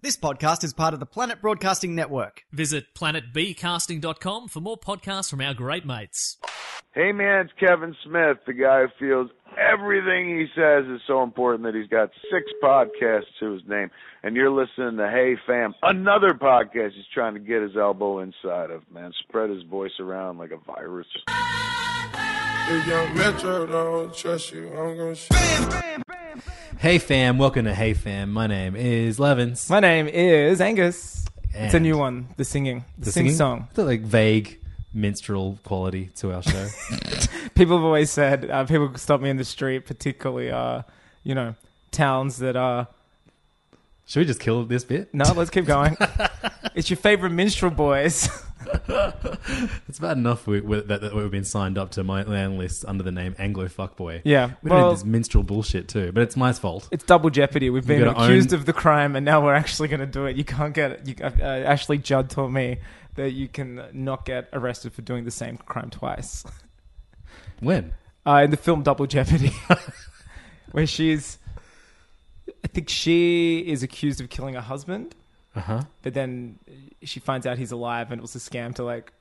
This podcast is part of the Planet Broadcasting Network. Visit planetbcasting.com for more podcasts from our great mates. Hey man, it's Kevin Smith, the guy who feels everything he says is so important that he's got six podcasts to his name. And you're listening to Hey Fam, another podcast he's trying to get his elbow inside of, man. Spread his voice around like a virus. If young Metro don't trust you, I'm gonna sh- Hey fam, welcome to Hey Fam. My name is Levins. My name is Angus. it's a And- new one. The singing, the, The sing singing- song. the, like vague minstrel quality to our show. People have always said uh, people stop me in the street, particularly uh, you know towns that are. Should we just kill this bit? No, let's keep going. it's your favorite minstrel boys. It's bad enough we, we, that, that we've been signed up to my land list under the name Anglo Fuckboy. Yeah, we well- don't need this minstrel bullshit too, but it's my fault. it's double jeopardy. We've been gotta accused own- of the crime, and now we're actually going to do it. You can't get it. You, uh, uh, Ashley Judd told me that you can not get arrested for doing the same crime twice. When? uh, in the film Double Jeopardy, where she's, I think she is accused of killing her husband, Uh huh. but then she finds out he's alive and it was a scam to like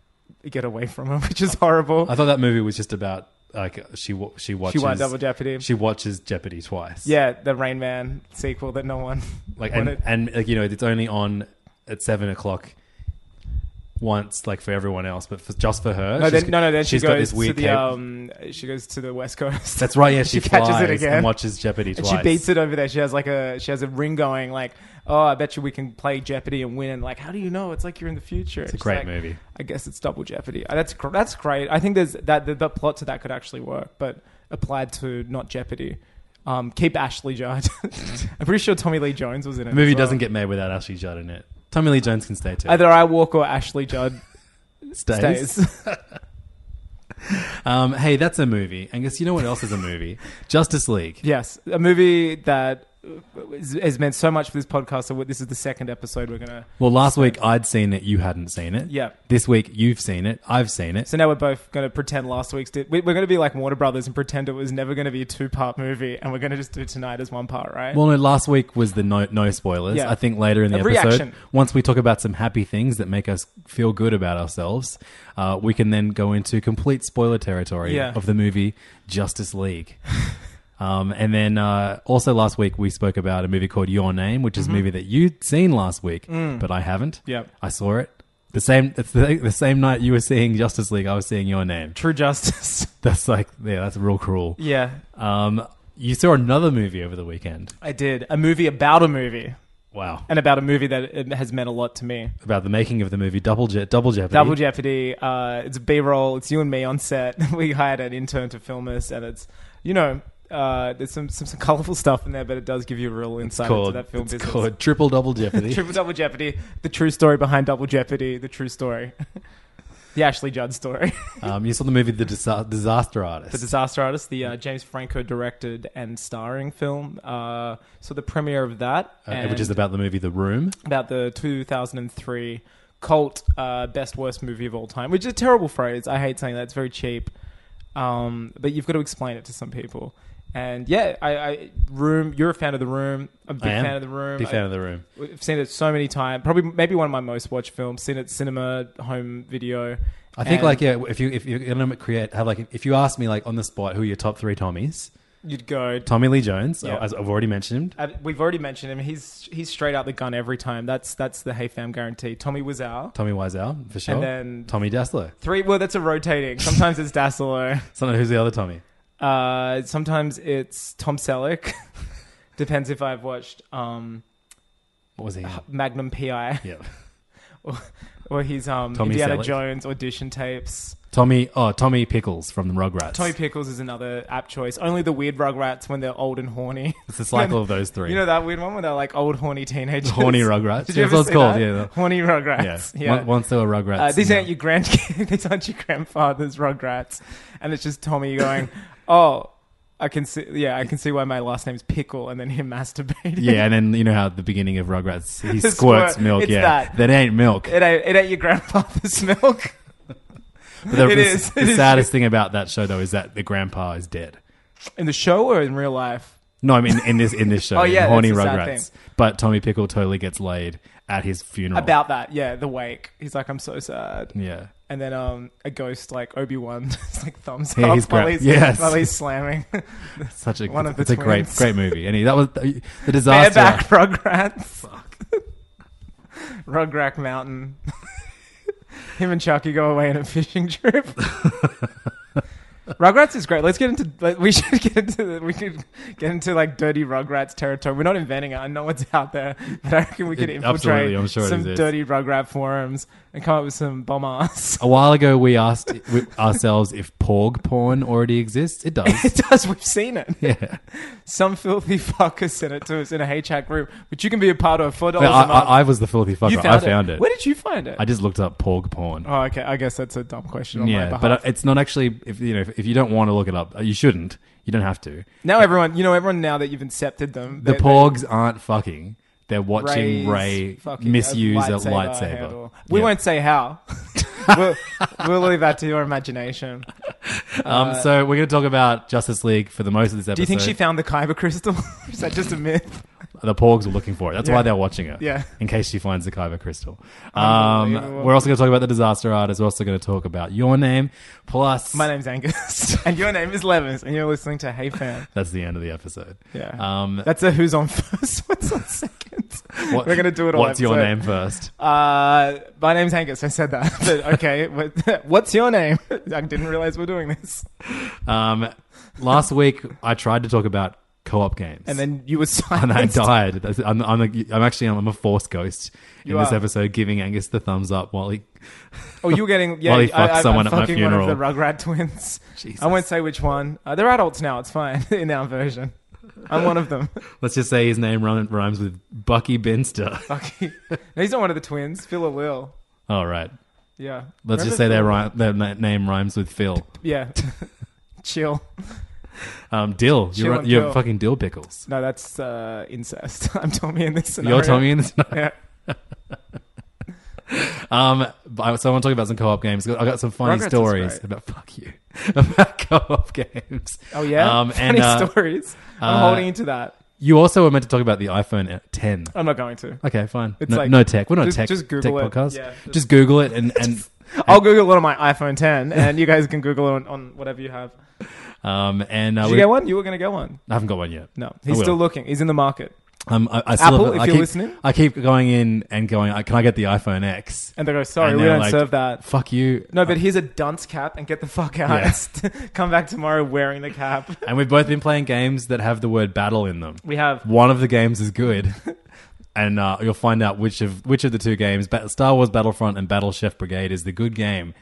get away from him, which is horrible. I thought that movie was just about like she wa- she watches won Double Jeopardy. She watches Jeopardy twice. yeah, the Rain Man sequel that no one like and, wanted. and like you know it's only on at seven o'clock once like for everyone else but for, just for her no, she's then, got- no, no. Then she she's goes got this weird to the cable- um, she goes to the West Coast. that's right yeah she, catches it flies again. and watches jeopardy And twice she beats it over there. She has like a she has a ring going like, oh, I bet you we can play Jeopardy and win. And like, how do you know? It's like you're in the future. It's a great movie. I guess it's double Jeopardy. Uh, That's gr- that's great. I think there's that the, the plot to that could actually work, but applied to not Jeopardy. Um, keep Ashley Judd. I'm pretty sure Tommy Lee Jones was in it. the movie as well. doesn't get made without ashley judd in it tommy lee jones can stay too either I walk or Ashley Judd stays. um, hey that's a movie angus you know what else is a movie justice league yes, a movie that is- has meant so much for this podcast. So this is the second episode we're gonna. well last week i'd seen it you hadn't seen it Yeah. this week you've seen it i've seen it So now we're both going to pretend last week's did. we- We're going to be like Warner Brothers and pretend it was never going to be a two part movie, and we're going to just do tonight as one part, right? Well, no, last week was the no, no spoilers. Yeah. I think later in the A episode, reaction. once we talk about some happy things that make us feel good about ourselves, uh, we can then go into complete spoiler territory Yeah. of the movie Justice League. um, and then uh, also last week we spoke about a movie called Your Name, which is a movie that you'd seen last week, but I haven't. Mm-hmm. Mm. Yep. I saw it. The same, it's the, the same night you were seeing Justice League, I was seeing Your Name. True Justice. That's like, yeah, that's real cruel. yeah, Um, you saw another movie over the weekend. I did a movie about a movie Wow. and about a movie that it has meant a lot to me. about the making of the movie Double Je- Double Jeopardy. Double Jeopardy. Uh, it's B roll. It's you and me on set. we hired an intern to film us, and it's you know. Uh, there's some, some some colorful stuff in there, but it does give you a real insight called, into that film it's business. called Triple Double Jeopardy. Triple Double Jeopardy, the true story behind Double Jeopardy, the true story, the Ashley Judd story. um, you saw the movie The Disa- Disaster Artist. The Disaster Artist, the uh, James Franco directed and starring film. Uh, so the premiere of that, uh, which and is about the movie The Room. about the 2003 cult uh, best worst movie of all time, which is a terrible phrase. I hate saying that. It's very cheap, um, but you've got to explain it to some people. And yeah, I, I Room. You're a fan of the Room. I'm a big I am. fan of the Room. Big fan I- of The Room. I've seen it so many times. Probably, maybe one of my most watched films. Seen it cinema, home video. I think And- like yeah, if you if you're gonna create have like if you ask me like on the spot who are your top three Tommies, You'd go. Tommy Lee Jones, Yeah. as I've already mentioned. Uh, We've already mentioned him. He's he's straight out the gun every time. That's that's the Hey Fam guarantee. Tommy Wiseau. Tommy Wiseau, for sure. then- Tommy Dassler. Three. Well, that's a rotating. Sometimes it's Dassler. So now who's the other Tommy? Uh, sometimes it's Tom Selleck. Depends if I've watched um, What was he? in? Magnum PI yeah. or his um, Tommy Indiana Selleck. Jones audition tapes. Tommy, oh, Tommy Pickles from the Rugrats. Tommy Pickles is another apt choice. Only the weird Rugrats when they're old and horny. It's the cycle of those three. You know that weird one when they're like old horny teenagers. Horny Rugrats. Did you That's ever what it's see called, that? yeah. Horny yeah. Rugrats. Yeah. Once- Once they were Rugrats. Uh, these now- aren't your grand. these aren't your grandfather's Rugrats, and it's just Tommy going, "Oh, I can see. Yeah, I can see why my last name's Pickle," and then him masturbating. Yeah, and then you know how at the beginning of Rugrats he The squirts squirt. milk. It's yeah, that. that ain't milk. it ain't, it ain't your grandfather's milk. But the, it the- is. the It is. saddest thing about that show though is that the grandpa is dead. In the show or in real life? No, I mean in this in this show, Oh, in yeah, horny that's the sad Rugrats. But Tommy Pickle totally gets laid at his funeral. About that, yeah. The wake. He's like, "I'm so sad," Oh. yeah, and then um, a ghost like Obi Wan, like thumbs Yeah, up he's while gra- he's yes. while he's slamming. such a One of the it's a great twins. great movie. And he, that was the, the Bareback disaster. Rugrats. Rugrat Mountain. Him and Chucky go away on a fishing trip. Rugrats is great. Let's get into. Like, we should get into. The, we could get into like dirty Rugrats territory. We're not inventing it. I know it's out there, but I reckon we could It- absolutely, infiltrate I'm sure it some exists. dirty Rugrat forums and come up with some bomb ass. A while ago, we asked we, ourselves if porg porn already exists. It does. it does. We've seen it. yeah, Some filthy fucker sent it to us in a HAC group, but you can be a part of it. Four but dollars I, a month. I, I was the filthy fucker. you I found it. Where did you find it? I just looked up porg porn. Oh, okay. I guess that's a dumb question on my yeah, behalf. but uh, it's not actually. If you know, if, if you don't want to look it up, uh, you shouldn't. You don't have to. now everyone, you know, everyone now that you've incepted them, The they- porgs aren't fucking. They're they watching Ray raise fucking uh, misuse a lightsaber lightsaber. handle. We Yeah. won't say how. we'll, we'll leave that to your imagination. Um, so we're going to talk about Justice League for the most of this episode. uh, Do you think she found the Kyber crystal? Is that just a myth? the porgs were looking for it? That's Yeah. why they're watching it. Yeah. In case she finds the Kyber crystal. Unbelievable. Um, we're also going to talk about the disaster artist. We're also going to talk about your name. Plus, My name's Angus, and your name is Levis, and you're listening to Hey Fan. that's the end of the episode. Yeah. Um, That's a who's on first, what's on second. what- We're gonna do it all. What's your episode. name first? Uh, my name's Angus. I said that. But okay, what, what's your name? I didn't realize we're doing this. Um, last week I tried to talk about co-op games, And then you were and I silenced. died. That's- I'm, I'm, a, I'm actually I'm a force ghost in You this are. episode, giving Angus the thumbs up while he. Oh, you were getting yeah. While he I, fucks I, someone I'm at my fucking funeral. One of the Rugrat twins. Jesus. I won't say which one. Uh, they're adults now. It's fine in our version. I'm one of them. Let's just say his name rhyme- rhymes with Bucky Binster. Fucking- no, he's not one of the twins. Phil or Lil. All right. Yeah. Let's Remember just say their, Phil? rhyme, their na- name rhymes with Phil. Yeah. Chill. Um, Dill. Chill You're, and you're Phil. fucking Dill Pickles. No, that's uh, incest. I'm Tommy in this. Scenario. You're Tommy in this. Yeah. Um, but I, so I want to talk about some co-op games. I got some funny Rugrats is stories great. about fuck you about co-op games. Oh yeah. Um, Funny and uh, stories. I'm uh, holding into that. you also were meant to talk about the iPhone 10. I'm not going to. Okay, fine. It's no, like- no tech. We're not just- tech. just Google tech it. podcast. Yeah, just, just- Google it and and I'll Google it on my iPhone 10, and you guys can Google it on, on whatever you have. um and uh, Did we, you get one? You were going to get one. I haven't got one yet. No, I he's will. still looking. He's in the market. Um, I, I still Apple, haven't- if I you're keep, listening. I keep going in and going. "I- Can I get the iPhone X? And they go, sorry, And we they're don't like, serve that. Fuck you. No, but here's a dunce cap and get the fuck out. Come back tomorrow wearing the cap. And we've both been playing games that have the word battle in them. We have. One of the games is good, and uh, you'll find out which of which of the two games, Ba- Star Wars Battlefront and Battle Chef Brigade, is the good game.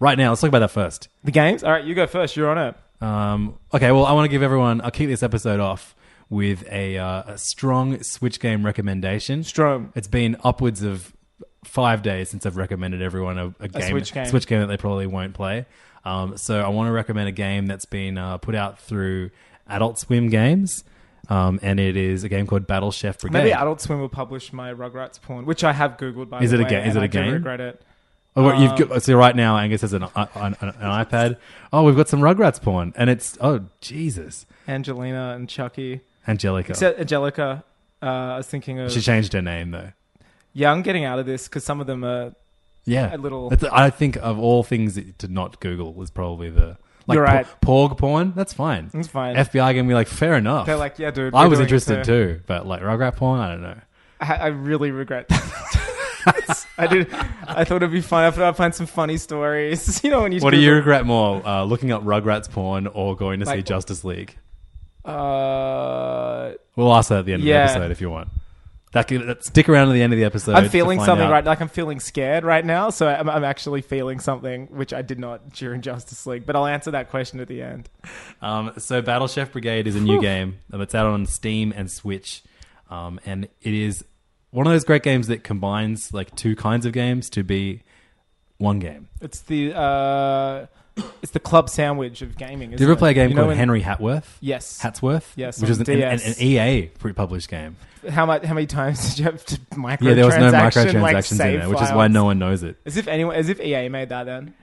Right now, let's talk about that first. The games? All right, you go first. You're on it. Um, okay, well, I want to give everyone. I'll kick this episode off with a, uh, a strong Switch game recommendation. Strong. It's been upwards of five days since I've recommended everyone a, a, game, Switch game. that they probably won't play. Um, so I want to recommend a game that's been uh, put out through Adult Swim Games, um, and it is a game called Battle Chef Brigade. Maybe Adult Swim will publish my Rugrats porn, which I have Googled by Is the it a way, ga- is and it a I do game? regret it. Um, Oh, well, you've got, so right now Angus has an, an, an, an iPad. Oh, we've got some Rugrats porn, and it's oh Jesus, Angelina and Chucky. Angelica. Except Angelica, uh, I was thinking of. she changed her name though. yeah, I'm getting out of this because some of them are. Yeah, a little- That's- I think of all things to not Google is probably the Like You're por- right. porg porn, that's fine. It's fine. FBI gonna be like, fair enough. They're like, yeah, dude, I we're was doing it interested too. too, but like rugrat porn, I don't know. I, I really regret that. I did. I thought it'd be fun. I thought I'd find some funny stories. You know when you What do Google- you regret more, uh, looking up Rugrats porn or going to see Like- Justice League? Uh, We'll ask that at the end Yeah. of the episode if you want. That can, that- stick around to the end of the episode. I'm to feeling find something out. right. Like I'm feeling scared right now. So I'm, I'm actually feeling something which I did not during Justice League. But I'll answer that question at the end. Um, so Battle Chef Brigade is a new game. Um, It's out on Steam and Switch, um, and it is one of those great games that combines like two kinds of games to be one game. It's the uh, it's the club sandwich of gaming. Do you ever play a game you know called when- Henry Hatworth? Yes. Hatsworth. Yes, which on was an, an, an, E DS. EA pre-published game. How much? How many times did you have to micro? Yeah, there was no microtransactions microtransactions in there, which is why no one knows it. As if anyone, as if EA made that. Then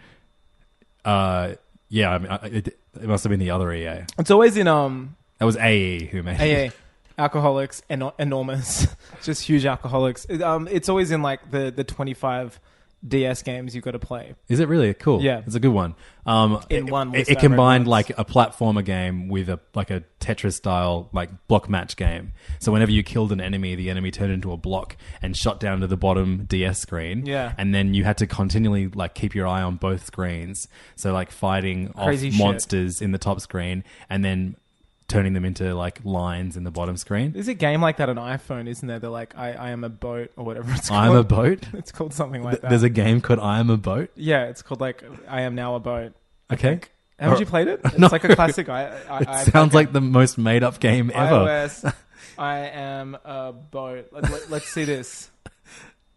Uh, yeah, I mean, I- it, it must have been the other EA. it's always in um That was AE who made it. AA, alcoholics and enormous, just huge alcoholics. It, um, it's always in like the the twenty five DS games you got to play. Is it really cool? Yeah. it's a good one. Um, In it, one it, list it I combined recognize. like a platformer game with a like a Tetris style like block match game. So whenever you killed an enemy, the enemy turned into a block and shot down to the bottom DS screen. Yeah. and then you had to continually like keep your eye on both screens. So like fighting Crazy off shit. monsters in the top screen and then turning them into like lines in the bottom screen. There's a game like that on iPhone, isn't there? They're like, I, I am a boat or whatever it's called. I'm a boat. It's called something like that. There's a game called I Am a Boat. yeah, it's called like I am now a boat. Okay. Haven't you played it? It's No. like a classic. I, I, It I sounds like the most made up game ever. iOS. I am a boat. Let, us see this.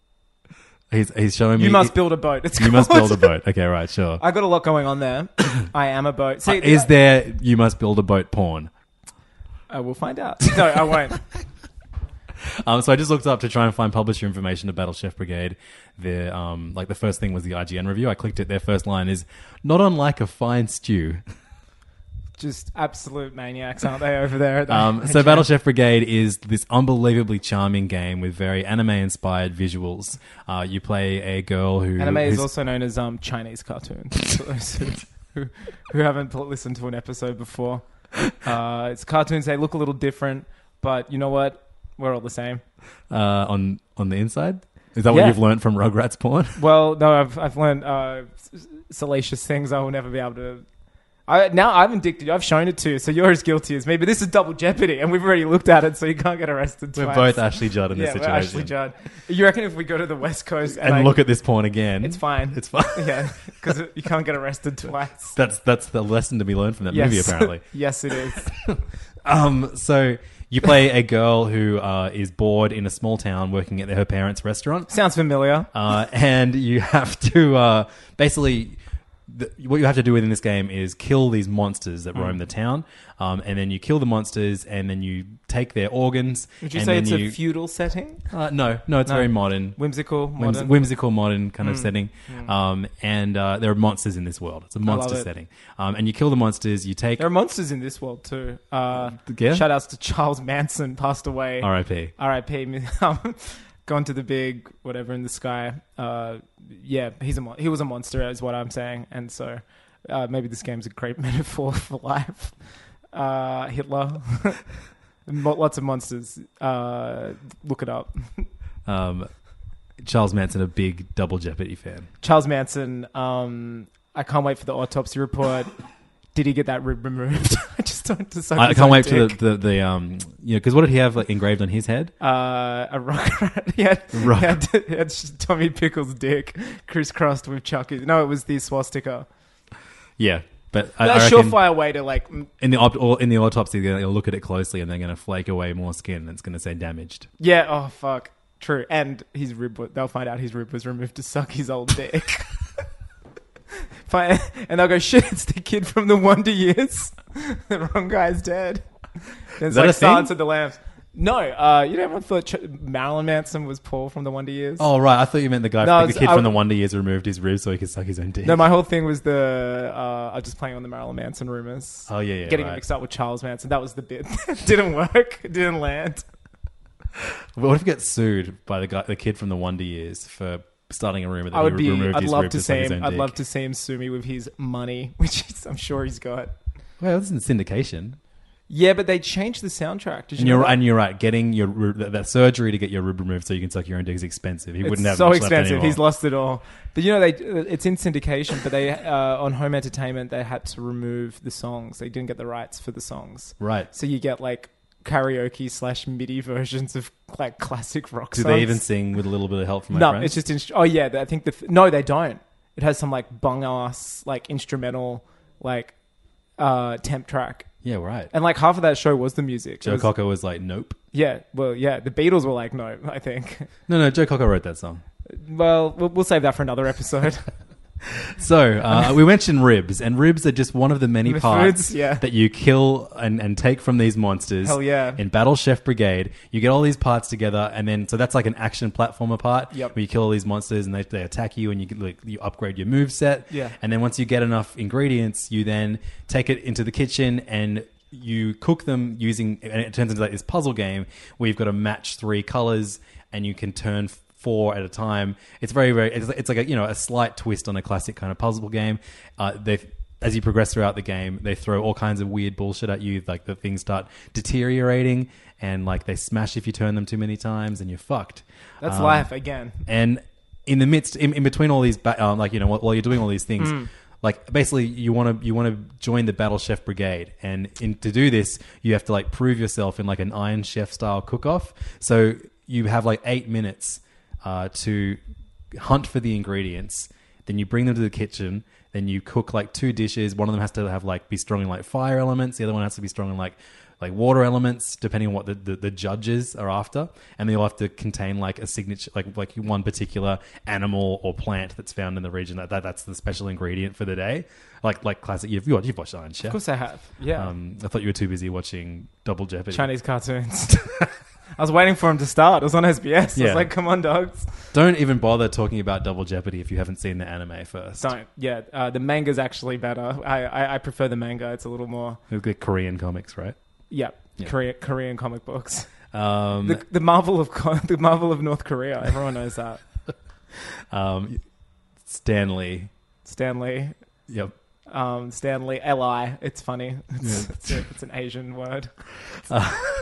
He's, he's showing me. You must build a boat. It's You must called- build a boat. Okay, right, sure. I got a lot going on there. I am a boat. See, Is there you must build a boat porn? I will Uh, find out. No, I won't. Um, so I just looked up to try and find publisher information to Battle Chef Brigade. The um, like the first thing was the IGN review. I clicked it. Their first line is not unlike a fine stew. Just absolute maniacs, aren't they, over there? Um, so Battle Chef Brigade is this unbelievably charming game with very anime inspired visuals. Uh, you play a girl who Anime is who's- also known as um, Chinese cartoons. For those who, who, who haven't pl- listened to an episode before, uh, it's cartoons. They look a little different, but you know what? We're all the same. uh, on on the inside. Is that what Yeah. you've learned from Rugrats porn? Well, no, I've I've learned uh, s- salacious things. I will never be able to. I, now I'm addicted. I've shown it to you, so you're as guilty as me. But this is double jeopardy, and we've already looked at it, so you can't get arrested. We're twice. both Ashley Judd in yeah, this we're situation. Ashley Judd. You reckon if we go to the West Coast and, And like, look at this porn again. it's fine. It's fine. yeah, because you can't get arrested twice. That's that's the lesson to be learned from that movie, apparently. yes, it is. Um, so you play a girl who uh, is bored in a small town working at her parents' restaurant, Sounds familiar. uh, and you have to uh, basically. The, what you have to do within this game is kill these monsters Hmm. that roam the town, um, and then you kill the monsters, and then you take their organs. Would you and say then it's you- a feudal setting? Uh, no, no, it's No. very modern. Whimsical, Whims- modern. Hmm. whimsical modern kind of setting. Um, and uh, there are monsters in this world. It's a monster it. setting. Um, and you kill the monsters. You take there are monsters in this world too. Uh, Yeah. Shout outs to Charles Manson, passed away. R.I.P. R.I.P. Um, gone to the big whatever in the sky. Uh, yeah, he's a mon- he was a monster, is what I'm saying. And so uh, maybe this game's a great metaphor for life. Uh, Hitler. Mo- Lots of monsters. Uh, look it up. Um, Charles Manson, a big Double Jeopardy fan. Charles Manson. Um, I can't wait for the autopsy report. Did he get that rib removed? I just don't decide. I can't wait for the, the, the um, you know, because what did he have like, engraved on his head? uh, a rock rat. He had, Rock- he had, he had Tommy Pickle's dick crisscrossed with Chucky. No, it was the swastika. Yeah, but I, I That's a reckon surefire way to like. m- in the op- or in the autopsy, they're going to look at it closely and they're going to flake away more skin. and It's going to say damaged. Yeah. Oh fuck. True. And his rib. wa- They'll find out his rib was removed to suck his old dick. Fi- and they'll go, shit, it's the kid from the Wonder Years. the wrong guy's dead. There's that like a thing? Silence of the Lambs. No, uh, you know, everyone thought Ch- Marilyn Manson was Paul from the Wonder Years. Oh right, I thought you meant the guy, No, the it's- kid I- from the Wonder Years, removed his ribs so he could suck his own dick. No, my whole thing was the uh, I was just playing on the Marilyn Manson rumors. Oh, yeah, yeah, getting right. it mixed up with Charles Manson. That was the bit. didn't work. It didn't land. But what if he gets sued by the guy, the kid from the Wonder Years, for starting a rumor that I would he be. removed I'd his love rib to just like see his him. own I'd dick. love to see him sue me with his money, which is, I'm sure he's got. Well, this is in syndication. Yeah, but they changed the soundtrack. Did you And you're know that? and you're right. Getting your rib- that, that surgery to get your rib removed so you can suck your own dick is expensive. He wouldn't have it's so much Left expensive. anymore. He's lost it all. But you know, they it's in syndication. But they uh, on home entertainment, they had to remove the songs. They didn't get the rights for the songs. Right. So you get like karaoke slash MIDI versions of like classic rock Do songs. they even sing with a little bit of help from my No, friends? it's just instru- oh yeah. I think the th- no, they don't. It has some like bung ass like instrumental like uh temp track. yeah, right. And like half of that show was the music. It Joe was- Cocker was like, nope. Yeah, well, yeah. The Beatles were like, no, I think. No, no. Joe Cocker wrote that song. Well, we'll, we'll save that for another episode. So uh, we mentioned ribs, and ribs are just one of the many The parts foods, yeah. that you kill and, and take from these monsters. Hell yeah. In Battle Chef Brigade, you get all these parts together, and then so that's like an action platformer part Yep. where you kill all these monsters and they, they attack you, and you get, like you upgrade your move set. Yeah. and then once you get enough ingredients, you then take it into the kitchen and. You cook them using, and it turns into like this puzzle game where you've got to match three colors, and you can turn four at a time. It's very, very. It's, it's like a you know a slight twist on a classic kind of puzzle game. Uh, they as you progress throughout the game, they throw all kinds of weird bullshit at you. Like the things start deteriorating, and like they smash if you turn them too many times, and you're fucked. That's Um, life again. And in the midst, in, in between all these, ba- um, like you know, while, while you're doing all these things. Like basically, you want to you want to join the Battle Chef Brigade, and in, to do this, you have to like prove yourself in like an Iron Chef style cook off. So you have like eight minutes uh, to hunt for the ingredients. Then you bring them to the kitchen. Then you cook like two dishes. One of them has to have like be strong in like fire elements. The other one has to be strong in like like water elements, depending on what the, the, the judges are after. And they'll have to contain like a signature, like like one particular animal or plant that's found in the region. That, that that's the special ingredient for the day. Like like classic. You've you've watched Iron Chef. Of course I have. Yeah. Um, I thought you were too busy watching Double Jeopardy. Chinese cartoons. I was waiting for him to start. It was on SBS. I Yeah. was like, come on, dogs. Don't even bother talking about Double Jeopardy if you haven't seen the anime first. Don't. Yeah. Uh, the manga's actually better. I, I, I prefer the manga. It's a little more, Look at Korean comics, right? yeah, Yeah. Korea, Korean comic books. Um, The, the Marvel of Co- the Marvel of North Korea. Everyone knows that. um, Stanley. Stanley. Yep. Um, Stanley. Li. It's funny. It's, it's, a- it's an Asian word. this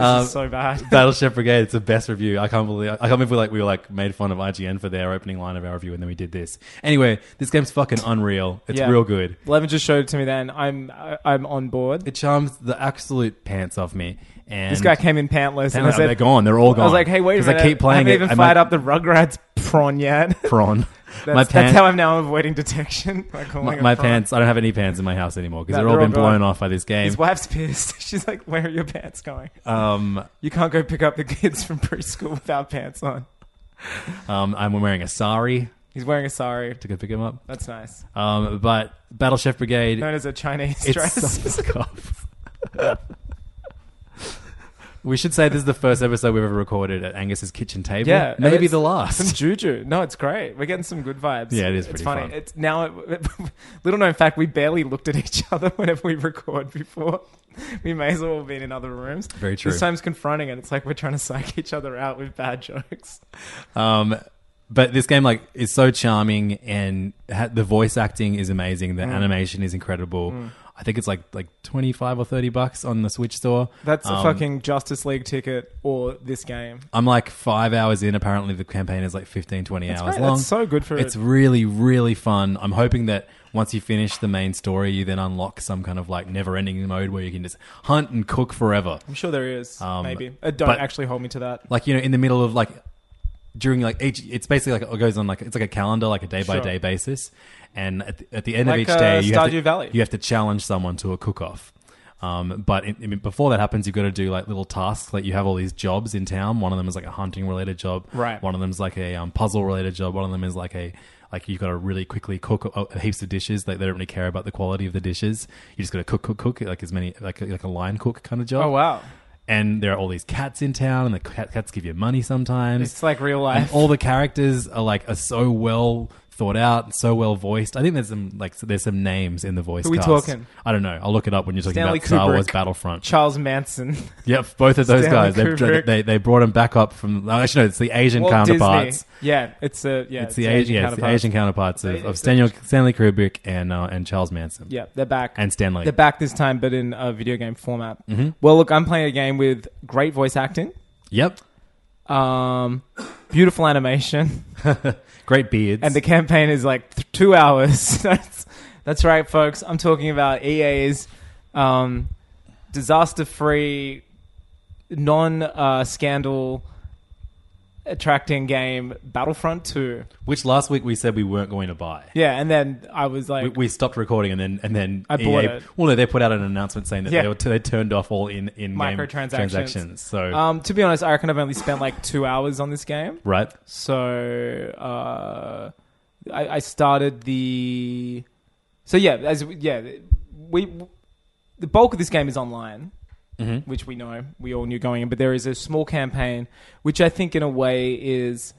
Uh, Um, is so bad. Battleship Brigade. It's the best review. I can't believe. I can't believe we like we were like made fun of IGN for their opening line of our review, and then we did this. Anyway, this game's fucking unreal. It's Yeah. real good. Levin just showed it to me. Then I'm I, I'm on board. It charms the absolute pants off me. And This guy came in pantless, and I Pants- said, they're gone. They're all gone. I was like, hey, wait a 'Cause minute. I keep playing I it. haven't even and fired my up the Rugrats prawn yet. prawn. That's, my that's pants. how I'm now avoiding detection. by calling my, it my prawn. pants. I don't have any pants in my house anymore because No, they've they're all all been blown gone. off by this game. His wife's pissed. She's like, where are your pants going? Um, You can't go pick up the kids from preschool without pants on. um, I'm wearing a sari He's wearing a sari. to go pick him up. That's nice. Um, but Battleship Brigade. Known as a Chinese It's dress. so scuff. we should say this is the first episode we've ever recorded at Angus's kitchen table. Yeah, and maybe it's the Some last. juju. No, it's great. We're getting some good vibes. Yeah, it is It's pretty funny. fun. It's now. little known fact: we barely looked at each other whenever we record before. We may as well have been in other rooms. Very true. This time's confronting, and it's like we're trying to psych each other out with bad jokes. Um, but this game like is so charming, and ha- the voice acting is amazing. Mm. The animation is incredible. I think it's like like twenty five or thirty bucks on the Switch store. That's a Um, fucking Justice League ticket or this game. I'm like five hours in. Apparently, the campaign is like 15, 20 hours great. long. That's so good for It's it. really, really fun. I'm hoping that once you finish the main story, you then unlock some kind of like never ending mode where you can just hunt and cook forever. I'm sure there is. Um, maybe. Uh, don't but- actually hold me to that. Like, you know, in the middle of like during like each, it's basically like it goes on like it's like a calendar, like a day by day Sure. basis. And at the, at the end Like, of each day, uh, you have, Stardew to, Valley. you have to challenge someone to a cook off. Um, but in, in- before that happens, you've got to do like little tasks. Like you have all these jobs in town. One of them is like a hunting related job. Right. One of them's like a um, puzzle related job. One of them is like a like you've got to really quickly cook uh, heaps of dishes. Like they don't really care about the quality of the dishes. You just got to cook, cook, cook. Like as many like like a line cook kind of job. Oh wow. And there are all these cats in town, and the cat, cats give you money sometimes. It's like real And life. all the characters are like are so well thought out, and so well voiced. I think there's some like there's some names in the voice. Who we cast. talking? I don't know. I'll look it up when you're talking Stanley about Star Wars Kubrick. Battlefront. Charles Manson. Yep, both of those Stanley guys. They've, dr- Kubrick. they they brought him back up from. oh, Actually, no, it's the Asian Walt counterparts. Disney. Yeah, it's a yeah. It's the Asian, yeah, it's the Asian counterparts of, of Stanley, Stanley Kubrick and uh, and Charles Manson. Yeah, they're back. And Mm-hmm. Stanley. They're back this time, but in a video game format. Well, look, I'm playing a game with great voice acting, Yep. um, beautiful animation, Great beards. and the campaign is like th- two hours. that's, that's right, folks. I'm talking about EA's um, disaster free, non uh, scandal attracting game, Battlefront 2. which last week we said we weren't going to buy. Yeah, and then I was like, We, we stopped recording and then and then E I bought it. Well, no, they put out an announcement saying that Yeah. they, were, they turned off all in in Microtransactions. transactions. So um, to be honest, I reckon I've only spent like two hours on this game. right, So uh, I, I started the. So yeah, as we- yeah, we the bulk of this game is online, Mm-hmm. which we know we all knew going in. But there is a small campaign, which I think in a way is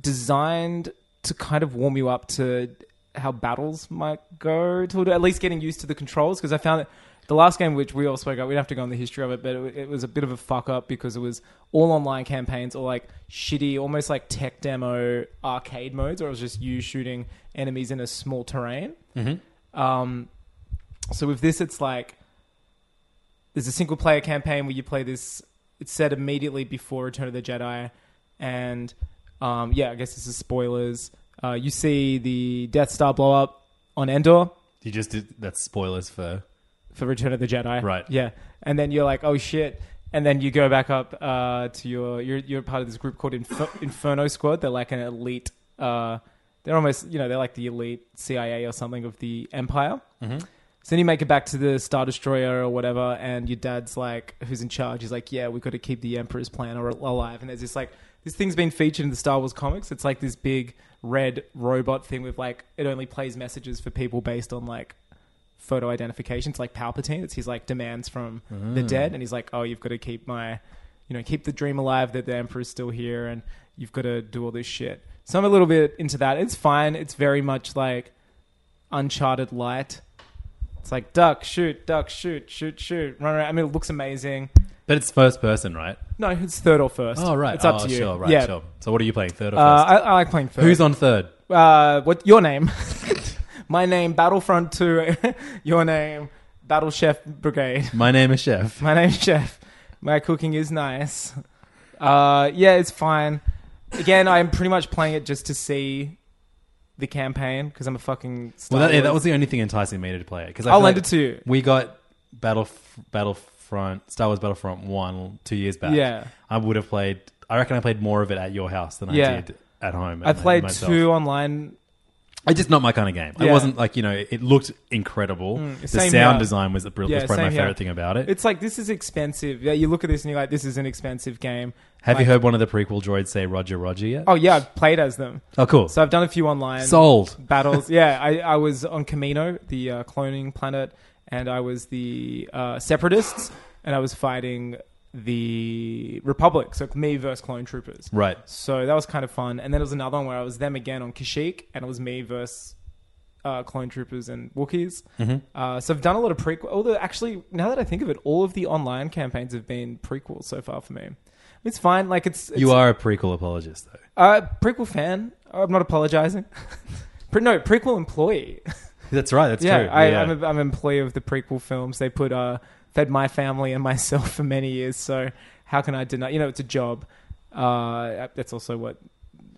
designed to kind of warm you up to how battles might go to at least getting used to the controls because I found that the last game which we all spoke about we don't have to go on the history of it but it, it was a bit of a fuck up because it was all online campaigns or like shitty almost like tech demo arcade modes where it was just you shooting enemies in a small terrain um, so with this it's like there's a single player campaign where you play this. It's set immediately before Return of the Jedi, and um, yeah, I guess this is spoilers. Uh, you see the Death Star blow up on Endor you just did that's spoilers for for Return of the Jedi, Right. Yeah, and then you're like, oh shit, and then you go back up uh, to your you're you're part of this group called Infer- Inferno Squad. They're like an elite. Uh, they're almost you know they're like the elite CIA or something of the Empire. So then you make it back to the Star Destroyer or whatever, and your dad's like, who's in charge, is like, yeah, we've got to keep the Emperor's plan or alive. And there's this like, this thing's been featured in the Star Wars comics. It's like this big red robot thing with like, it only plays messages for people based on like photo identification. It's like Palpatine. It's his like demands from the Mm. dead, and he's like, oh, you've got to keep my, you know, keep the dream alive that the Emperor's still here, and you've got to do all this shit. So I'm a little bit into that. It's fine. It's very much like Uncharted light. It's like duck, shoot, duck, shoot, shoot, shoot, run around. I mean, it looks amazing. but it's first person, right? No, it's third or first. Oh right, it's up oh, to you. Sure, right, yeah. sure. So what are you playing? Third or Uh, first? I, I like playing first. Who's on third? Uh, what your name? My name, Battlefront Two. your name, Battle Chef Brigade. My name is Chef. My name's Chef. My cooking is nice. Uh, yeah, it's fine. Again, I'm pretty much playing it just to see the campaign because I'm a fucking. Star Well, that, yeah, that Wars- was the only thing enticing me to play it because I'll lend it to you. We got Battle Battlefront Star Wars Battlefront one two years back. Yeah. I would have played. I reckon I played more of it at your house than Yeah. I did at home. I at my- played myself. two online It's just not my kind of game. Yeah. Mm, It wasn't like you know. It looked incredible. the same sound here. design was, br- was Yeah, probably my same here. favorite thing about it. It's like this is expensive. Yeah, you look at this and you're like, this is an expensive game. Have like- you heard one of the prequel droids say "Roger, Roger" yet? Oh yeah, I've played as them. Oh, cool. So I've done a few online Sold. battles. yeah, I, I was on Camino, the uh, cloning planet, and I was the uh, separatists, and I was fighting the Republic. So me versus clone troopers. Right. So that was kind of fun. And then there was another one where I was them again on Kashyyyk, and it was me versus uh, clone troopers and Wookiees. Mm-hmm. Uh, so I've done a lot of prequel. Although, actually, now that I think of it, all of the online campaigns have been prequels so far for me. It's fine. Like it's, it's You are a prequel apologist, though. uh, prequel fan. I'm not apologizing. Pre- no, prequel employee. That's right. That's yeah, true. I, I'm, a, I'm an employee of the prequel films. They put uh, fed my family and myself for many years. So how can I deny? You know, it's a job. Uh, that's also what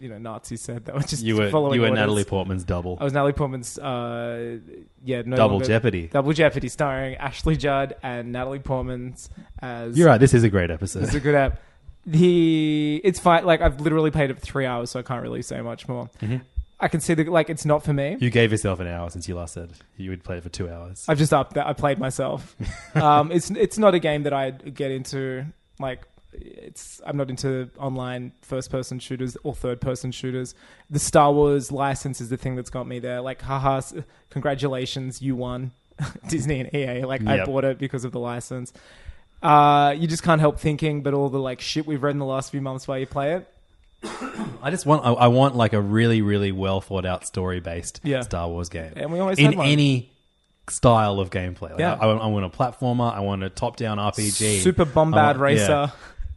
you know Nazis said. That was just you were following Oh. you were orders. Natalie Portman's double. I was Natalie Portman's, uh, yeah, no Double longer- Jeopardy. Double Jeopardy, starring Ashley Judd and Natalie Portman's as. You're right. This is a great episode. It's a good app. The it's fine. Like I've literally played it for three hours, so I can't really say much more. Mm-hmm. I can see that like it's not for me. you gave yourself an hour since you last said you would play it for two hours. I've just upped that. I played myself. um, it's it's not a game that I get into. Like it's I'm not into online first person shooters or third person shooters. The Star Wars license is the thing that's got me there. Like haha, s- congratulations, you won. Disney and EA. Like I Yep. bought it because of the license. Uh, you just can't help thinking, but all the like shit we've read in the last few months while you play it. I just want I, I want like a really really well thought out story based Yeah. Star Wars game. And we always in had one. any style of gameplay. Like, Yeah. I, I want a platformer. I want a top down RPG. Super Bombard I want- yeah. Racer.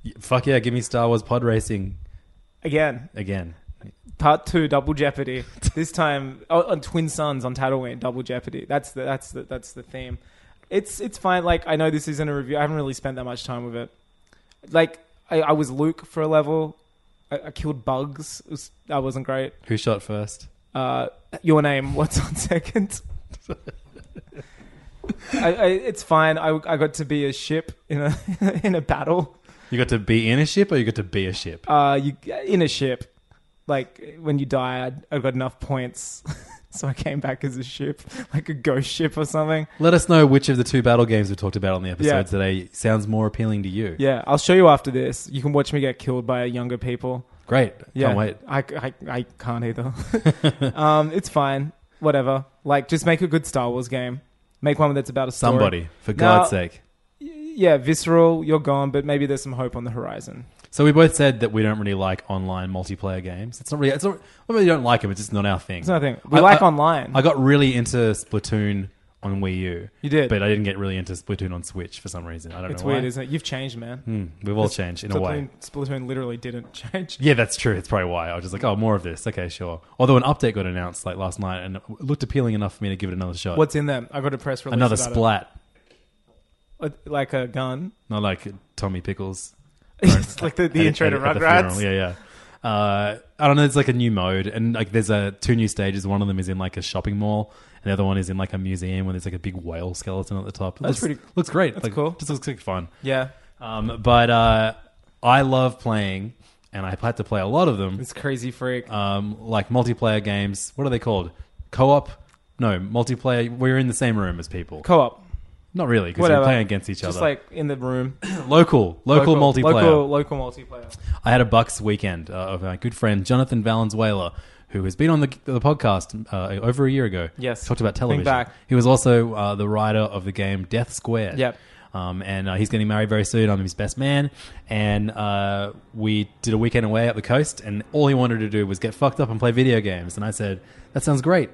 Y- Fuck yeah! Give me Star Wars pod racing Again, again. part two, Double Jeopardy. this time oh, on Twin Sons on Tatooine, Double Jeopardy. That's the that's the that's the theme. It's it's fine. Like I know this isn't a review. I haven't really spent that much time with it. Like I, I was Luke for a level. I, I killed bugs. It was, that wasn't great. Who shot first? Uh, your name. What's on second? I, I, it's fine. I, I got to be a ship in a in a battle. You got to be in a ship, or you got to be a ship. uh, you in a ship. Like when you died, I got enough points, so I came back as a ship, like a ghost ship or something. Let us know which of the two battle games we talked about on the episode Yeah. today sounds more appealing to you. Yeah, I'll show you after this. You can watch me get killed by younger people. Great. Yeah, Can't wait. I, I, I can't either. um, it's fine. Whatever. Like, just make a good Star Wars game. Make one that's about a story. Somebody, for Now- God's sake. Yeah, visceral. You're gone, but maybe there's some hope on the horizon. So we both said that we don't really like online multiplayer games. It's not really. It's not. I really don't like them. It's just not our thing. It's not our thing. We like online. I got really into Splatoon on Wii U. You did. but I didn't get really into Splatoon on Switch for some reason. I don't It's know why. weird, isn't it? You've changed, man. Hmm, We've all changed in a way. Splatoon, Splatoon literally didn't change. Yeah, that's true. It's probably why I was just like, oh, more of this. Okay, sure. Although an update got announced like last night and it looked appealing enough for me to give it another shot. What's in them? I got a press release. another about it. splat? With- like a gun. Not like Tommy Pickles. it's like the, the at- intro at- to at the Rugrats. funeral. Yeah, yeah. Uh, I don't know. It's like a new mode, and like there's a two new stages. One of them is in like a shopping mall, and the other one is in like a museum where there's like a big whale skeleton at the top. It That's looks, pretty- looks great. that's like, cool. Just looks like fun. yeah. Um, but uh, I love playing, and I had to play a lot of them. It's crazy freak. Um, like multiplayer games. What are they called? Co-op. No, multiplayer. We're in the same room as people. Co-op. Not really, because Whatever. we're playing against each Just other. like in the room. local, local, multiplayer. Local, local multiplayer. I had a Bucks weekend uh, of my good friend Jonathan Valenzuela, who has been on the, the podcast uh, over a year ago. Yes. talked about Think television. back. He was also uh, the writer of the game Death Square. Yep. Um, and uh, he's getting married very soon. I'm his best man, and uh, we did a weekend away up the coast. And all he wanted to do was get fucked up and play video games. And I said, "That sounds great."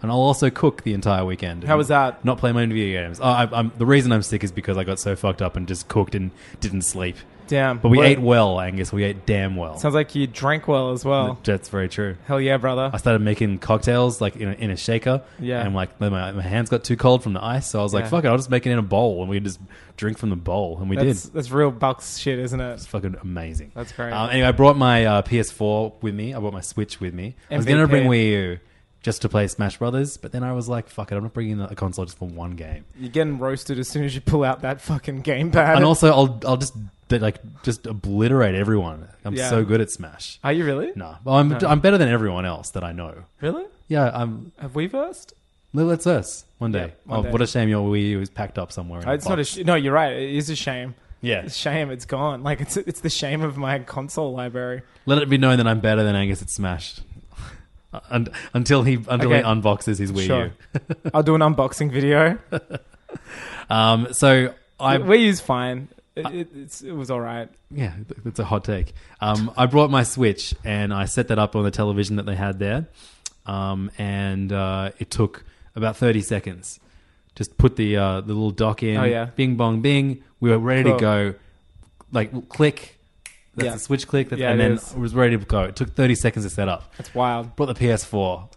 And I'll also cook the entire weekend. How was that? Not play my own video games. Oh, I, I'm, the reason I'm sick is because I got so fucked up and just cooked and didn't sleep. Damn. But we What- ate well, Angus. We ate damn well. Sounds like you drank well as well. That's very true. Hell yeah, brother. I started making cocktails like in a, in a shaker. Yeah. And like my, my hands got too cold from the ice, so I was like, Yeah. "Fuck it, I'll just make it in a bowl," and we just drink from the bowl, and we That's, did. that's real Bucks shit, isn't it? It's fucking amazing. That's great. Um, anyway, I brought my uh, PS4 with me. I brought my Switch with me. I was going to MVP. bring Wii U just to play Smash Brothers, but then I was like, "Fuck it, I'm not bringing a console just for one game." You're getting roasted as soon as you pull out that fucking gamepad. And also, I'll I'll just like just obliterate everyone. I'm Yeah. Uh, so good at Smash. Are you really? Nah, well, I'm I'm better than everyone else that I know. Really? Yeah, I'm Have we versed? Well, That's us one day. Yeah, one oh, day. what a shame your Wii U is packed up somewhere. in Uh, It's box. not a. Sh- no, you're right. It is a shame. yeah. It's a shame. It's gone. Like it's it's the shame of my console library. Let it be known that I'm better than Angus at Smash. Uh, Un- until he until he Okay. unboxes his Wii Sure. I'll do an unboxing video. U. Um, so I we use fine. It, it, it's, it was all right. yeah, that's a hot take. Um, I brought my Switch and I set that up on the television that they had there, um, and uh, it took about thirty seconds. Just put the uh, the little dock in. Oh, yeah. Bing bong bing. We were ready Cool. to go. Like click. That's Yeah. the switch click. That's, Yeah, and it then is. I was ready to go. It took thirty seconds to set up. It's wild. Brought the PS4.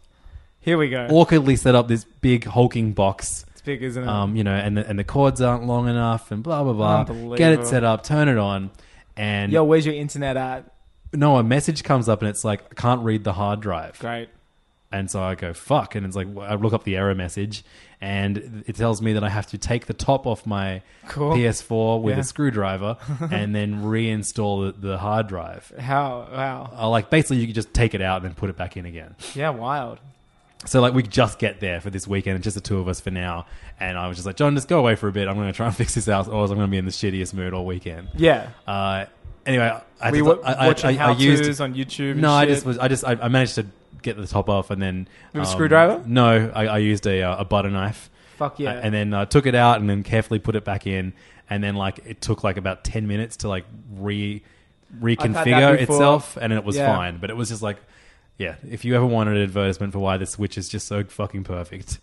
Here we go. Awkwardly set up this big hulking box it's big, isn't it? um, you know, and the, and the cords aren't long enough, and blah blah blah. Unbelievable. Get it set up, turn it on, and Yo, where's your internet at? no, a message comes up, and it's like I can't read the hard drive, Great. and so I go fuck, and it's like I look up the error message, and it tells me that I have to take the top off my Cool. PS4 with Yeah. a screwdriver, and then reinstall the, the hard drive. How? Wow. Uh, like basically, you can just take it out and then put it back in again. Yeah, wild. So like we just get there for this weekend, it's just the two of us for now. And I was just like, John, just go away for a bit. I'm going to try and fix this house, or else I'm going to be in the shittiest mood all weekend. Yeah. Uh, anyway, I we just, were I, I, watching I, I how-tos used on YouTube. and no, I shit. just was I just I, I managed to get the top off, and then um, With a screwdriver? No, I, I used a uh, a butter knife. Fuck yeah. Uh, and then uh, took it out and then carefully put it back in, and then like it took like about ten minutes to like re reconfigure before. itself, and it was Yeah. fine. But it was just like, yeah, if you ever wanted an advertisement for why the Switch is just so fucking perfect,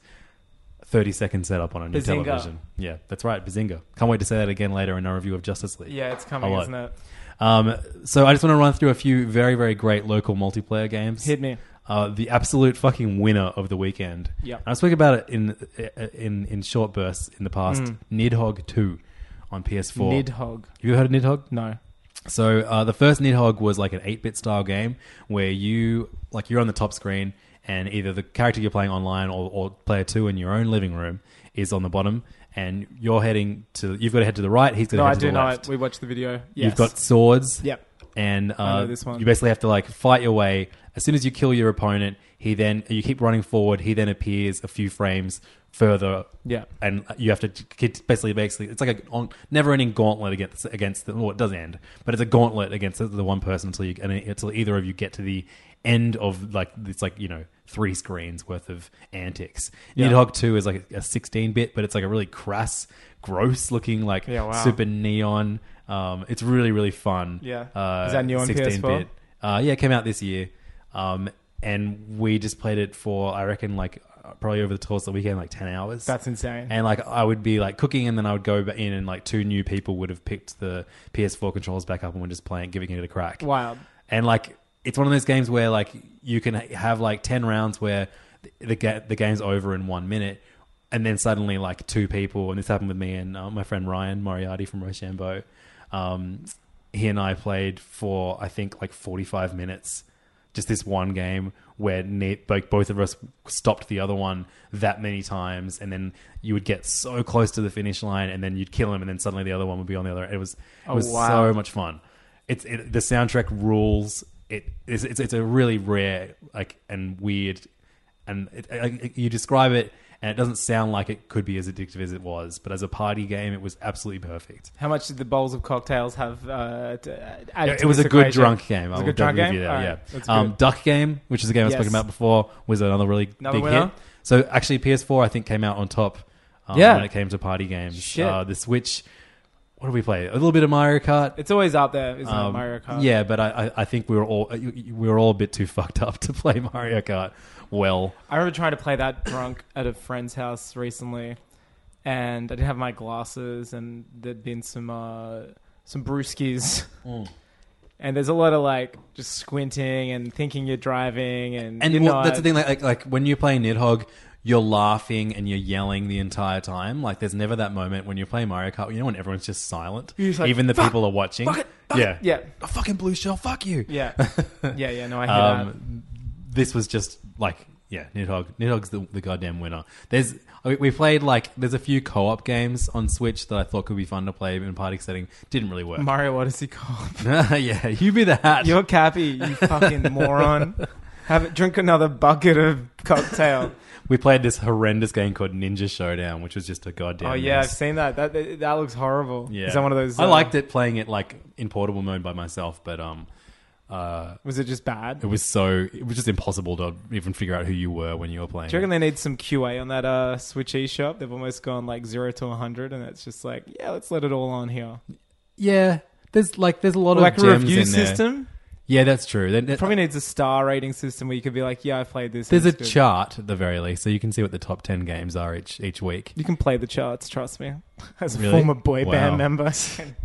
thirty second setup on a new Bazinga. television. Yeah, that's right, Bazinga. Can't wait to say that again later in our review of Justice League. Yeah, it's coming, I like- isn't it? Um, so I just want to run through a few very, very great local multiplayer games. Hit me. Uh, the absolute fucking winner of the weekend. Yeah. And I spoke about it in in in short bursts in the past. Nidhogg Two on PS4. Mm. Nidhogg. Have you heard of Nidhogg? No. So uh, the first Nidhogg was like an eight-bit style game where you like you're on the top screen, and either the character you're playing online or, or player two in your own living room is on the bottom, and you're heading to you've got to head to the right. He's got to No, head I to do the know left. it. We watched the video. Yes. You've got swords. Yep. And I know uh, this one. you basically have to like fight your way. As soon as you kill your opponent, he then you keep running forward. He then appears a few frames further. Yeah. And you have to keep- basically basically it's like a on, never-ending gauntlet against against the well it does end, but it's a gauntlet against the one person until you and until either of you get to the end of like it's like you know three screens worth of antics. Nidhogg Two is like a 16-bit, but it's like a really crass, gross-looking like Yeah, wow. super neon. Um, it's really really fun. Yeah. Uh, Is that new on 16-bit. PS4? Uh, yeah, it came out this year. Um, and we just played it for, I reckon, like uh, probably over the course of the weekend, like 10 hours. That's insane. And like I would be like cooking and then I would go ba- in and like two new people would have picked the PS4 controllers back up and were just playing, giving it a crack. Wild. And like it's one of those games where like you can ha- have like 10 rounds where th- the, ga- the game's over in one minute. And then suddenly, like two people, and this happened with me and uh, my friend Ryan Moriarty from Rochambeau. Um, he and I played for I think like 45 minutes, just this one game where ne- like both of us stopped the other one that many times, and then you would get so close to the finish line, and then you'd kill him, and then suddenly the other one would be on the other. It was it was wow. so much fun. It's it, the soundtrack rules. It it's, it's it's a really rare like and weird, and it, like, you describe it. And it doesn't sound like it could be as addictive as it was, but as a party game, it was absolutely perfect. How much did the bowls of cocktails have uh, d- added Yeah, to it was this a good equation? drunk game. I It was a will good drunk definitely game. give you that, All right, yeah. that's Um, good. Duck Game, which is a game Yes. I was spoken about before, was another really Another big winner. hit. So actually, PS4 I think came out on top. Um, Yeah. when it came to party games, Shit. Uh, the Switch. What do we play? A little bit of Mario Kart. It's always out there, isn't it, Um, Mario Kart? Yeah, but I, I, I think we were all uh, we were all a bit too fucked up to play Mario Kart. Well, I remember trying to play that drunk at a friend's house recently, and I didn't have my glasses, and there'd been some uh, some brewskis. And there's a lot of like just squinting and thinking you're driving, and and you well, know, that's the I- thing. Like, like like when you play Nidhogg, you're laughing and you're yelling the entire time. Like there's never that moment when you play Mario Kart. You know when everyone's just silent, You're just like, even the "Fuck, people are watching. fuck it, fuck yeah, it, yeah. A fucking blue shell. Fuck you. Yeah, yeah, yeah. No, I hear that. Um, this was just like yeah, Nidhogg. Nidhogg's the, the goddamn winner. There's I mean, we played like there's a few co-op games on Switch that I thought could be fun to play in a party setting. Didn't really work. Mario Odyssey called. yeah, you be the hat. You're Cappy, you fucking moron. Have it, drink another bucket of cocktail. we played this horrendous game called Ninja Showdown, which was just a goddamn. oh yeah, I've mess. seen that. That that, that looks horrible. Yeah, Is that one of those? uh, I liked it playing it like in portable mode by myself, but um, uh, Was it just bad? it was so it was just impossible to even figure out who you were when you were playing. Do you it. reckon they need some QA on that uh, Switch eShop? They've almost gone like zero to 100, and it's just like, yeah, let's let it all on here. Yeah, there's like there's a lot Like of a gems review in there. system? Yeah, that's true. There- there- Probably needs a star rating system where you could be like, yeah, I played this. and there's a it's good. chart at the very least, so you can see what the top ten games are each each week. You can play the charts, trust me. As a Really? former boy Wow. band member.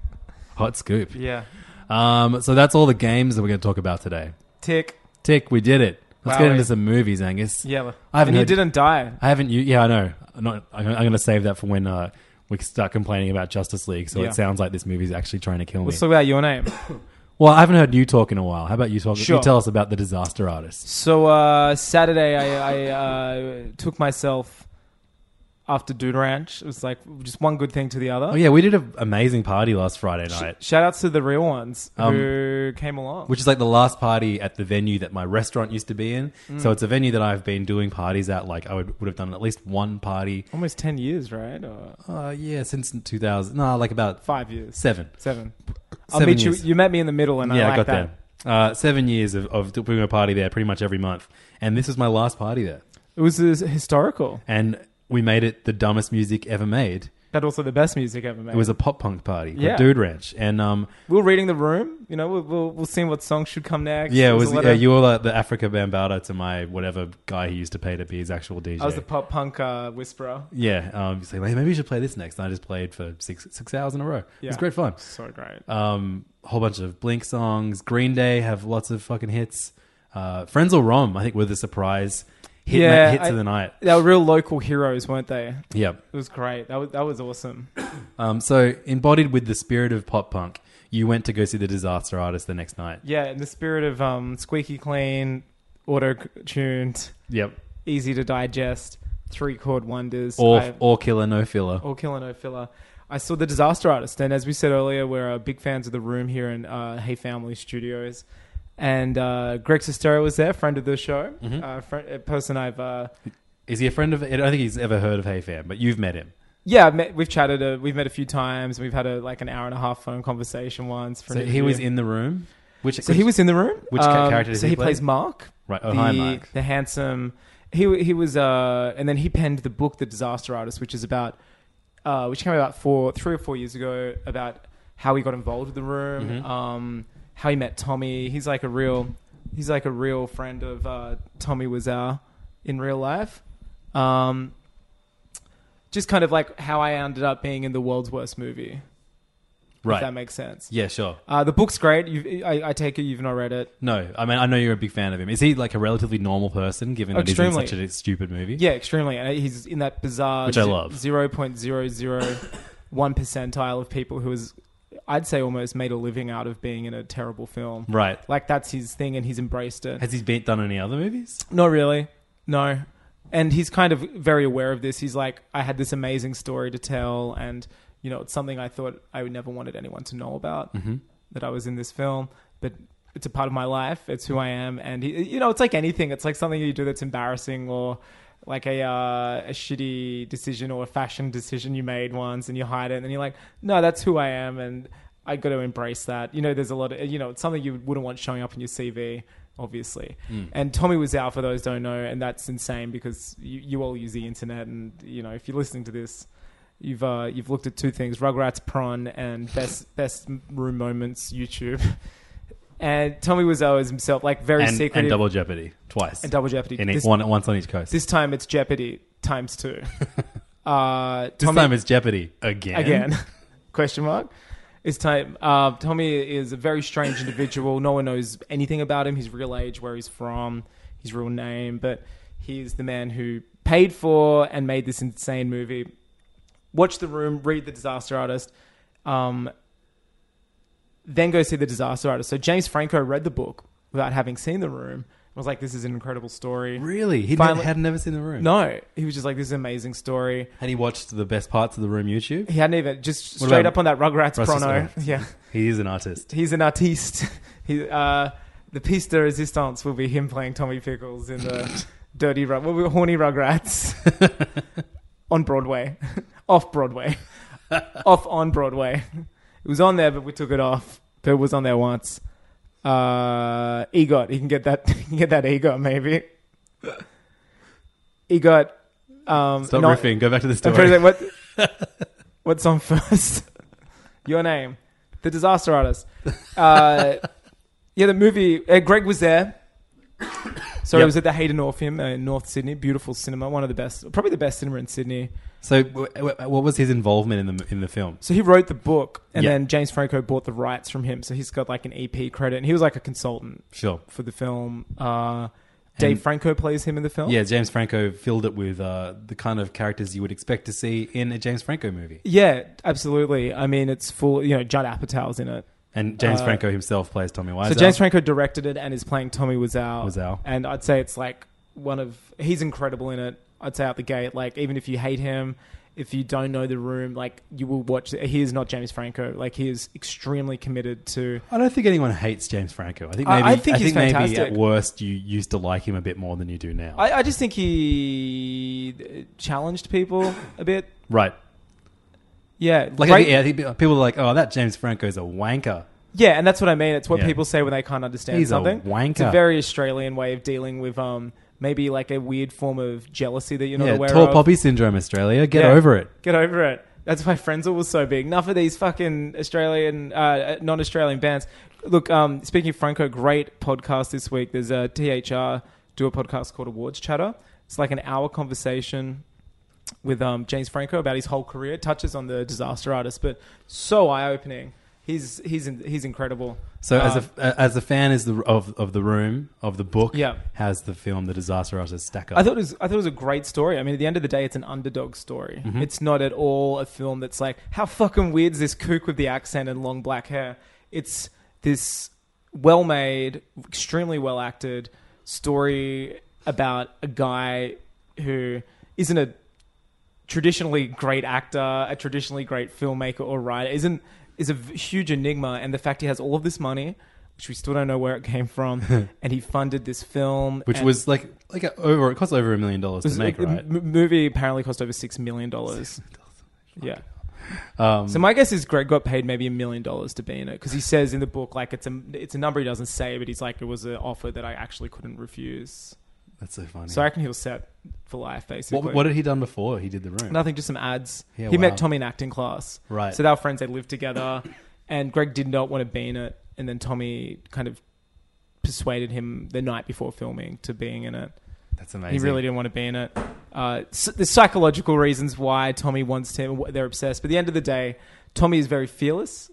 Hot scoop. yeah. Um, so that's all the games that we're going to talk about today. Tick. Tick, we did it. Let's get Wowie. into some movies, Angus. Yeah. I haven't and you heard- didn't die. I haven't. You, yeah, I know. I'm, not, I'm, gonna- I'm going to save that for when uh, we start complaining about Justice League. So Yeah. it sounds like this movie's actually trying to kill me. Let's talk about your name. well, I haven't heard you talk in a while. How about you talk? Sure. You tell us about the Disaster Artist. So uh, Saturday, I, I uh, took myself after Dude Ranch. It was like just one good thing to the other. Oh yeah, we did an amazing party last Friday night. Shout outs to the real ones Um, who came along. which is like the last party at the venue that my restaurant used to be in. Mm. So it's a venue that I've been doing parties at. Like I would, would have done at least one party. Almost 10 years, right? Or Uh, yeah, since 2000. No, like about five years. seven. Seven. I'll Seven meet years. you. You met me in the middle, and I, yeah, like I got that. there. Uh, seven years of, of doing a party there pretty much every month. And this was my last party there. It was uh, historical. And we made it the dumbest music ever made. had also the best music ever made. It was a pop punk party called Yeah. Dude Ranch, and um, we were reading the room. You know, we we will we'll see what song should come next. yeah, There it was a lot yeah, of- you were like the Africa Bambata to my whatever guy he used to pay to be his actual DJ. I was the pop punk uh, whisperer. yeah, um, he's like, "Hey, maybe you should play this next. And I just played for six six hours in a row. It was Yeah. great fun. So great. Um, a whole bunch of Blink songs. Green Day have lots of fucking hits. Uh, Frenzel Rom, I think, were the surprise hit Yeah, hits I- of the night. they were real local heroes, weren't they? It Yep. was great. That was that was awesome. Um, so embodied with the spirit of pop punk, you went to go see the Disaster Artist the next night. Yeah, in the spirit of um, squeaky clean, auto tuned, Yep. easy to digest, three chord wonders. Or I- or killer no filler. or killer no filler. I saw the Disaster Artist, and as we said earlier, we're uh, big fans of the room here in uh, Hey Family Studios. And uh, Greg Sestero was there, friend of the show, Mm-hmm. uh, friend, a person I've uh, Is he a friend of? I don't think he's ever heard of Hey Fam, but you've met him. yeah I've met, we've chatted, uh we've met a few times, we've had a, like an hour and a half phone conversation once. For an So he was interview. in the room. Which So he was in the room. Um, Which ca- character does So he he play? plays Mark, Right. Oh, the, hi, Mark. the handsome. He he was, uh, and then he penned the book, The Disaster Artist, which is about, uh, which came out about four, three or four years ago, about how he got involved with the room, Mm-hmm. um, how he met Tommy. He's like a real, he's like a real friend of uh, Tommy Wiseau in real life. Um, just kind of like how I ended up being in the world's worst movie. right. If that makes sense. yeah, sure. Uh, the book's great. You've, I, I take it you've not read it. No, I mean I know you're a big fan of him. Is he like a relatively normal person, given that Extremely. he's in such a stupid movie? Yeah, extremely. And he's in that bizarre Which I love. zero point zero zero one percentile of people who has, I'd say, almost made a living out of being in a terrible film. Right. Like that's his thing, and he's embraced it. Has he been done any other movies? Not really. No. And he's kind of very aware of this. He's like, I had this amazing story to tell, and you know, it's something I thought I would never wanted anyone to know about that I was in this film, but it's a part of my life. It's who I am, and he, you know, it's like anything. It's like something you do that's embarrassing or. Like a uh, a shitty decision or a fashion decision you made once, and you hide it, and then you're like, "No, that's who I am," and I got to embrace that. You know, there's a lot of, you know, it's something you wouldn't want showing up in your CV, obviously. Mm. And Tommy was out for those who don't know, and that's insane because you, you all use the internet, and you know, if you're listening to this, you've uh, you've looked at two things: Rugrats, prawn, and best best room moments YouTube. And Tommy Wiseau is himself, like very and, secretive and Double Jeopardy twice. and double jeopardy. in each, this, one once on each coast. This, this time it's Jeopardy times two. uh, Tommy, time it's Jeopardy again. again? Question mark. It's time. Uh, Tommy is a very strange individual. No one knows anything about him. His real age, where he's from, his real name, but he's the man who paid for and made this insane movie. Watch the room. Read the Disaster Artist. Um, then go see the Disaster Artist. So James Franco read the book without having seen the room. Was like, this is an incredible story. Really? He Finally- had never seen the room. No, he was just like, this is an amazing story. And he watched the best parts of the room YouTube. He hadn't even just What straight about up on that Rugrats Russell prono. Stowe? Yeah. He is an artist. He's an artiste. He, uh, the piece de resistance will be him playing Tommy Pickles in the dirty, rug, well, we were horny Rugrats on Broadway, off Broadway, off on Broadway. It was on there, but we took it off. But it was on there once. Uh, EGOT, you can get that. You can get that EGOT maybe. EGOT. Um, Stop not- riffing. Go back to the I'm story. trying to think what what's on first. Your name, the disaster artist. Uh, yeah, the movie. Uh, Greg was there, so Yep. it was at the Hayden Orpheum uh, in North Sydney. Beautiful cinema, one of the best, probably the best cinema in Sydney. So, w- w- what was his involvement in the in the film? So he wrote the book, and Yeah. then James Franco bought the rights from him. So he's got like an EP credit, and he was like a consultant Sure. for the film. Uh, Dave And- Franco plays him in the film. Yeah, James Franco filled it with uh, the kind of characters you would expect to see in a James Franco movie. yeah, absolutely. I mean, it's full. You know, Judd Apatow's in it. And James Franco himself plays Tommy Wiseau. Uh, So James Franco directed it and is playing Tommy Wiseau. Wiseau. And I'd say it's like one of he's incredible in it. I'd say out the gate, like even if you hate him, if you don't know the room, like you will watch. He is not James Franco. Like he is extremely committed to. I don't think anyone hates James Franco. I think I- maybe, I think he's maybe fantastic. at worst you used to like him a bit more than you do now. I, I just think he uh, challenged people a bit. right. Yeah, Like great- I think, yeah, I think people are like, "Oh, that James Franco's a wanker." Yeah, and that's what I mean. It's what Yeah. people say when they can't understand He's a something. wanker. It's a very Australian way of dealing with um maybe like a weird form of jealousy that you're not yeah, aware tall of. poppy syndrome Australia. Get Yeah. over it. Get over it. That's why Frenzel was so big. Enough of these fucking Australian, uh, non-Australian bands. Look, um, speaking of Franco, great podcast this week. There's a THR do a podcast called Awards Chatter. It's like an hour conversation with um, James Franco about his whole career. It touches on the disaster artist, but so eye-opening. He's he's in, he's incredible. So as Um, a uh, as a fan is the of of the room of the book, Yeah. how's the film The Disaster Artist stack up? I thought it was I thought it was a great story. I mean, at the end of the day, it's an underdog story. It's not at all a film that's like, how fucking weird is this kook with the accent and long black hair? It's this well made, extremely well acted story about a guy who isn't a traditionally great actor, a traditionally great filmmaker or writer, isn't is a v- huge enigma. And the fact he has all of this money, which we still don't know where it came from, and he funded this film, which and- was like like a, over it cost over a million dollars to this- make, the right? m- movie apparently cost over six million dollars. Yeah. Um, So my guess is Greg got paid maybe a million dollars to be in it because he says in the book like it's a it's a number he doesn't say, but he's like it was an offer that I actually couldn't refuse. That's so funny. So I reckon he was set for life basically. what, what had he done before he did the room? Nothing, just some ads. Yeah, he wow. met Tommy in acting class. Right. So they were friends. They lived together, and Greg did not want to be in it. And then Tommy kind of persuaded him the night before filming to being in it. That's amazing. He really didn't want to be in it. Uh, s- there's psychological reasons why Tommy wants him. wh- They're obsessed. But at the end of the day, Tommy is very fearless.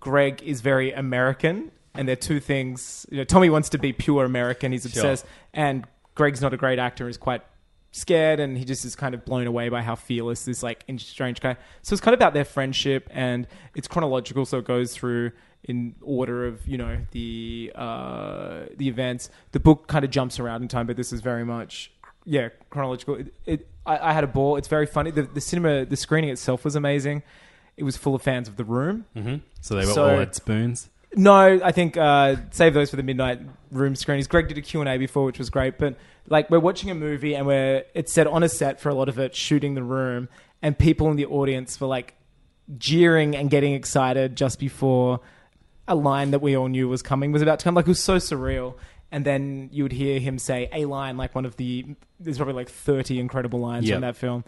Greg is very American, and they're two things. You know, Tommy wants to be pure American. He's obsessed, and Greg's not a great actor. Is quite scared, and he just is kind of blown away by how fearless this like in- strange guy. So it's kind of about their friendship, and it's chronological, so it goes through in order of you know the uh, the events. The book kind of jumps around in time, but this is very much yeah chronological. It, it, I, I had a ball. It's very funny. The, the cinema, the screening itself was amazing. It was full of fans of the room. So they were So- all at spoons. No, I think uh, save those for the midnight room screenings. Greg did a Q&A before, which was great. But like we're watching a movie and we're it's set on a set for a lot of it, shooting the room, and people in the audience were like jeering and getting excited just before a line that we all knew was coming was about to come. Like it was so surreal. And then you would hear him say a line, like one of the there's probably like 30 incredible lines Yeah. from that film,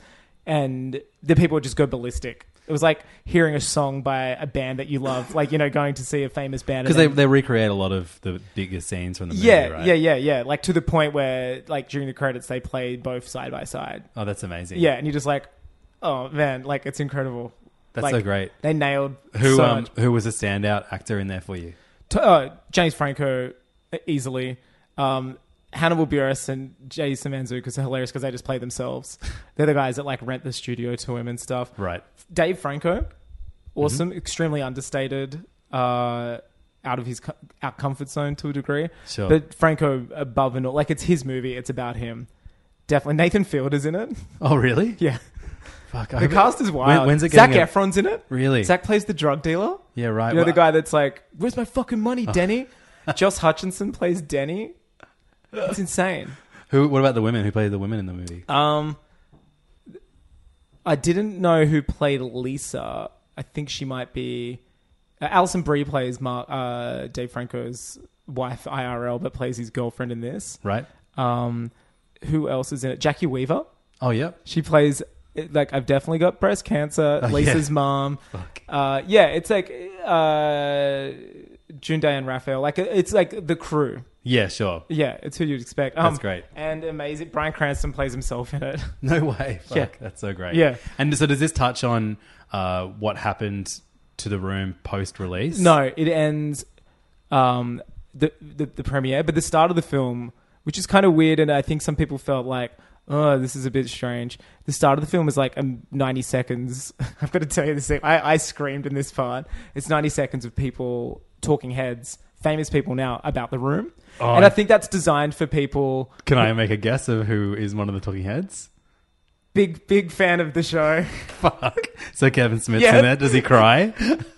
and the people would just go ballistic. It was like hearing a song by a band that you love, like you know, going to see a famous band and Because they, then- they recreate a lot of the biggest scenes from the movie, yeah, right? yeah, yeah, yeah, like to the point where like during the credits they play both side by side. Oh, that's amazing. Yeah, and you're just like, oh man, like it's incredible. That's Like, so great. They nailed Who so um, much. who was a standout actor in there for you? T- uh, James Franco uh, easily. Um, Hannibal Buress and Jay Samanzukis are hilarious because they just play themselves. They're the guys that like rent the studio to him and stuff. Right. Mm-hmm. Dave Franco, awesome, extremely understated, uh, out of his co- out comfort zone to a degree. Sure. But Franco above and all, like it's his movie, it's about him. Definitely, Nathan Field is in it. Oh, really? Yeah, Fuck. the cast is wild. When, when's it Zac getting a- Efron's in it. Really? Zac plays the drug dealer. Yeah, right. Oh. You know the Well, guy that's like, "Where's my fucking money, Denny?" Joss Hutchinson plays Denny. It's insane. Who? What about the women? Who played the women in the movie? Um, I didn't know who played Lisa. I think she might be. Uh, Alison Brie plays Mark, uh, Dave Franco's wife IRL, but plays his girlfriend in this. right. Um, who else is in it? Jackie Weaver. Oh, yep. She plays like I've definitely got breast cancer. Oh, Lisa's yeah. mom. Uh, yeah, it's like uh, June and Raphael. Like it's like the crew. Yeah, sure. Yeah, it's who you'd expect. Um, That's great. And amazing. Brian Cranston plays himself in it. No way. Fuck. Yeah. That's so great. Yeah. And so, does this touch on uh, what happened to the room post release? No, it ends um, the, the the premiere, but the start of the film, which is kind of weird, and I think some people felt like, oh, this is a bit strange. The start of the film is like um, ninety seconds. I've got to tell you this thing. I, I screamed in this part. It's ninety seconds of people talking heads, famous people now about the room, and I think that's designed for people Can I make a guess of who is one of the talking heads? big big fan of the show. Fuck. So Kevin Smith's Yeah. in there. Does he cry?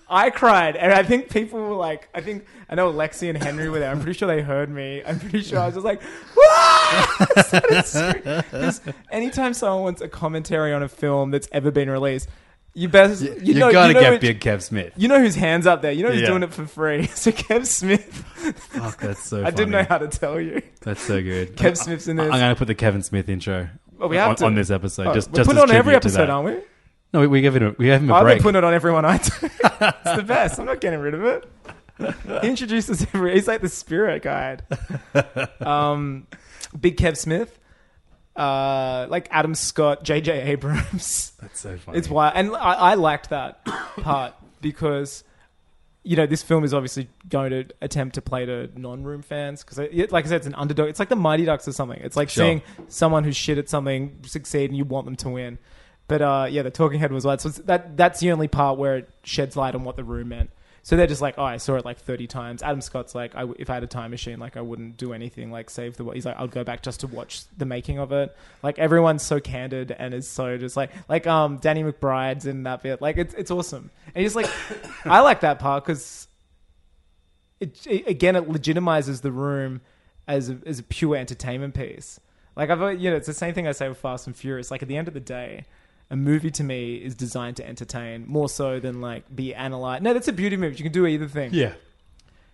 I cried, and I think people were like, I think I know Lexi and Henry were there. I'm pretty sure they heard me. I'm pretty sure I was just like, "Wah!" I started screaming. 'Cause anytime someone wants a commentary on a film that's ever been released, you best you, You, know, gotta you know get which- big Kev Smith. You know whose hands up there. You know who's Yeah. doing it for free. So Kev Smith. Fuck, that's so. I didn't funny. know how to tell you. That's so good. Kev Smith's in I- this. I'm going to put the Kevin Smith intro But we have on, to. on this episode. Oh, just we're just putting as on every tribute to episode, that. aren't we? No, we, we gave him a, we gave him a I've break. been putting it on everyone I do. it's the best. I'm not getting rid of it. He introduces every. He's like the spirit guide. Um, Big Kev Smith, uh, like Adam Scott, J.J. Abrams. That's so funny. It's wild, and I, I liked that part because you know this film is obviously going to attempt to play to non-room fans because, like I said, it's an underdog. It's like the Mighty Ducks or something. It's like Sure. seeing someone who's shit at something succeed, and you want them to win. But uh, yeah, the talking head was wild. So it's- that that's the only part where it sheds light on what the room meant. So they're just like, oh, I saw it like thirty times. Adam Scott's like, I w- if I had a time machine, like I wouldn't do anything, like save the. wo-" He's like, I'll go back just to watch the making of it. Like everyone's so candid and is so just like, like um, Danny McBride's in that bit. Like it's it's awesome. And he's like, I like that part because it, it again it legitimizes the room as a, as a pure entertainment piece. Like I've al- you know it's the same thing I say with Fast and Furious. Like at the end of the day, a movie to me is designed to entertain more so than like be analyzed. No, that's a beauty movie. You can do either thing. yeah.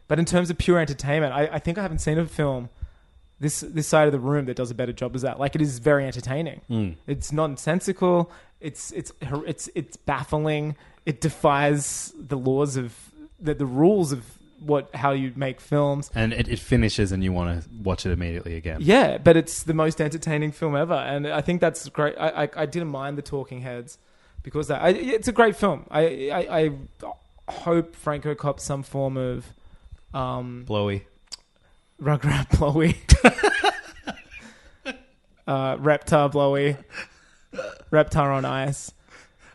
But in terms of pure entertainment, I, I think I haven't seen a film this this side of the room that does a better job as that. Like it is very entertaining. It's nonsensical. It's it's hor- it's it's baffling. It defies the laws of the, the rules of what how you make films. And it, it finishes, and you want to watch it immediately again. Yeah, but it's the most entertaining film ever, and I think that's great. I, I, I didn't mind the Talking Heads because that, I, it's a great film. I, I I hope Franco cops some form of um, Blowy. Rugrat blowy. uh, Reptar blowy. Reptar on ice.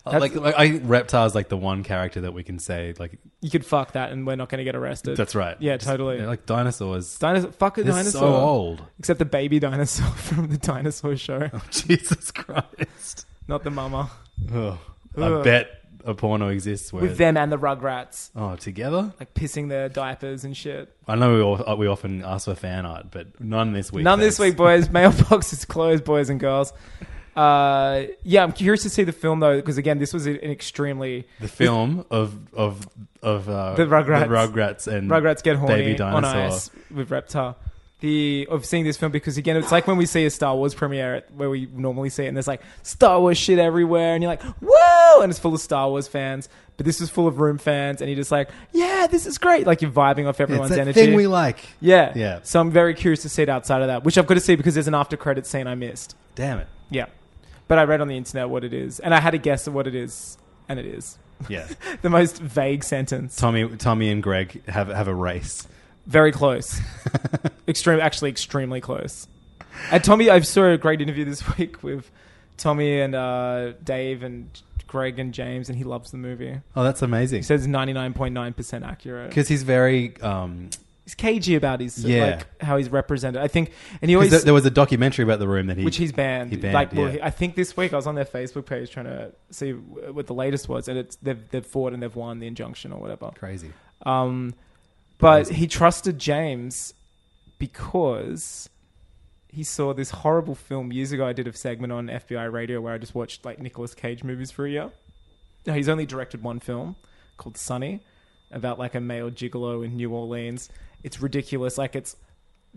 That's- Like, like I think Reptar's like the one character that we can say like You could fuck that and we're not going to get arrested. that's right. Yeah, Just, totally. yeah, like dinosaurs. Dinosaur, fuck a They're dinosaur. so old. Except the baby dinosaur from the dinosaur show, Jesus Christ. not the mama. Ugh. I Ugh. bet a porno exists where With them and the Rugrats, oh together. like pissing their diapers and shit. I know we all, we often ask for fan art, but none this week. None this thanks. week, boys. Mailbox is closed, boys and girls. Uh, yeah, I'm curious to see the film though, because again, this was an extremely The film of of of uh, The Rugrats. the Rugrats and Rugrats get horny Mm. Baby on dinosaur. ice with Reptar. The of seeing this film because again, it's like when we see a Star Wars premiere at- where we normally see it, and there's like Star Wars shit everywhere, and you're like, whoa, and it's full of Star Wars fans. But this is full of room fans, and you're just like, yeah, this is great. Like you're vibing off Yeah, everyone's it's that energy. thing we like. yeah, Yeah. So I'm very curious to see it outside of that, which I've got to see because there's an after credit scene I missed. Damn it. Yeah, but I read on the internet what it is, and I had a guess at what it is, and it is Yeah. the most vague sentence. Tommy Tommy and Greg have have a race. Very close. Extreme, actually, extremely close. And Tommy, I saw a great interview this week with Tommy and uh, Dave and Greg and James, and he loves the movie. Oh, that's amazing. He says ninety nine point nine percent accurate. Because he's very um, He's cagey about his Yeah. like how he's represented. I think, and he 'cause always there- there was a documentary about the room that he which he's banned. He banned, like, well, yeah. he- I think this week I was on their Facebook page trying to see w- what the latest was, and it's they've they've fought and they've won the injunction or whatever. crazy. Um, but he trusted James because he saw this horrible film years ago. I did a segment on FBI Radio where I just watched like Nicolas Cage movies for a year. No, he's only directed one film called Sunny about like a male gigolo in New Orleans. It's ridiculous. Like it's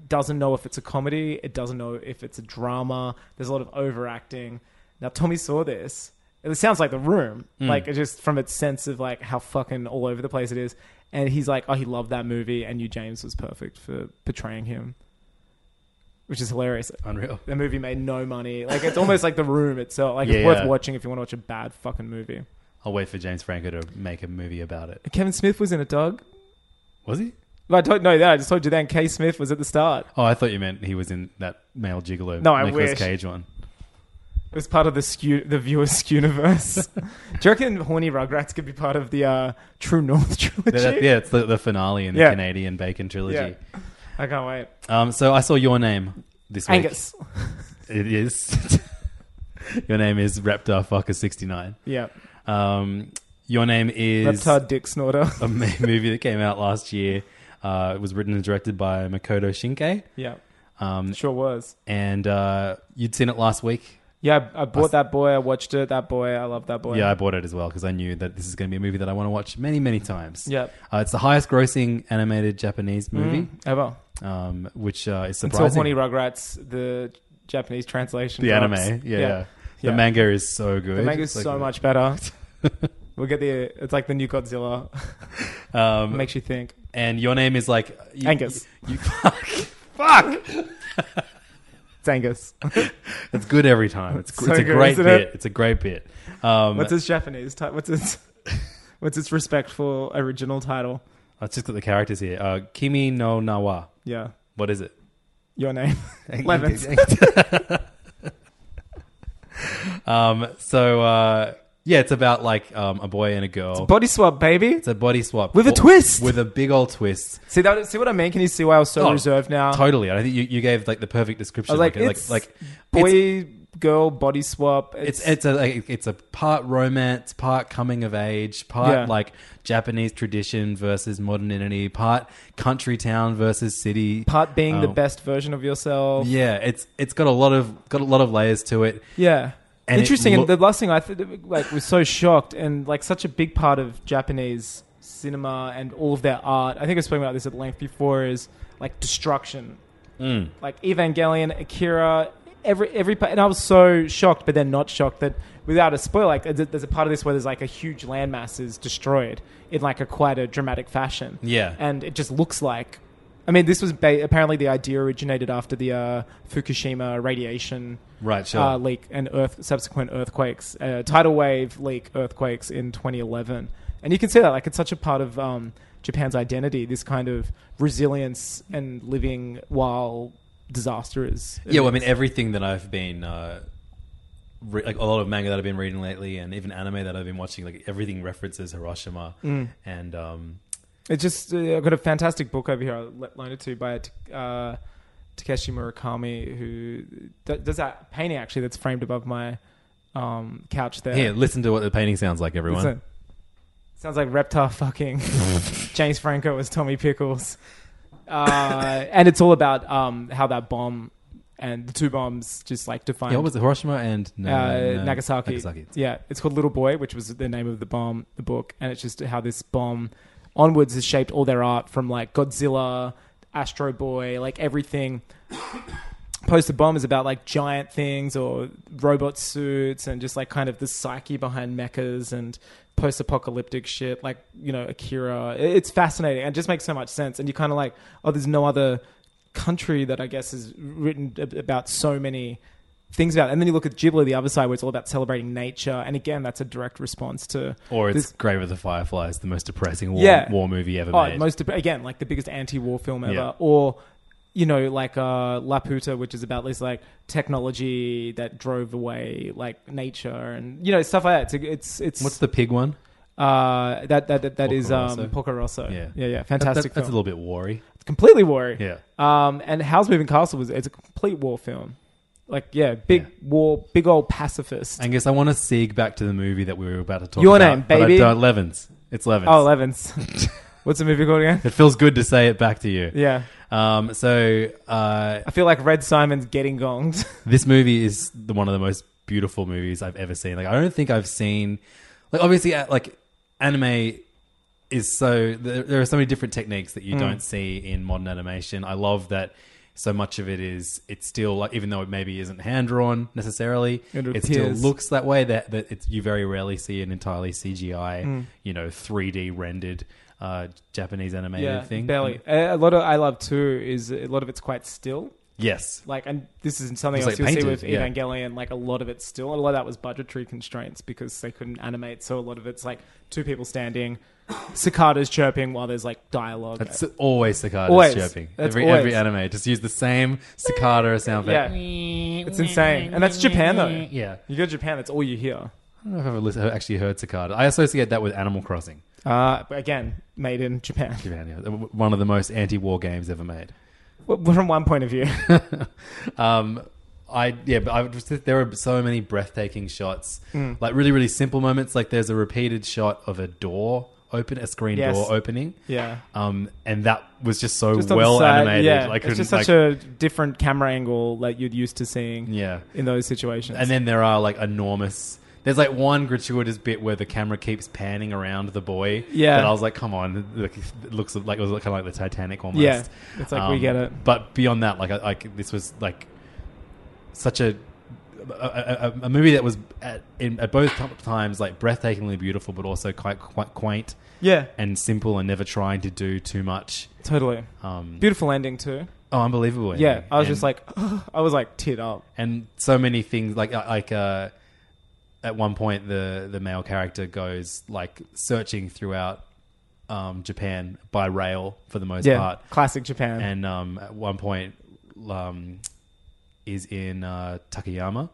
doesn't know if it's a comedy. It doesn't know if it's a drama. There's a lot of overacting. Now Tommy saw this. It sounds like The Room, Mm. like it just from its sense of like how fucking all over the place it is. And he's like, oh, he loved that movie, and you James was perfect for portraying him, which is hilarious. Unreal. The movie made no money. Like it's almost like The Room itself. Like Yeah, it's worth yeah. watching if you want to watch a bad fucking movie. I'll wait for James Franco to make a movie about it. Kevin Smith was in it, dog. Was he? But I don't know that. I just told you then. Kay Smith was at the start. Oh, I thought you meant he was in that male gigolo. No, I Nicolas wish. Cage one. It was part of the skew, the viewer universe. Do you reckon horny Rugrats could be part of the uh, True North trilogy? That- yeah, it's the, the finale in the Yeah. Canadian Bacon trilogy. Yeah. I can't wait. Um, so I saw your name this week. Angus. It is. your name is Raptor Fucker sixty nine. Yeah. Um, your name is Reptar Dick Snorter. a ma- movie that came out last year. Uh, it was written and directed by Makoto Shinkai, yeah. um, Sure was. and uh, you'd seen it last week. Yeah, I, I bought that boy. I watched it. That boy. I love that boy. Yeah, I bought it as well because I knew that this is going to be a movie that I want to watch many, many times. Yep. uh, it's the highest-grossing animated Japanese movie, Ever. um, which uh, is Mm. Until surprising. horny Rugrats, the Japanese translation. the drops. anime, yeah, yeah. The Yeah. manga is so good. The manga's It's like- so much better. we'll get the. It's like the new Godzilla. Um, Makes you think. and your name is like you, Angus. You, fuck, fuck. It's Angus. It's good every time. It's, So it's a good, great isn't bit. it? It's a great bit. Um, What's his Japanese title? What's his What's his respectful original title? let's just get the characters here. Uh, Kimi no Nawa. Yeah, What is it? your name, Levins. um, so uh, yeah, it's about like um, a boy and a girl. It's a, Body swap, baby. body swap With a Or- twist! With a big old twist. See that? See what I mean? Can you see why I was so Oh, reserved now? Totally. I think you, you gave like the perfect description. I was like, like it's like, like boy, it's- girl, body swap. it's it's a like, it's a part romance, part coming of age, part Yeah. like Japanese tradition versus modernity, part country town versus city, part being the Um, best version of yourself. Yeah, Yeah. it's it's got a lot of got a lot of layers to it. And it Interesting. loo- and the last thing I th- like was so shocked and like such a big part of Japanese cinema and all of their art. I think I've spoken about this at length before. Is like destruction, Mm. like Evangelion, Akira. Every every part, and I was so shocked, but then not shocked that without a spoiler, like there's a- there's a part of this where there's like a huge landmass is destroyed in like a quite a dramatic fashion. Yeah. and it just looks like. I mean, this was ba- apparently the idea originated after the uh, Fukushima radiation Right, sure. uh, leak and earth subsequent earthquakes, uh, tidal wave leak earthquakes in 2011, and you can see that like it's such a part of um, Japan's identity, this kind of resilience and living while disaster is. yeah, well, I mean, everything that I've been uh, re- like a lot of manga that I've been reading lately, and even anime that I've been watching, like everything references Hiroshima, Mm. and um, It's just uh, I've got a fantastic book over here. I will loaned it to you by uh, Takeshi Murakami, who d- does that painting actually that's framed above my um, couch there. here, listen to what the painting sounds like, everyone. Listen. Sounds like Reptar fucking James Franco was Tommy Pickles. Uh, and it's all about um, how that bomb and the two bombs just like define yeah, what was it? Hiroshima and no, uh, no, Nagasaki. Nagasaki. Yeah, it's called Little Boy, which was the name of the bomb, the book, and it's just how this bomb onwards has shaped all their art from like Godzilla, Astro Boy, like everything. Post the bomb is about like giant things or robot suits and just like kind of the psyche behind mechas and post apocalyptic shit like you know Akira. It- It's fascinating and it just makes so much sense. And you kind of like, oh, there's no other country that I guess has written ab- about so many things about. And then you look at Ghibli, the other side, where it's all about celebrating nature. And again, that's a direct response to Or it's this- Grave of the Fireflies, the most depressing war, Yeah. war movie ever oh, made. most dep- again like the biggest anti-war film ever, Yeah. or you know like uh, Laputa, which is about this like technology that drove away like nature and you know stuff like that. It's it's, it's What's the pig one? uh, that that that, that Porco is um, Rosso? Porco Rosso. Yeah. yeah, yeah, That- that- fantastic. that's a film. little bit wary. It's completely war. Yeah. Um, and Howl's Moving Castle was it's a complete war film. Like yeah, big Yeah. war, big old pacifist. Angus, I want to sig back to the movie that we were about to talk Your about. name, but I baby. don't- Levins. It's Levins. Oh, Levins. What's the movie called again? It feels good to say it back to you. Yeah. Um, so uh, I feel like Red Simon's getting gonged. this movie is the, one of the most beautiful movies I've ever seen. Like I don't think I've seen like obviously uh, like anime is so there, there are so many different techniques that you Mm. don't see in modern animation. I love that so much of it is it's still like even though it maybe isn't hand drawn necessarily, It it, still appears. looks that way. That that it's you very rarely see an entirely CGI, Mm. you know, three D rendered uh, Japanese animated thing. barely. A a lot of I love too is a lot of it's quite still. Yes, Like, and this is something It's else like you'll see painted, with yeah. Evangelion. Like, a lot of it's still, and a lot of that was budgetary constraints because they couldn't animate. So a lot of it's like two people standing, cicadas chirping while there's like dialogue. That's always cicadas Always. chirping. That's every always. every anime just use the same cicada sound yeah, effect. it's insane, and that's Japan though. Yeah. You go to Japan, that's all you hear. I don't know if I've ever listen- actually heard cicada. I associate that with Animal Crossing, Uh, but again, made in Japan. Japan, yeah. Uh, one of the most anti-war games ever made. Well, From one point of view, um, I yeah, but I would just, there are so many breathtaking shots, Mm. like really really simple moments. Like there's a repeated shot of a door open, a screen Yes. door opening. yeah. Um, and that was just so Just on the well side, animated. Yeah, I it's just couldn't, such like- a different camera angle that you're used to seeing. yeah. in those situations. And then there are like enormous. There's like one gratuitous bit where the camera keeps panning around the boy. Yeah. That I was like, come on, look, it looks like it was kind of like the Titanic almost. Um, Yeah. It's like, we get it. But beyond that, like, I, like this was like such a a, a, a- a movie that was at, in, at both t- times like breathtakingly beautiful, but also quite quite quaint Yeah, and simple, and never trying to do too much. totally. Um, Beautiful ending too. oh, unbelievable! Yeah, ending. I was And- just like, I was like teared up. and so many things like like uh, at one point the the male character goes like searching throughout um, Japan by rail for the most Yeah, part, classic Japan. and um, at one point um, is in uh, Takayama,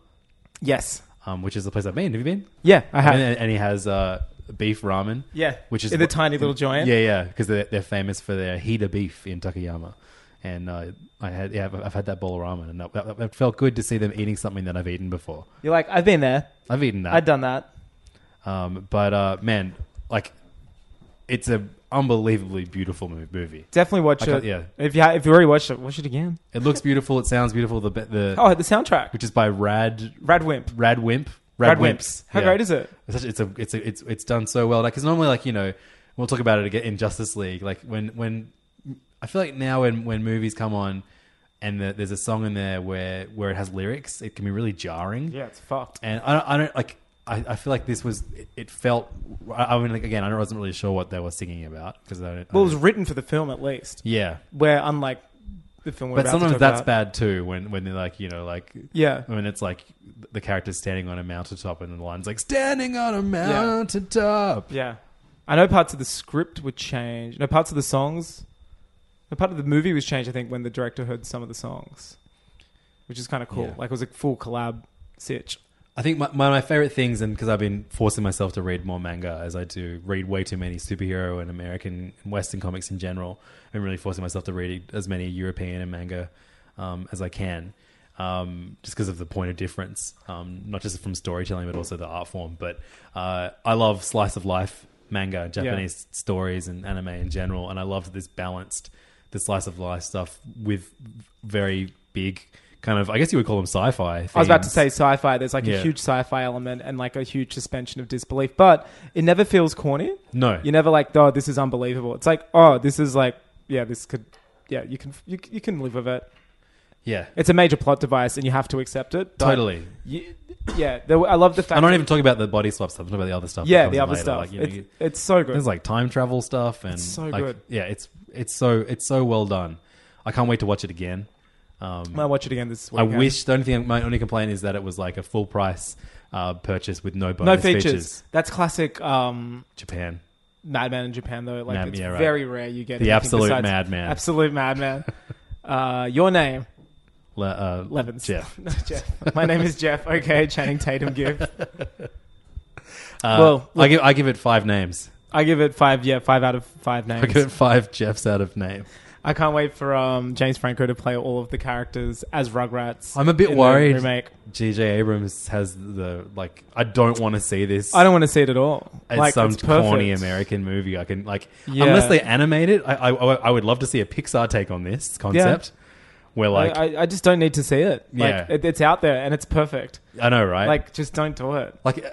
yes, um, which is the place I've been. Have you been? yeah, I have. And, and he has uh, beef ramen. Yeah, which is in the tiny little joint. Yeah, yeah, because they're, they're famous for their Hida beef in Takayama, and uh, I had yeah, I've, I've had that bowl of ramen, and that, that, that felt good to see them eating something that I've eaten before. You're like, I've been there. I've eaten that. I've done that. Um, but uh, man, like, it's a unbelievably beautiful mo- movie. Definitely watch I can't- it. yeah. If you ha- if you already watched it, watch it again. It looks beautiful. It sounds beautiful. The be- the Oh, the soundtrack. which is by Rad Radwimp. Rad Wimp. Rad Wimps. How Yeah. great is it? It's, such- it's a it's a, it's it's done so well. Like, because normally, like you know, we'll talk about it again in Justice League. Like when when I feel like now when when movies come on and the, there's a song in there where where it has lyrics, it can be really jarring. Yeah, it's fucked. And I don't, I don't like. I, I feel like this was. It, it felt. I I mean, like, again, I wasn't really sure what they were singing about because I don't. Well, it was I don't- written for the film at least. yeah, Where unlike the film, we're but about sometimes to talk that's about. bad too. When when they're like, you know, like Yeah. when it's like the character's standing on a mountaintop and the line's like standing on a mountaintop. Yeah, I know parts of the script were changed. No, parts of the songs. No, part of the movie was changed. I think when the director heard some of the songs, which is kind of cool. Yeah. Like it was a full collab sitch. I think my, my, my favorite things, and because I've been forcing myself to read more manga as I do, read way too many superhero and American and Western comics in general, and really forcing myself to read as many European and manga um, as I can, um, just because of the point of difference, um, not just from storytelling, but also the art form. But uh, I love slice of life manga, Japanese stories, and anime in general, and I loved this balanced, the slice of life stuff with very big. Kind of, I guess you would call them sci-fi. I was about to themes. say sci-fi. There's like a Yeah. huge sci-fi element and like a huge suspension of disbelief, but it never feels corny. no, You're never like, oh, this is unbelievable. It's like, oh, this is like, yeah, this could, yeah, you can, you, you can live with it. yeah, It's a major plot device, and you have to accept it. but Totally. you- yeah, there, were- I love the fact. I'm not that- even talking about the body swap stuff. I'm talking about the other stuff. that Yeah, comes the in other later. stuff. Like, you know, it's, you- it's so good. there's like time travel stuff and so like, good. Yeah, it's it's so it's so well done. I can't wait to watch it again. Um, I might watch it again this week. I wish the only thing my only complaint is that it was like a full price uh, purchase with no no bonus features. features. That's classic um, Japan. Madman in Japan though. Like Mad- it's yeah, right. very rare you get The anything absolute besides- madman. Absolute Madman. uh, your name Le, uh, Levins. Jeff. no, Jeff. My name is Jeff. Okay, Channing Tatum. Give. Uh, Well, I give I give it five names. I give it five. Yeah, five out of five I give it names. five Jeffs out of name. I can't wait for um, James Franco to play all of the characters as Rugrats. I'm a bit in the worried. Remake. J.J. Abrams has the like. I don't want to see this. I don't want to see it at all. as like some it's perfect. corny American movie. I can like Yeah. unless they animate it. I, I I would love to see a Pixar take on this concept. Where like I, I, I- I just don't need to see it. Like Yeah. it, it's out there and it's perfect. know right Like just don't do it. like uh,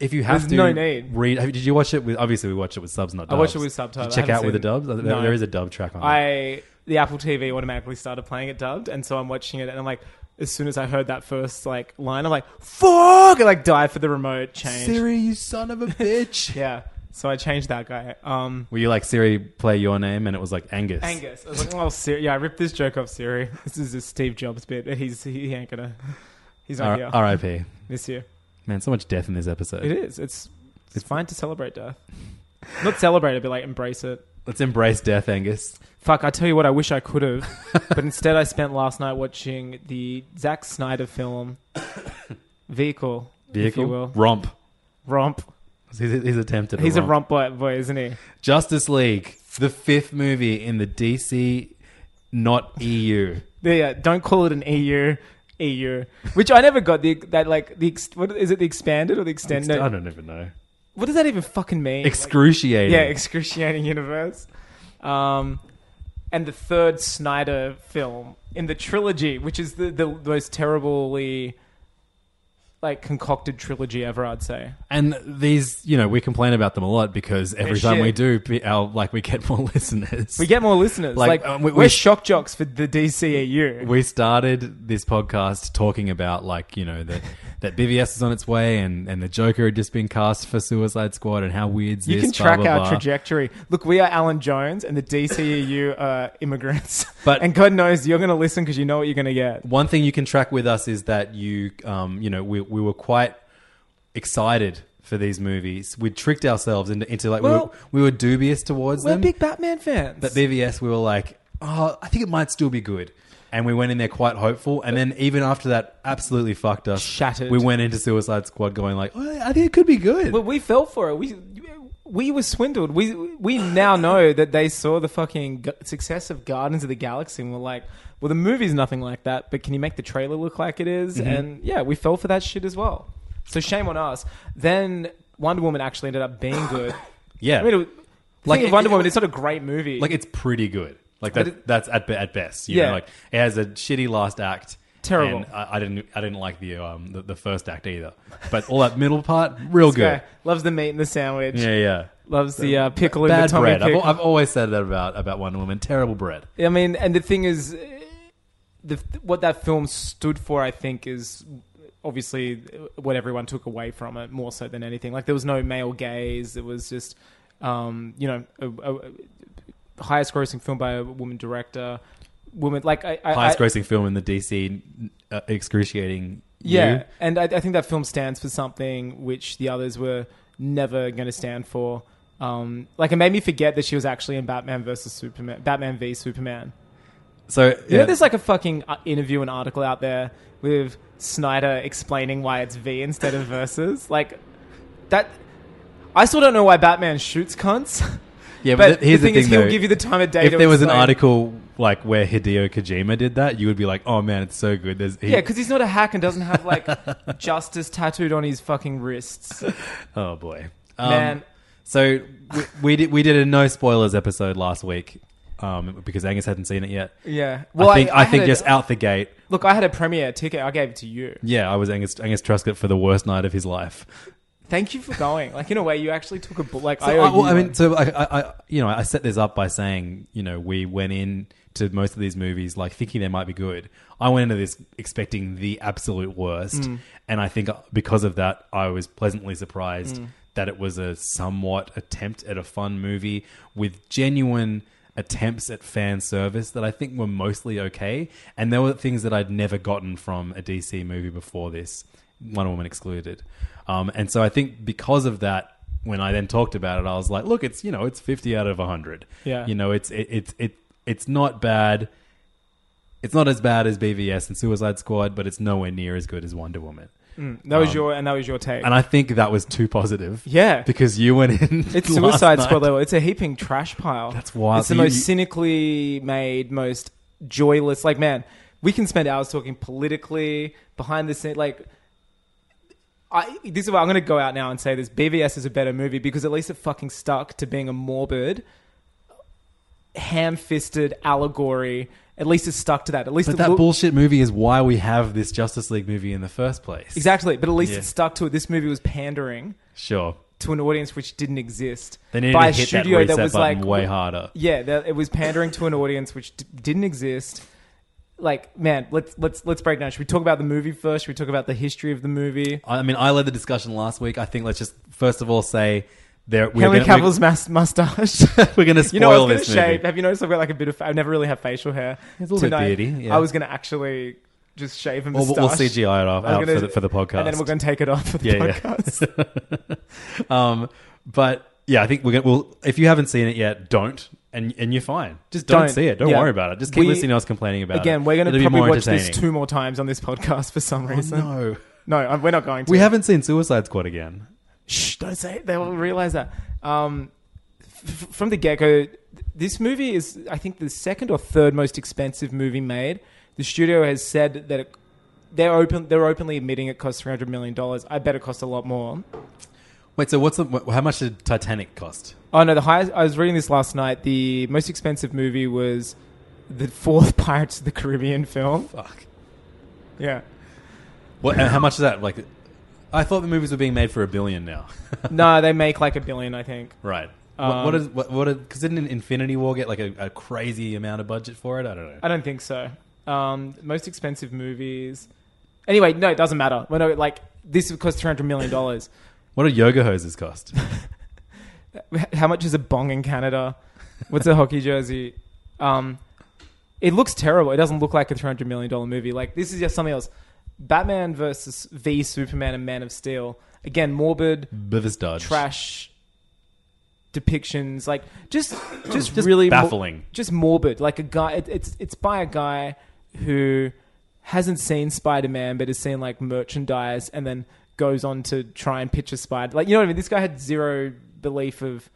if you have There's to no need. read. have- Did you watch it with? Obviously, we watched it with subs, not. Dubs. I watched it with Did subtitles. you check I out haven't with the seen- dubs. There- No. There is a dub track on. it. I the Apple TV automatically started playing it dubbed, and so I'm watching it, and I'm like, as soon as I heard that first like line, I'm like, "Fuck!" I like die for the remote change. Siri, you son of a bitch. Yeah, so I changed that guy. Um, Were you like Siri, play your name, and it was like Angus. Angus. I was like, "Oh, Siri." Yeah, I ripped this joke off Siri. This is a Steve Jobs bit. He's he, ain't gonna. He's not R- here R.I.P. this year. Man, so much death in this episode. It is. It's it's fine to celebrate death. Not celebrate it, but like embrace it. Let's embrace death, Angus. Fuck, I tell you what, I wish I could have. but instead, I spent last night watching the Zack Snyder film, Vehicle. If Vehicle you will. romp. Romp. He's, he's attempted. He's a romp. a romp boy, boy, isn't he? Justice League, the fifth movie in the DC, not E EU. Yeah, uh, don't call it an EU. EU. Which I never got. The, that, like, the ex- what is it, the expanded or the extended? I don't even know. What does that even fucking mean? Excruciating. yeah, excruciating universe. Um, and the third Snyder film in the trilogy, which is the, the most terribly like concocted trilogy ever. I'd say. And these, you know, we complain about them a lot because every time shit. we do, pe- our like we get more listeners. We get more listeners. Like, Like, um, we- we, we are sh- shock jocks for the DCEU. we started this podcast talking about like you know that that BVS is on its way and and the Joker had just been cast for Suicide Squad and how weird's you this. can blah, track blah, our blah. trajectory. Look, we are Alan Jones and the DCEU are immigrants. But- and God knows you're going to listen because you know what you're going to get. One thing you can track with us is that you um you know we we were quite excited for these movies. We tricked ourselves into into like Well- we, were, we were dubious towards We're them. big Batman fans. But BVS, we were like, oh, I think it might still be good. And we went in there quite hopeful. And then even after that, absolutely fucked us. Shattered. We went into Suicide Squad going like, oh, I think it could be good. But we fell for it. We we were swindled. We we now know that they saw the fucking g- success of Guardians of the Galaxy and were like, well, the movie's nothing like that, but can you make the trailer look like it is? Mm-hmm. And yeah, we fell for that shit as well. So shame on us. Then Wonder Woman actually ended up being good. yeah. I mean, it, Like, like it- Wonder it- Woman, it's not a great movie. like, it's pretty good. Like that, it- that's at, be- at best. You Yeah. Know, like it has a shitty last act. Terrible. And I, I didn't. I didn't like the um the, the first act either. But all that middle part, real This guy good. loves the meat and the sandwich. Yeah, yeah. Loves the uh, pickle in the Bad tummy bread. I've, kick. al- I've always said that about about Wonder Woman. Terrible bread. I mean, and the thing is, uh, the what that film stood for, I think, is obviously what everyone took away from it more so than anything. Like there was no male gaze. It was just, um, you know, a, a- a highest grossing film by a woman director. Woman, like I, I, Highest I- grossing film in the DC uh, excruciating. yeah, year. and I, I think that film stands for something which the others were never going to stand for. Um, like it made me forget that she was actually in Batman versus Superman, Batman v Superman. So You yeah. know, there's like a fucking uh, interview and article out there with Snyder explaining why it's V instead of versus. Like that, I still don't know why Batman shoots cunts. Yeah, but, th- here's the thing is, though. he'll give you the time of day. If to there was an explain. article like where Hideo Kojima did that, you would be like, "Oh man, it's so good." There's he, yeah, because he's not a hack and doesn't have like justice tattooed on his fucking wrists. oh boy, um, Man. So we, we did we did a no spoilers episode last week um, because Angus hadn't seen it yet. Yeah, I think I, had think a- just out the gate. look, I had a premiere ticket. I gave it to you. Yeah, I was Angus Angus Truscott for the worst night of his life. Thank you for going. Like in a way, you actually took a bu- like. So, I, I, owe well, you I mean, one. so I, I, I, you know, I set this up by saying, you know, we went in to most of these movies like thinking they might be good. I went into this expecting the absolute worst, and I think because of that, I was pleasantly surprised that it was a somewhat attempt at a fun movie with genuine attempts at fan service that I think were mostly okay, and there were things that I'd never gotten from a DC movie before this, Wonder Woman excluded. Um, and so I think because of that, when I then talked about it, I was like, "Look, it's you know, it's fifty out of hundred. Yeah. you know, it's it, it's it it's not bad. It's not as bad as BVS and Suicide Squad, but it's nowhere near as good as Wonder Woman. that was your and that was your take. um, And I think that was too positive. Yeah. because you went in. It's last Suicide night. Squad level. It's a heaping trash pile. That's wild. It's So the you- most cynically made, most joyless. Like, man, we can spend hours talking politically behind the scenes. Like, I this is why I'm going to go out now and say this: BVS is a better movie because at least it fucking stuck to being a morbid, ham-fisted allegory. At least it stuck to that. At least But it that loo- bullshit movie is why we have this Justice League movie in the first place. exactly. But at least Yeah. it stuck to it. This movie was pandering Sure. to an audience which didn't exist They needed by to a hit that studio reset that was button like way harder. Yeah, that, it was pandering to an audience which d- didn't exist. Like, man, let's let's let's break down. Should we talk about the movie first? Should we talk about the history of the movie? I mean, I led the discussion last week. I think let's just first of all say there we're Henry gonna- Cavill's mas- mustache. we're going to spoil you know, I was gonna this shave. movie. Have you noticed I've got like a bit of? I never really have facial hair. It's a little bit Tonight, beardy, yeah. I was gonna actually just shave a We'll, mustache. we'll CGI it off, I was out gonna- for, the, for the podcast. and then we're gonna take it off for the Yeah, yeah. podcast. um, but yeah, I think we're gonna. Well, if you haven't seen it yet, don't, and and you're fine. Just don't, Don't. see it. Don't Yeah. worry about it. Just keep We- listening to us complaining about it. Again, we're gonna It'll be probably more watch this entertaining. Oh, two more times on this podcast for some reason. No, no, I- we're not going to. we haven't seen Suicide Squad again. Shh, don't say it. They will realize that. Um, f- from the get go, this movie is, I think, the second or third most expensive movie made. The studio has said that it, they're open. They're openly admitting it cost three hundred million dollars. I bet it cost a lot more. Wait, so what's the, wh- how much did Titanic cost? Oh no, the highest. I was reading this last night. The most expensive movie was the fourth Pirates of the Caribbean film. Fuck. Yeah, What? and how much is that? Like I thought the movies were being made for a billion now. no, they make like a billion, I think. right. What Um, what is what? What? Because didn't Infinity War get like a, a crazy amount of budget for it? I don't know. I don't think so. Um, most expensive movies. Anyway, no, it doesn't matter. Well, no, like this cost three hundred million dollars. What do yoga hoses cost? How much is a bong in Canada? What's a hockey jersey? Um, it looks terrible. It doesn't look like a three hundred million dollar movie. Like this is just something else. Batman versus V Superman and Man of Steel. Again, morbid, Beavis Dodge. trash depictions like just just, really mor- baffling. just morbid like a guy it, it's it's by a guy who hasn't seen spider-man but has seen like merchandise and then goes on to try and picture spider like you know what i mean this guy had zero belief of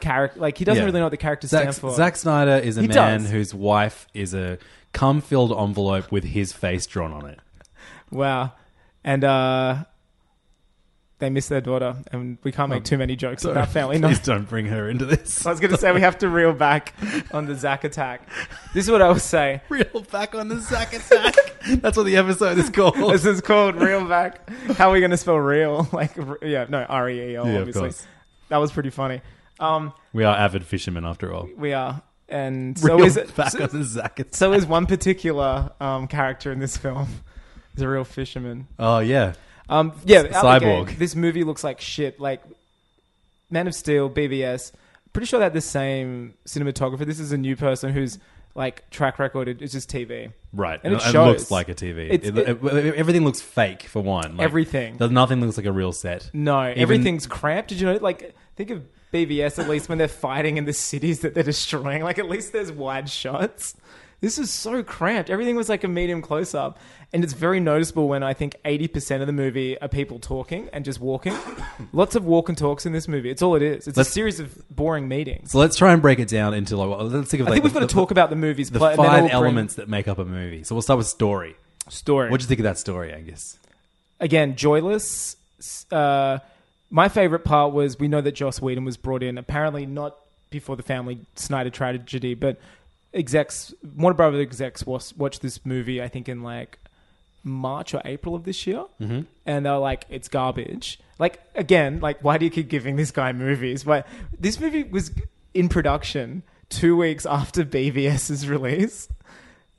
character like he doesn't Yeah. really know what the characters Zack, stand for Zack Snyder is a He man does. whose wife is a cum-filled envelope with his face drawn on it. wow and uh they miss their daughter and we can't make too many jokes about family Oh. Please not don't bring her into this. I was going to say we have to reel back on the Zack attack. This is what I would say. Reel back on the Zack attack. That's what the episode is called. This is called real back. How are we going to spell real? Like, r- yeah, no, R E A L, Yeah, of obviously. course. That was pretty funny. Um, we are avid fishermen after all. we are. And so Reel is, it, back so, on the Zack attack. so is one particular um, character in this film. He's a real fisherman. Oh yeah, Um, yeah, out the Cyborg. gate, this movie looks like shit. Like, Man of Steel, BBS. Pretty sure they had the same cinematographer. This is a new person who's like track record is just TV. right. And it shows. looks like a TV. It's- It- it- everything looks fake for one. Like, Everything. There's nothing looks like a real set. No, Even- everything's cramped. Did you know? Like, think of BVS at least when they're fighting in the cities that they're destroying. Like, at least there's wide shots. This is so cramped. Everything was like a medium close up, and it's very noticeable when I think eighty percent of the movie are people talking and just walking. Lots of walk and talks in this movie. It's all it is. It's Let's- a series of boring meetings. So let's try and break it down into like. well, let's think of. I Like, think we've the- got to the- talk about the movie's the plot and then five all bring- elements that make up a movie. So we'll start with story. story. What do you think of that story, Angus? again, joyless. S- Uh, my favorite part was we know that Joss Whedon was brought in, apparently not before the family Snyder tragedy, but execs, Warner Brothers execs was, watched this movie, I think, in like March or April of this year. Mm-hmm. And they're like, it's garbage. Like, again, like, why do you keep giving this guy movies? Why? This movie was in production two weeks after BVS's release.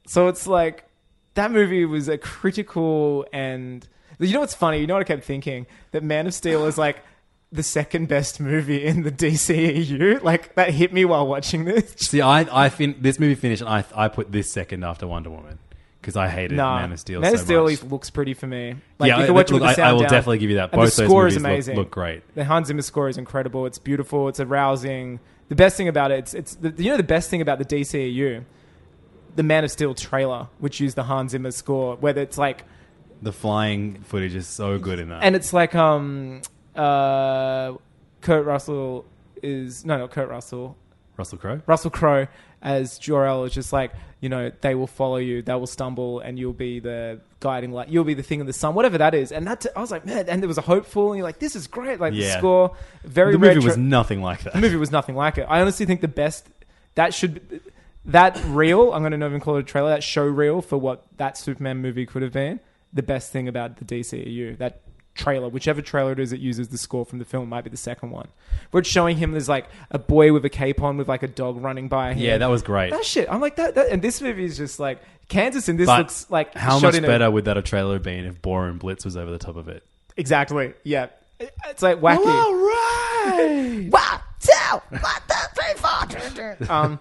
So it's like that movie was a critical and you know what's funny? You know what I kept thinking? That Man of Steel is like the second best movie in the DCEU. Like that hit me while watching this. See, I I fin- this movie finished, and I I put this second after Wonder Woman because I hated Nah, Man of Steel. Man so of Steel much. at least looks pretty for me. Like Yeah, you I- can watch look, it with the I- I sound will down. definitely give you that. And Both the those score is movies look- amazing. look great. The Hans Zimmer score is incredible. It's beautiful. It's arousing. The best thing about it, it's, it's the, you know the best thing about the DCEU, the Man of Steel trailer, which used the Hans Zimmer score, whether it's like the flying footage is so good in that. and it's like um uh Kurt Russell is no not Kurt Russell Russell Crowe. Russell Crowe as Jor-El is just like you know they will follow you they will stumble and you'll be the guiding light you'll be the thing in the sun whatever that is and that's I was like man and there was a hopeful and you're like this is great like the Yeah. score very The movie retro- was nothing like that. the movie was nothing like it I honestly think the best that should be- that reel I'm going to not even call it a trailer that show reel for what that Superman movie could have been the best thing about the DCEU that trailer whichever trailer it is that uses the score from the film might be the second one where it's showing him there's like a boy with a cape on with like a dog running by him yeah, that was great. that shit. I'm like that, that, and this movie is just like Kansas, and this But looks like how shot much in a- better would that a trailer have been if Bora and Blitz was over the top of it? exactly. Yeah, It- it's like wacky. right. One, two, one, two, three, four. um,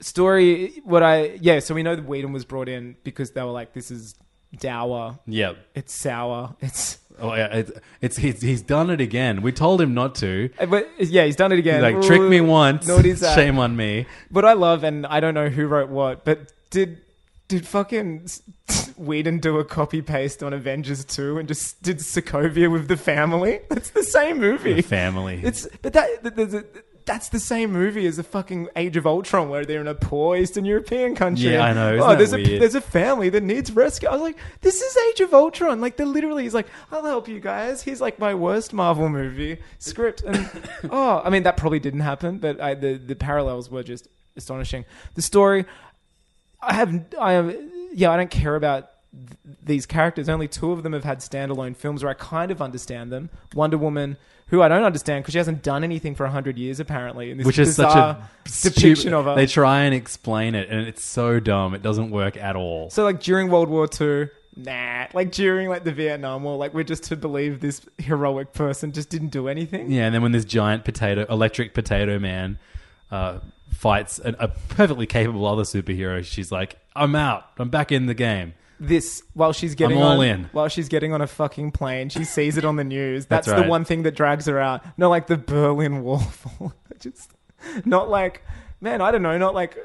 story. What I yeah. So we know that Whedon was brought in because they were like, this is dour. yeah. It's sour. It's Oh, yeah. It's, it's he's, he's done it again. We told him not to. but yeah, he's done it He's again. like trick me Ooh, once. Naughty Zach. Shame on me. What I love, and I don't know who wrote what, but did did fucking Whedon do a copy paste on Avengers two and just did Sokovia with the family? That's the same movie. The family. It's but that th- th- th- that's the same movie as the fucking Age of Ultron, where they're in a poor Eastern European country. Yeah, I know. Isn't oh, that there's a weird? there's a family that needs rescue. I was like, this is Age of Ultron. Like they're literally, he's like, I'll help you guys. He's like my worst Marvel movie script, and oh, I mean that probably didn't happen, but I, the the parallels were just astonishing. The story, I have, I have, yeah, I don't care about th- these characters, only two of them have had standalone films where I kind of understand them. Wonder Woman, who I don't understand because she hasn't done anything for hundred years apparently, in this which is such bizarre a depiction stupid- of her. They try and explain it, and it's so dumb. It doesn't work at all. So like during World War II, nah. Like during like the Vietnam War, like we're just to believe this heroic person just didn't do anything. Yeah, and then when this giant potato, electric potato man, uh, fights a, a perfectly capable other superhero, she's like, "I'm out. I'm back in the game." This while she's getting all on, in. while she's getting on a fucking plane, she sees it on the news. That's, That's the right. one thing that drags her out. Not like the Berlin Wall fall. just not like man, I don't know, not like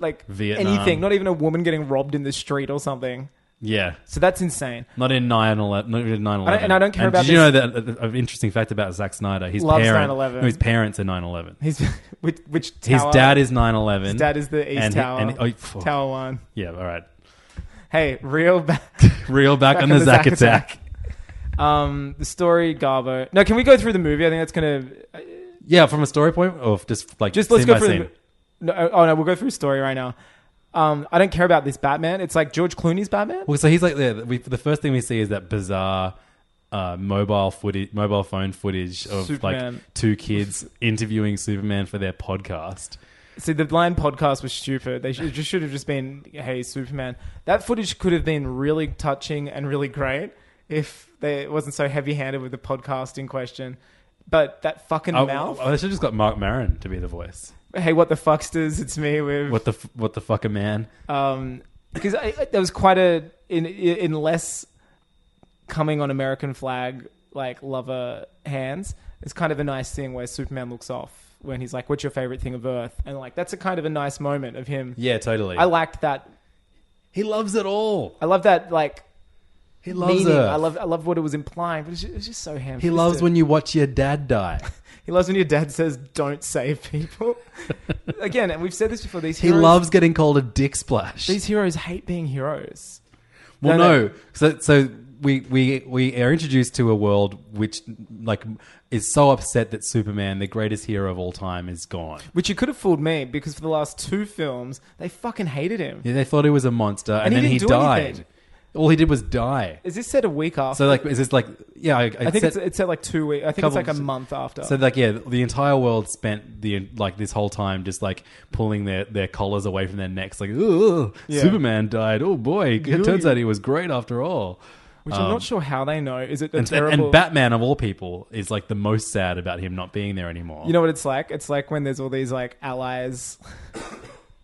like Vietnam. anything. Not even a woman getting robbed in the street or something. Yeah, So that's insane. not in nine eleven. Not in nine I eleven. don't- and I don't care about Did you know this- that uh, uh, an interesting fact about Zack Snyder? His Loves parent- 9/11. no, his parents are nine eleven. He's which which His tower- dad is nine eleven. his dad is the East Tower. oh, Tower One. Yeah, all right. Hey, real bad. Reel back, Back on the, Zack attack. Um, the story, Garbo. No, can we go through the movie? I think that's gonna Yeah, from a story point, or if just like just let's scene go by through. scene. The, no, oh no, we'll go through story right now. Um, I don't care about this Batman. It's like George Clooney's Batman. Well, so he's like there. We, the first thing we see is that bizarre uh, mobile footage, mobile phone footage of Superman. like two kids interviewing Superman for their podcast. See, the blind podcast was stupid. They should, it just should have just been, "Hey, Superman." That footage could have been really touching and really great if they it wasn't so heavy-handed with the podcast in question. But that fucking I, mouth. I should have just got Mark Maron to be the voice. hey, what the fucksters? It's me with What the f- what the fuck a man? um, because I, I- there was quite a in in less coming on American flag like lover hands. It's kind of a nice thing where Superman looks off when he's like, "What's your favorite thing of Earth?" and like that's a kind of a nice moment of him. Yeah, totally. I liked that. he loves it all. I love that like He loves meaning. it. I love I love what it was implying, but it's just, it's just so ham. He loves when you watch your dad die. he loves when your dad says, "Don't save people." Again, and we've said this before. These He heroes, loves getting called a dick splash. these heroes hate being heroes. Well, No, no. no. So, so we, we we are introduced to a world which like is so upset that Superman, the greatest hero of all time, is gone. Which you could have fooled me because for the last two films, they fucking hated him. Yeah, they thought he was a monster, and, he then didn't he do died. anything. All he did was die. Is this set a week after? So, like, is this like, yeah? I, I I think said- it's, it's set like two weeks. I think it's couple- like a month after. So, like, yeah, the entire world spent the like this whole time just like pulling their, their collars away from their necks, like, "Ugh, Yeah. Superman died. Oh boy, it turns Ooh. out he was great after all. which I'm not sure how they know. Is it a um, And, and- terrible? and Batman of all people is like the most sad about him not being there anymore. you know what it's like? It's like when there's all these like allies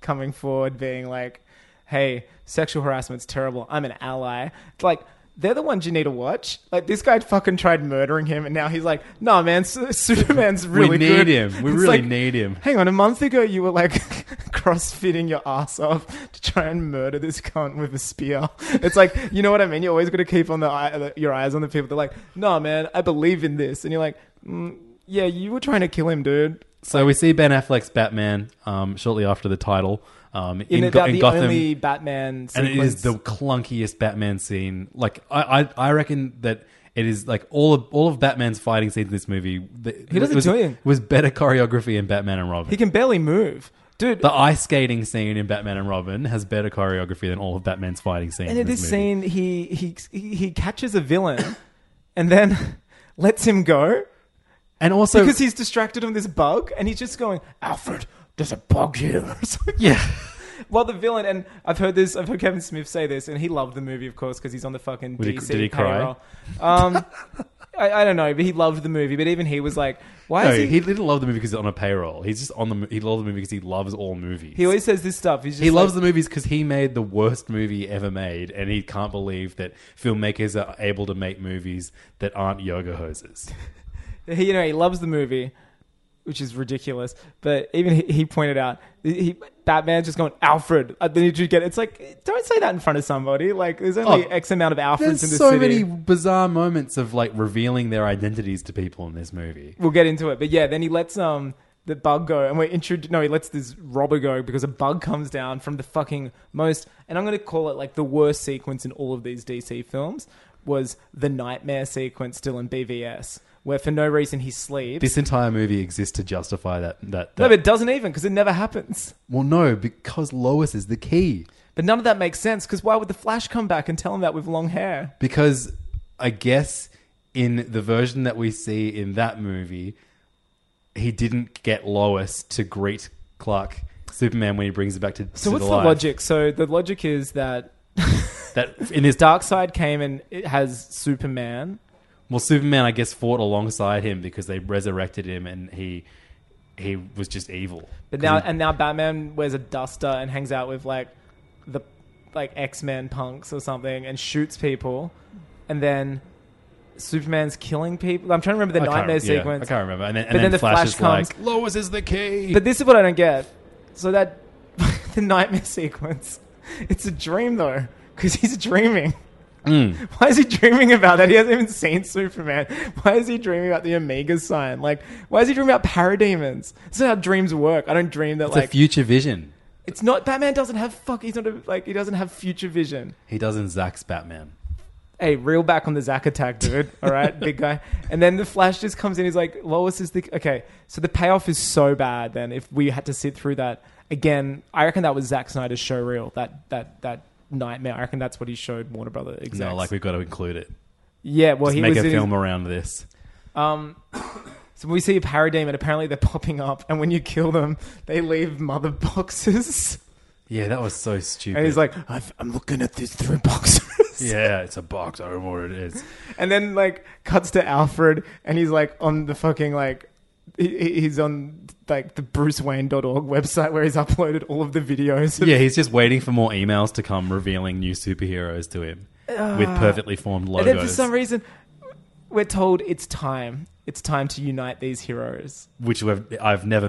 coming forward, being like, "Hey, sexual harassment's terrible. I'm an ally." It's like. They're the ones you need to watch. Like this guy fucking tried murdering him, and now he's like, "Nah, man, Su- Superman's we really good." need him. We It's really like, need him. Hang on, a month ago you were like crossfitting your ass off to try and murder this cunt with a spear. It's like you know what I mean. You're always going to keep on the eye, your eyes on the people. They're like, "No, man, I believe in this," and you're like, mm, "Yeah, you were trying to kill him, dude." So we see Ben Affleck's Batman um, shortly after the title um, in, In, Go- about in the Gotham, only Batman, and sequence. it is the clunkiest Batman scene. Like I, I, I reckon that it is like all of all of Batman's fighting scenes in this movie. The, He doesn't was, do anything. Was better choreography in Batman and Robin. he can barely move, dude. the ice skating scene in Batman and Robin has better choreography than all of Batman's fighting scenes. And in in this, this movie. scene, he he he he catches a villain, and then lets him go. and also because he's distracted on this bug and he's just going, Alfred, there's a bug here. or something. yeah, Well, the villain, and I've heard this, I've heard Kevin Smith say this, and he loved the movie, of course, because he's on the fucking Did he- DC did he cry? payroll. Um, I, I don't know, but he loved the movie. But even he was like, why no, is he? he, He, didn't love the movie because he's on a payroll. He's just on the mo- he loves the movie because he loves all movies. always says this stuff. He's just He loves like- the movies because he made the worst movie ever made, and he can't believe that filmmakers are able to make movies that aren't yoga hoses. he, you know, he loves the movie, which is ridiculous. But even he, he pointed out, he, he- Batman's just going, Alfred, I need you to get. It's like, don't say that in front of somebody. Like, there's only Oh, X amount of Alfreds There's in this so many city. bizarre moments of like revealing their identities to people in this movie. we'll get into it. But yeah, then he lets um the bug go, and we're introduced. No, he lets this robber go because a bug comes down from the fucking most. And I'm gonna call it like the worst sequence in all of these DC films was the nightmare sequence still in BVS. where for no reason he sleeps. This entire movie exists to justify that. That, that no, but it doesn't even because it never happens. well, no, because Lois is the key. But none of that makes sense because why would the Flash come back and tell him that with long hair? Because I guess in the version that we see in that movie, he didn't get Lois to greet Clark Superman when he brings it back to. So to what's the the life. logic? So the logic is that that in his Dark Side came and it has Superman. Well, Superman, I guess, fought alongside him because they resurrected him, and he he was just evil. But now and now Batman wears a duster and hangs out with like the like X Men punks or something and shoots people, and then Superman's killing people. I'm trying to remember the I can't- nightmare yeah, sequence. I can't remember. And then, and But then the Flash, Flash is like, Lois is the key. But this is what I don't get. So that the nightmare sequence, it's a dream though, because he's dreaming. Mm. Why is he dreaming about that? He hasn't even seen Superman. Why is he dreaming about the Omega sign? Like, why is he dreaming about parademons? This is how dreams work. I don't dream that it's a like future vision. it's not Batman doesn't have fuck. He's not a, like he doesn't have future vision. He does in Zack's Batman. Hey, reel back on the Zack attack, dude. All right, big guy. And then the Flash just comes in. He's like, Lois is the okay. So the payoff is so bad. Then if we had to sit through that again, I reckon that was Zack Snyder's show reel. That that that nightmare. I reckon that's what he showed Warner Brother. Exactly. No, like we've got to include it. yeah. Well, Just he make was a in his- um, film around this. So we see a parademon. Apparently they're popping up, and when you kill them, they leave mother boxes. Yeah, that was so stupid. And he's like, I've, I'm looking at these three boxes. yeah, it's a box. I don't know what it is. And then like cuts to Alfred, and he's like on the fucking like he- he- he's on like the BruceWayne.org website where he's uploaded all of the videos. Yeah, he's just waiting for more emails to come revealing new superheroes to him with perfectly formed and logos. then for some reason, we're told it's time. It's time to unite these heroes. which we've, I've never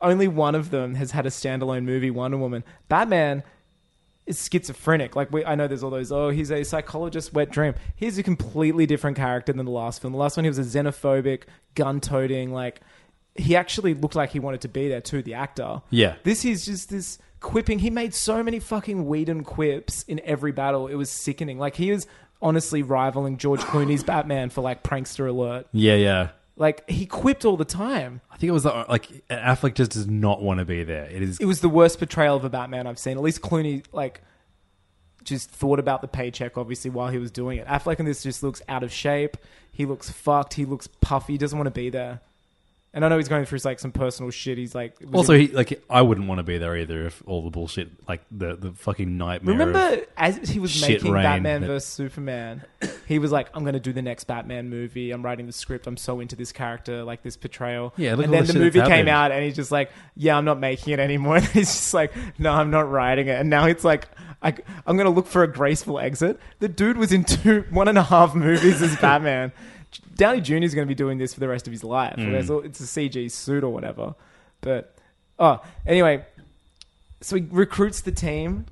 only one of them has had a standalone movie, Wonder Woman. Batman is schizophrenic. Like we, I know there's all those. Oh, he's a psychologist, wet dream. He's a completely different character than the last film. The last one he was a xenophobic, gun-toting. Like he actually looked like he wanted to be there too. The actor. Yeah. This is just this quipping. He made so many fucking Whedon quips in every battle. It was sickening. Like he is honestly rivaling George Clooney's Batman for like prankster alert. Yeah, yeah. Like he quipped all the time. I think it was uh, like Affleck just does not want to be there. It is it was the worst portrayal of a Batman I've seen. At least Clooney like just thought about the paycheck obviously while he was doing it. Affleck in this just looks out of shape. He looks fucked. He looks puffy. He doesn't want to be there. And I know he's going through like some personal shit. He's like was also in- he, like I wouldn't want to be there either if all the bullshit like the the fucking nightmare. of- remember as he was shit making rain Batman that- versus Superman, he was like, "I'm going to do the next Batman movie. I'm writing the script. I'm so into this character, like this portrayal." Yeah, look at all and then the the, shit movie that's came happened. out, and he's just like, "Yeah, I'm not making it anymore." And he's just like, "No, I'm not writing it." And now it's like. I, I'm going to look for a graceful exit. The dude was in two, one and a half movies as Batman. Downey Jr. is going to be doing this for the rest of his Hmm. life. It's all- It's a CG suit or whatever. But, oh, anyway, So he recruits the team.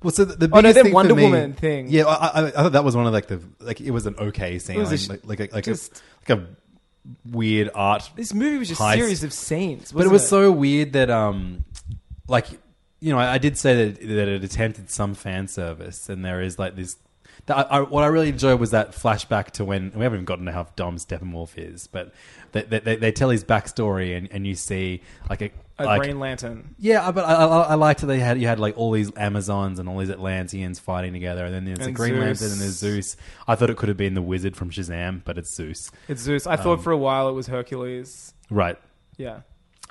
Well, so the, the oh no, biggest then thing for Wonder me- Woman thing. Yeah, I, I, I thought that was one of like the like it was an okay scene, It was a sh- like, like like, like, just- a, like a weird art. This movie was just heist. a series of scenes, but it wasn't was so weird that um, like you know, I, I did say that that it attempted some fan service, and there is like this. That I, I, what I really enjoyed was that flashback to when we haven't even gotten to how dumb Steppenwolf is, but they, they, they, they tell his backstory, and, and you see like a, a like, Green Lantern. yeah, I- but I, I, I liked that they had you had like all these Amazons and all these Atlanteans fighting together, and then there's the And Green Zeus. Lantern and there's Zeus. I thought it could have been the wizard from Shazam, but it's Zeus. It's Zeus. I Um, thought for a while it was Hercules. right. Yeah.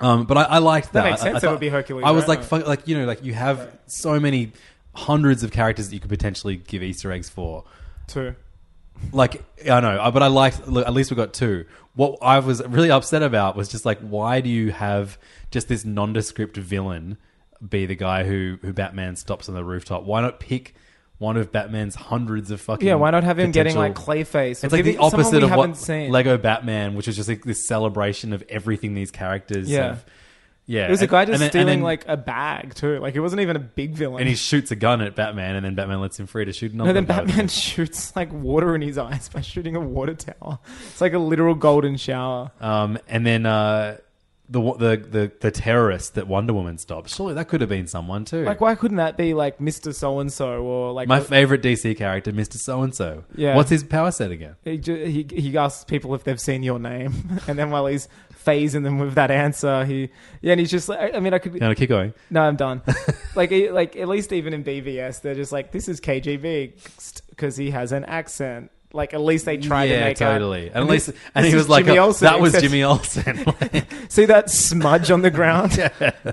Um, but I, I liked that. That makes I- I sense. That would thought- be Hercules, I was right? like, fuck, like you know, like you have so many hundreds of characters that you could potentially give Easter eggs for. Two. Like I know, I- but I liked. Look, at least we got two. What I was really upset about was just like, why do you have just this nondescript villain be the guy who who Batman stops on the rooftop? Why not pick one of Batman's hundreds of fucking Yeah, why not have him getting, potential- like, Clayface or It's like give the it someone opposite we of what haven't seen. Lego Batman, which is just like this celebration of everything these characters. Yeah. have. yeah. It was a and- guy just and then- and stealing then- like a bag too. Like it wasn't even a big villain. and he shoots a gun at Batman, and then Batman lets him free to shoot another. no, then guy. Batman shoots like water in his eyes by shooting a water tower. It's like a literal golden shower. Um, and then uh, the wa- the the the terrorist that Wonder Woman stops. Surely that could have been someone too. Like why couldn't that be like Mister So and So or like My favorite DC character, Mister So and So. Yeah. What's his power set again? He, ju- he he asks people if they've seen your name, and then while he's phasing them with that answer, he yeah, and he's just like, I mean, I could No, no, keep going. No, I'm done. like he- like at least even in BVS, they're just like this is KGB because he has an accent. Like at least they tried yeah, to make out. totally. And And at least, this- and this he is was like, Jimmy a- Olsen, that was except- Jimmy Olsen. See that smudge on the ground?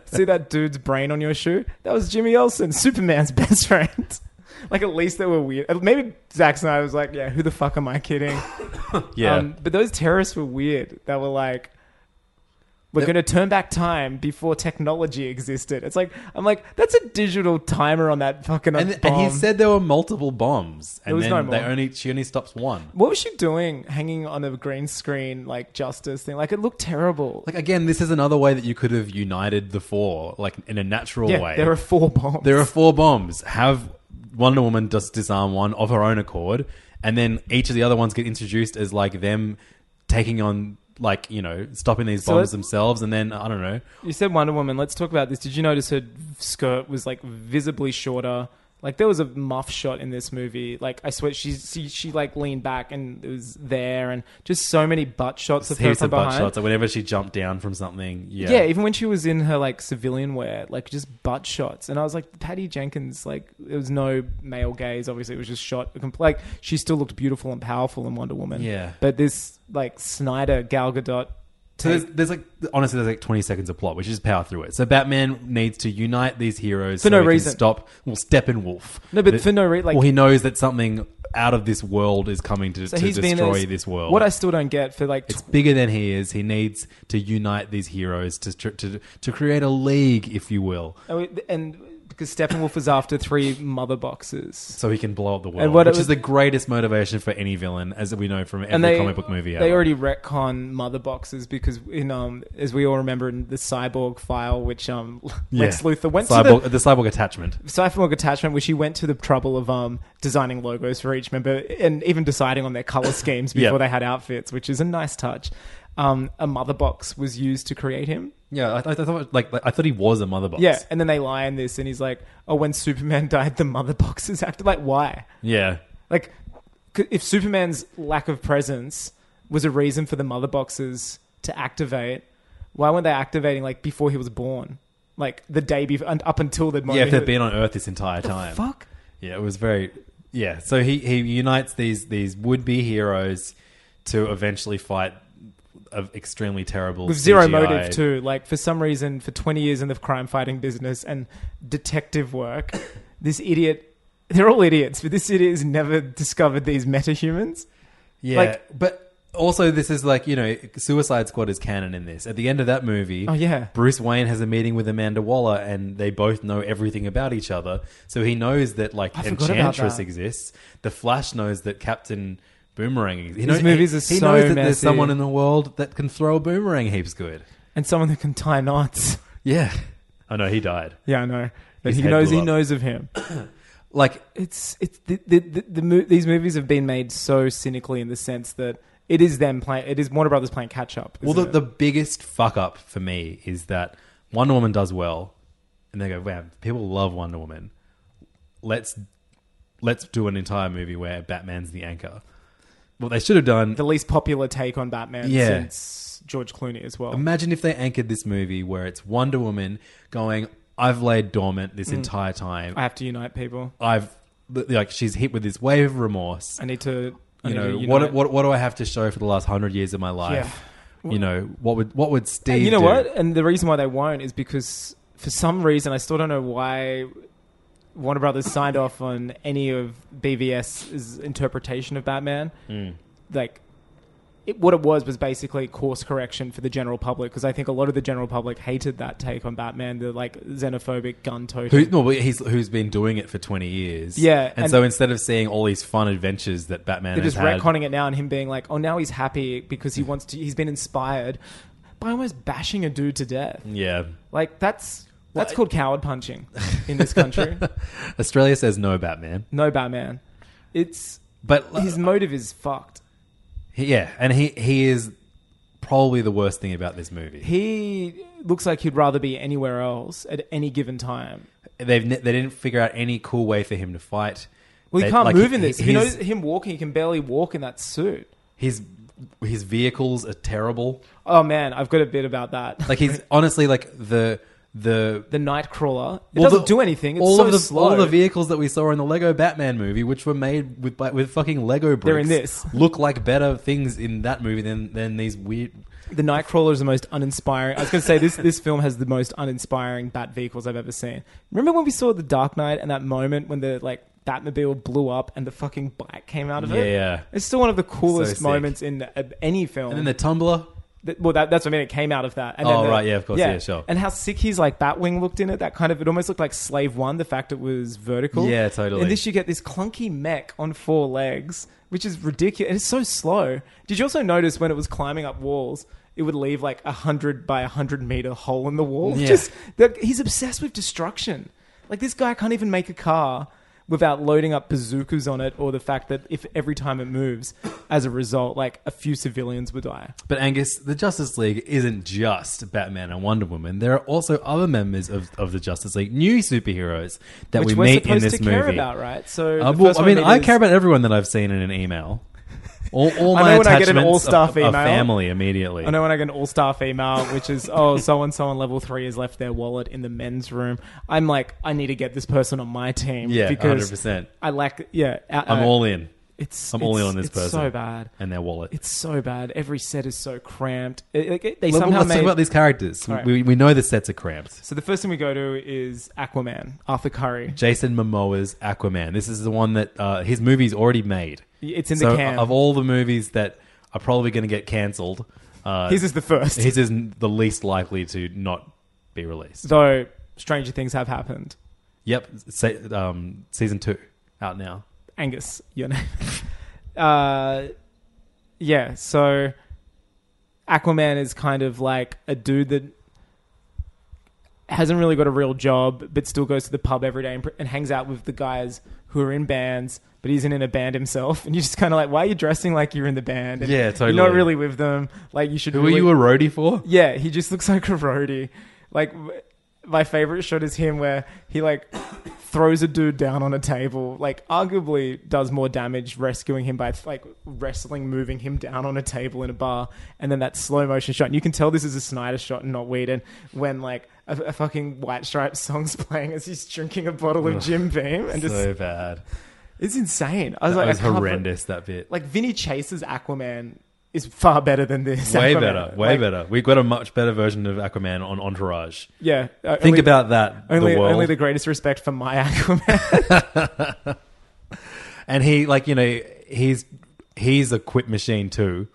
See that dude's brain on your shoe? That was Jimmy Olsen, Superman's best friend. like at least they were weird. Uh, Maybe Zack Snyder was like, yeah, who the fuck am I kidding? Um, Yeah. but those terrorists were weird. They were like, we're going to turn back time before technology existed. It's like I'm like that's a digital timer on that fucking and, bomb. and he said there were multiple bombs, and There was then no they more. only she only stops one. What was she doing hanging on a green screen like justice thing? Like it looked terrible. Like again, this is another way that you could have united the four, like in a natural yeah, way. there are four bombs. There are four bombs. Have Wonder Woman just disarm one of her own accord, and then each of the other ones get introduced as like them taking on, like you know, stopping these So bombs it- themselves, and then I don't know. You said Wonder Woman. Let's talk about this. Did you notice her skirt was like visibly shorter? Like there was a muff shot in this movie. Like I swear, she she, she like leaned back and it was there, and just so many butt shots of her Heaps from of butt behind. shots. Like whenever she jumped down from something, yeah, yeah. even when she was in her like civilian wear, like just butt shots, and I was like, Patty Jenkins, like there was no male gaze. Obviously, it was just shot. Like she still looked beautiful and powerful in Wonder Woman. Yeah. but this like Snyder Gal Gadot. So there's, there's like honestly there's like 20 seconds of plot, which is power through it. So Batman needs to unite these heroes For so no he can reason. stop well Steppenwolf. No, but That- for no reason, like- well, he knows that something out of this world is coming to, to been destroy as- this world. What I still don't get for like it's bigger than he is. He needs to unite these heroes to tr- to to create a league, if you will, Oh, it- and because Steppenwolf was after three mother boxes, so he can blow up the world. And what it which was- is the greatest motivation for any villain, as we know from every and they comic book movie. they ever. already retcon mother boxes because in um as we all remember in the cyborg file, which um Lex Luthor went cyborg, to the the. cyborg attachment. Cyborg attachment, which he went to the trouble of um, designing logos for each member and even deciding on their color schemes Yeah. before they had outfits, which is a nice touch. Um, a mother box was used to create him. Yeah, I, I, I thought like, like I thought he was a mother box. Yeah, and then they lie in this, and he's like, "Oh, when Superman died, the mother boxes acted like why?" yeah. Like, c- if Superman's lack of presence was a reason for the mother boxes to activate, why weren't they activating like before he was born? Like the day before, and up until the moment. Yeah, if he they've was- been on Earth this entire time. fuck? Yeah, it was very. Yeah, so he, he unites these these would be heroes to eventually fight an extremely terrible with zero CGI. motive too. Like for some reason, for twenty years in the crime fighting business and detective work, this idiot. They're all idiots, but this idiot has never discovered these metahumans. Yeah, Like- but also this is like you know Suicide Squad is canon in this. At the end of that movie, Oh, yeah. Bruce Wayne has a meeting with Amanda Waller, and they both know everything about each other. So he knows that like I forgot about Enchantress that. exists. The Flash knows that Captain. Boomerang. exists. He These knows, movies he, are he so knows that there's messy. someone in the world that can throw a boomerang heaps good. And someone that can tie knots. Yeah. Oh no, he died. Yeah, I know. that His he head knows blew he up. knows of him. like it's it's the, the, the, the mo- these movies have been made so cynically in the sense that it is them playing. It is Warner Brothers playing catch up. Well, the, the biggest fuck up for me is that Wonder Woman does well, and they go, "Wow, people love Wonder Woman. Let's let's do an entire movie where Batman's the anchor." What they should have done. the least popular take on Batman Yeah. since George Clooney as well. Imagine if they anchored this movie where it's Wonder Woman going, "I've laid dormant this Mm. entire time. I have to unite people. I've like she's hit with this wave of remorse. I need to. I you need know to what, unite. what what do I have to show for the last hundred years of my life? You know what would what would Steve? And you know do? what? And the reason why they won't is because for some reason I still don't know why Warner Brothers signed off on any of BVS's interpretation of Batman. Mm. Like, it, what it was was basically course correction for the general public because I think a lot of the general public hated that take on Batman, the like xenophobic gun toting. Who, no, but he's who's been doing it for twenty years. Yeah, and, and- so instead of seeing all these fun adventures that Batman They're has just had, retconning it now and him being like, oh, now he's happy because he wants to. He's been inspired by almost bashing a dude to death. yeah, Like that's that's called coward punching in this country. Australia says no Batman. no Batman. It's but his motive is fucked. He- yeah, and he he is probably the worst thing about this movie. He looks like he'd rather be anywhere else at any given time. They've ne- they didn't figure out any cool way for him to fight. Well, he They- can't like, move in he- this. he- you know, his, him walking, he can barely walk in that suit. his his vehicles are terrible. Oh man, I've got a bit about that. Like he's honestly like the the the Nightcrawler. It Well, doesn't the- do anything. It's all so of the slow. all the vehicles that we saw in the Lego Batman movie, which were made with by- with fucking Lego bricks, They're in this. look like better things in that movie than than these weird. The Nightcrawler is the most uninspiring. I was going to say this. This film has the most uninspiring bat vehicles I've ever seen. Remember when we saw the Dark Knight and that moment when the like Batmobile blew up and the fucking bike came out of it? Yeah. it's still one of the coolest sick. moments in uh, any film. And then the tumbler. Th- well, that, that's what I mean. It came out of that. And Oh, then the- right, yeah, of course, yeah, sure. And how sick his like Batwing looked in it. That kind of it almost looked like Slave One. The fact it was vertical. Yeah, totally. And this you get this clunky mech on four legs, which is ridiculous. And it's so slow. Did you also notice when it was climbing up walls? It would leave like a hundred by a hundred meter hole in the wall. Yeah. Just that he's obsessed with destruction. Like this guy can't even make a car without loading up bazookas on it, or the fact that if every time it moves, as a result, like a few civilians would die. But Angus, the Justice League isn't just Batman and Wonder Woman. There are also other members of, of the Justice League, new superheroes that Which we we're meet in supposed this to movie. care about, right? So Uh, the well, first I one mean, we I did care is- about everyone that I've seen in an email. All, all I my know when I get an attachments all-star of, of female. family immediately. I know when I get an all-star female, which is oh, so and so on level three has left their wallet in the men's room. I'm like, I need to get this person on my team. Yeah, because 100%. I lack. Yeah, uh, I'm uh, all in. It's I'm all in it's- on this it's person. So bad. and their wallet. It's so bad. Every set is so cramped. It- like, it- they Let- somehow Let's made, talk about these characters. All right. We, we know the sets are cramped. so the first thing we go to is Aquaman, Arthur Curry. Jason Momoa's Aquaman. This is the one that uh, his movie's already made. It's in the so can. Of all the movies that are probably going to get cancelled, uh, His is the first. His is the least likely to not be released. Though stranger things have happened. Yep, se- um, season two out now. Angus, your name. uh, yeah, so Aquaman is kind of like a dude that hasn't really got a real job, but still goes to the pub every day and, pr- and hangs out with the guys who are in bands, but he isn't in a band himself. And you're just kind of like, why are you dressing like you're in the band? And Yeah, You're not totally. really with them. Like, you should Who really- are you a roadie for? yeah, he just looks like a roadie. Like w- my favorite shot is him where he like throws a dude down on a table. Like arguably does more damage rescuing him by like wrestling, moving him down on a table in a bar, and then that slow motion shot. And you can tell this is a Snyder shot and not Whedon when like a, a fucking White Stripes song's playing as he's drinking a bottle of Jim Beam and just so bad. it's insane. I was That like, was I can't believe- horrendous, that bit. Like Vinny Chase's Aquaman is far better than this. Way Aquaman. better, way Like, better. We've got a much better version of Aquaman on Entourage. Yeah, uh, think only- about that. Only, the world. only the greatest respect for my Aquaman. and he like you know he's he's a quip machine too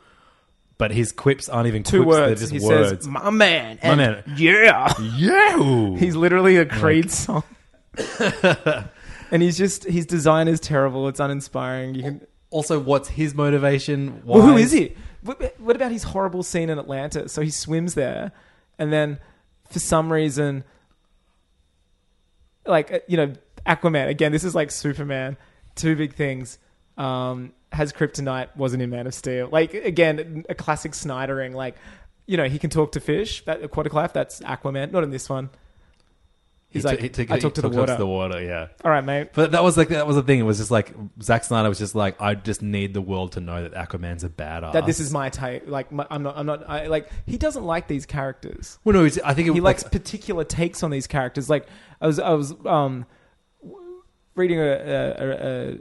but his quips aren't even Two quips words. they're just he words says, "My man." My and man. Yeah. Yeah. He's literally a Creed song. and he's just his design is terrible. It's uninspiring. You can. also what's his motivation Well, who is he he? What, what about his horrible scene in Atlanta? So he swims there, and then for some reason, like uh, you know Aquaman again. This is like Superman. Two big things. Um, has kryptonite. Wasn't in Man of Steel. Like again, a classic Snydering. Like you know he can talk to fish. That aquatic life. That's Aquaman. Not in this one. He's He like, took- he took- I he talk to the took us water. to the water, yeah. All right, mate. But that was like that was the thing. It was just like Zack Snyder was just like, I just need the world to know that Aquaman's a badass. that this is my take. Like my, I'm not, I'm not. I, like he doesn't like these characters. Well, no, it's- I think it- he like- likes particular takes on these characters. Like I was, I was um, w- reading a, a, a,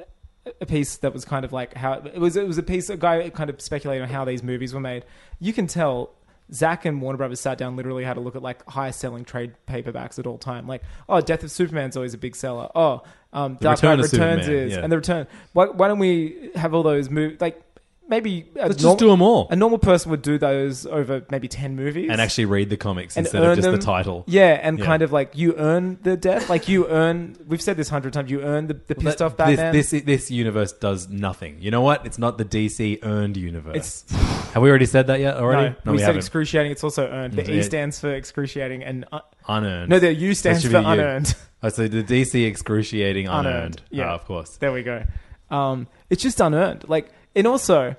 a- a piece that was kind of like how it was. It was a piece a guy kind of speculating on how these movies were made. You can tell. Zach and Warner Brothers sat down, literally had a look at like highest selling trade paperbacks at all time. Like, oh, Death of Superman's always a big seller. Oh, um, The Dark Return Knight of Returns Superman, is, yeah. and the Return. Why, why don't we have all those movies? Like, maybe a Let's just do 'em all. A normal person would do those over maybe ten movies and actually read the comics and instead of earn just them. the title. Yeah, and Yeah. kind of like you earn the death, like you earn. We've said this hundred times. You earn the, the pissed off This, Batman. this this universe does nothing. You know what? It's not the DC earned universe. Have we already said that yet? Already? No, we, said haven't. Mm, excruciating. It's also earned. The Yeah. E stands for excruciating and uh, unearned. No, the U That stands should for be you. unearned. Oh, so the DC excruciating unearned. Yeah, Ah, of course. There we go. Um, it's just unearned. Like, and also,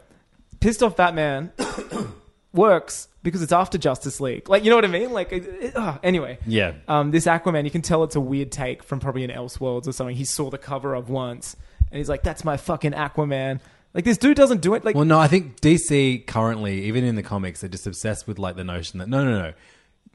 pissed off Batman works because it's after Justice League. Like, you know what I mean? Like, it, it- ah, anyway. Yeah. Um, this Aquaman, you can tell it's a weird take from probably an Elseworlds or something. He saw the cover of once, and he's like, "That's my fucking Aquaman." Like, this dude doesn't do it. Like, well, no, I think DC currently, even in the comics, they're just obsessed with like the notion that no, no, no,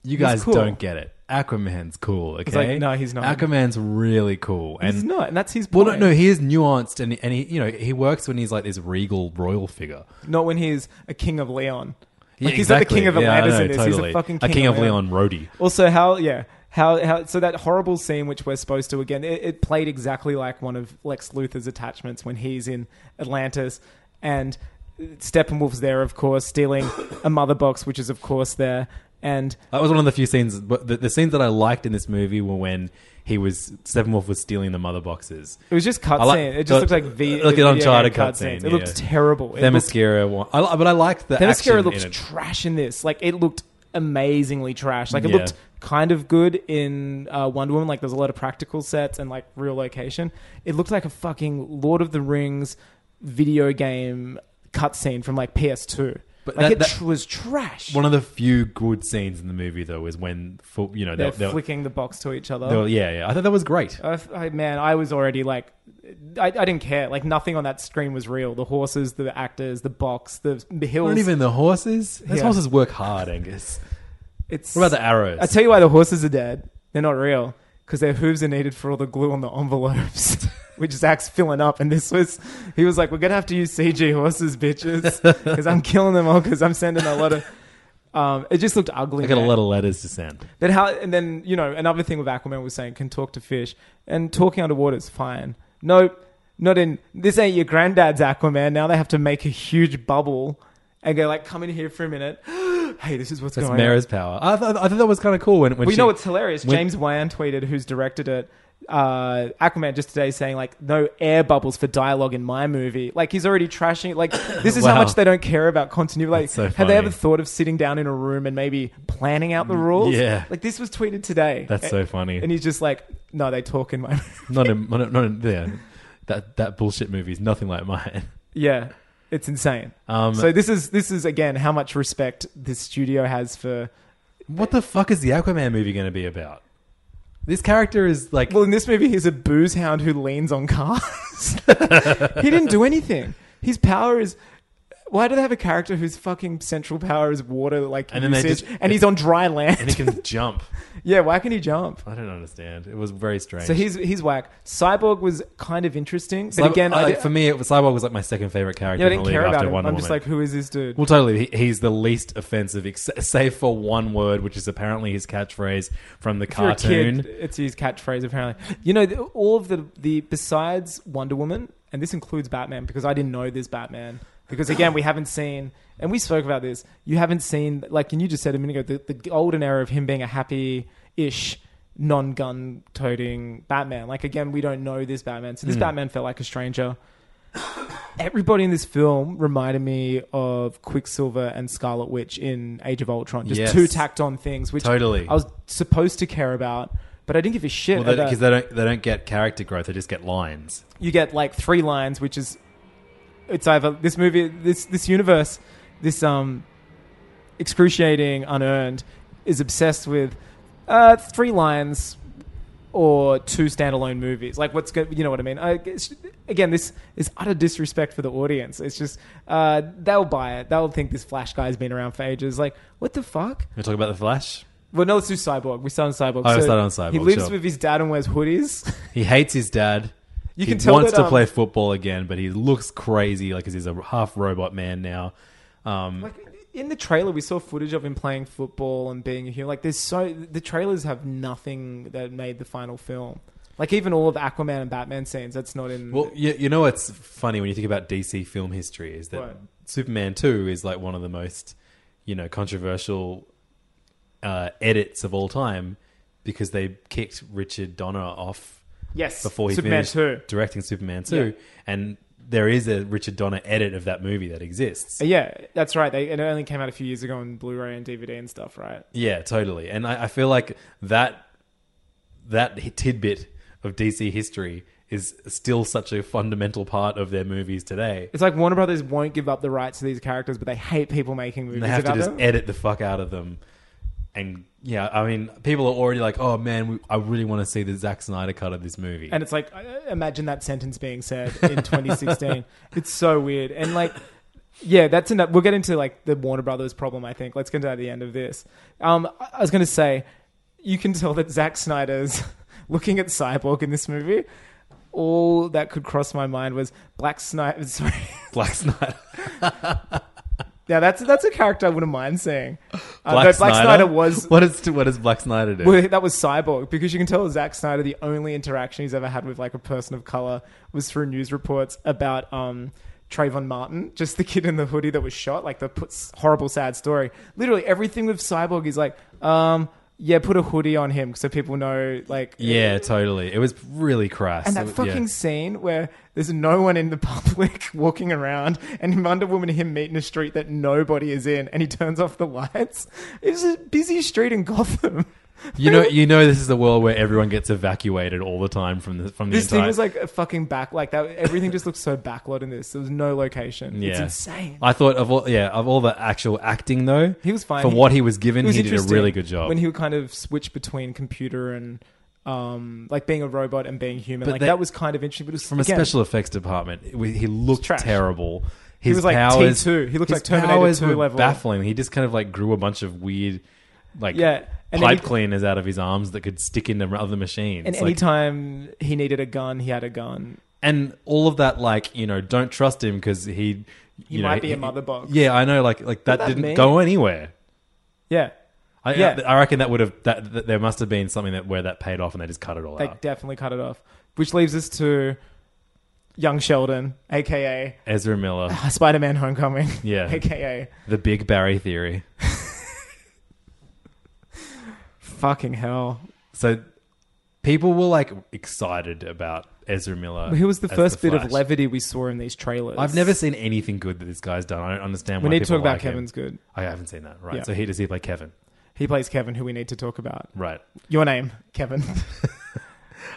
you He's guys cool. don't get it. Aquaman's cool, okay? It's like, no, he's not. Aquaman's really cool, and he's not, and that's his. well, Point. no, no, he is nuanced, and and he, you know, he works when he's like this regal royal figure. Not when he's a king of Leon. Yeah, Like he's not the exactly. king of Yeah, I Atlantis know, in this. totally. He's a fucking A king, king of Leon roadie. Also, how yeah, how how so that horrible scene which we're supposed to again, it, it played exactly like one of Lex Luthor's attachments when he's in Atlantis, and Steppenwolf's there, of course, stealing a mother box, which is of course there, and That was one of the few scenes, but the, the scenes that I liked in this movie were when he was Steppenwolf was stealing the mother boxes. It was just I cutscene. like- it just looked like V. look at video Uncharted game cutscene. cutscenes. It looked terrible. It The looked- mascara one, I, li- but I liked the Themyscira action looks in it. trash in this. Like it looked amazingly trash. Like it Yeah. looked kind of good in uh, Wonder Woman. Like there's a lot of practical sets and like real location. It looked like a fucking Lord of the Rings video game cutscene from like PS2. But like that- it that- tr- was trash. One of the few good scenes in the movie, though, is when full, you know They're they'll, they'll, flicking the box to each other. they'll- yeah, yeah. I thought that was great. I f- I- man, I was already like, I, I didn't care. Like nothing on that screen was real. The horses, the actors, the box, the, the hills. Not even the horses. Those Yeah. horses work hard, Angus. It's What about the arrows? I tell you why the horses are dead. They're not real because their hooves are needed for all the glue on the envelopes, which Zach's filling up. And this was, he was like, "We're gonna have to use CG horses, bitches, because I'm killing them all because I'm sending a lot of." Um, it just looked ugly. I got a man. lot of letters to send. Then how? And then you know another thing with Aquaman was saying can talk to fish and talking underwater is fine. Nope, not in this ain't your granddad's Aquaman. Now they have to make a huge bubble and go like, come in here for a minute. hey, this is what's That's going Mara's on. power. I, thought I thought that was kind of cool. When, when Well, you she- know what's hilarious? when- James Wan tweeted, who's directed it, uh, Aquaman just today saying like no air bubbles for dialogue in my movie. Like he's already trashing. Like this is how Wow. much they don't care about continuity. Like That's so have they ever funny. Mm, thought of sitting down in a room and maybe planning out the rules? yeah. Like this was tweeted today. That's so A- funny. And he's just like, no, they talk in my. not in, not in, not in yeah, that that bullshit movie is nothing like mine. yeah, it's insane. Um, so this is this is again how much respect this studio has for. What the fuck is the Aquaman movie going to be about? This character is like Well, in this movie, he's a booze hound who leans on cars. he didn't do anything. His power is. Why do they have a character whose fucking central power is water, like And and then they usage, just- and he's on dry land? and he can jump. yeah, why can he jump? I don't understand. It was very strange. So he's he's whack. Cyborg was kind of interesting, but Cyborg- again, I- I, did, for me, it was, Cyborg was like my second favorite character. yeah, I in didn't the league care about after him. I'm Wonder just Woman. like, who is this dude? Well, totally. He, he's the least offensive, ex- save for one word, which is apparently his catchphrase from the If you're a cartoon. kid, it's his catchphrase apparently. You know, th- all of the the besides Wonder Woman, and this includes Batman because I didn't know this Batman because again we haven't seen and we spoke about this. You haven't seen like and you just said a minute ago the, the golden era of him being a happy ish non gun toting Batman. Like again, we don't know this Batman, so this Mm. Batman felt like a stranger. Everybody in this film reminded me of Quicksilver and Scarlet Witch in Age of Ultron. Just Yes. two tacked on things, which Totally. I was supposed to care about, But I didn't give a shit. Well, they- about- because they don't they don't get character growth; they just get lines. you get like three lines, which is it's either this movie, this this universe, this um excruciating unearned is obsessed with uh, three lines or two standalone movies. Like what's go- you know what I mean? I, guess- again, this is utter disrespect for the audience. It's just uh, they'll buy it. They'll think this Flash guy's been around for ages. Like what the fuck? We talk about the Flash. Well, no, let's do Cyborg. We started on Cyborg. Oh, we started on Cyborg, He lives sure. with his dad and wears hoodies. He hates his dad. You he can tell wants that, to um, play football again, but he looks crazy, like 'cause he's a half robot man now. Um, in the trailer we saw footage of him playing football and being a human like there's so the trailers have nothing that made the final film like even all of aquaman and batman scenes that's not in Well, you, you know what's funny when you think about DC film history is that Right. Superman 2 is like one of the most, you know, controversial uh, edits of all time because they kicked Richard Donner off Yes, before he Superman finished 2. directing Superman 2 Yeah. and there is a Richard Donner edit of that movie that exists. Uh, yeah that's right they, it only came out a few years ago on blu-ray and dvd and stuff right Yeah, totally. And I, I feel like that that hi- tidbit of DC history is still such a fundamental part of their movies today. it's like warner brothers won't give up the rights to these characters but they hate people making movies And they have to about just them edit the fuck out of them. And yeah, I mean, people are already like, "Oh man, we, I really want to see the Zack Snyder cut of this movie." And it's like, uh, imagine that sentence being said in 2016. it's so weird. And like, yeah, that's enough. We'll get into like the Warner Brothers problem, I think. Let's get into that at the end of this. Um, I- I was going to say, you can tell that Zack Snyder's looking at Cyborg in this movie. All that could cross my mind was Black Snyder. Sorry. Black Snyder. Yeah, that's that's a character I wouldn't mind seeing. Uh, Black, but Black Snyder was what is what does Black Snyder do? Well, that was Cyborg because you can tell Zack Snyder the only interaction he's ever had with like a person of color was through news reports about um, Trayvon Martin, just the kid in the hoodie that was shot. Like the puts horrible, sad story. Literally everything with Cyborg is like, um, yeah, put a hoodie on him so people know. Like, yeah, totally. It was really crass. and that It- yeah. fucking scene where there's no one in the public walking around and Wonder Woman and him meet in a street that nobody is in and he turns off the lights. It was a busy street in Gotham. You know, you know, this is the world where everyone gets evacuated all the time from the from the This entire. thing was like a fucking back like that. Everything just looks so backlot in this. There was no location. It's yeah. insane. I thought of all yeah of all the actual acting though. He was fine for what he was given. It was he did a interesting really good job. when he would kind of switch between computer and um, like being a robot and being human. But like that- that, was kind of interesting. But it was, from a again, special effects department. it was- he looked trash. terrible. He His was like powers, T2. He looked his like Terminator powers 2 were level. Baffling. He just kind of like grew a bunch of weird, like Yeah, and pipe any- cleaners out of his arms that could stick into other machines. And Like, anytime he needed a gun, he had a gun. and all of that, like you know, don't trust him because he, He you know, might be a mother box. Yeah, I know. Like like that that didn't mean? go anywhere. Yeah. I, Yeah. I reckon that would have that, that there must have been something that where that paid off and they just cut it all They out. definitely cut it off. Which leaves us to young Sheldon, aka Ezra Miller, Spider Man Homecoming. Yeah. aka the Big Barry theory. fucking hell. So people were like excited about Ezra Miller. Who was the Uh, as first bit Flash. of levity we saw in these trailers? I've never seen anything good that this guy's done. I don't understand. We why need to people talk about like him. Kevin's good. I haven't seen that. Right. Yeah. So he does he play Kevin? He plays Kevin, who we need to talk about. Right. Your name, Kevin.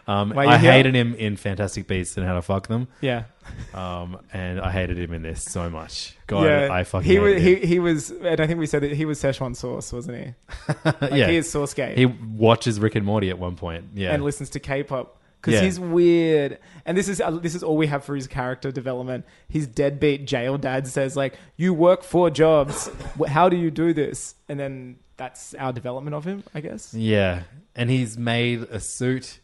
Um, Why you I here? hated him in Fantastic Beasts and How to Fuck Them. Yeah. Um, and I hated him in this so much. God, I fucking he hated was he, him. he was, and I think we said that he was Szechuan sauce, wasn't he? Like yeah. he is Sasuke. He watches Rick and Morty at one point. Yeah. and listens to K-pop because Yeah. he's weird. And this is uh, this is all we have for his character development. His deadbeat jail dad says like, "You work four jobs. Wh- How do you do this?" And then that's our development of him, I guess. yeah. And he's made a suit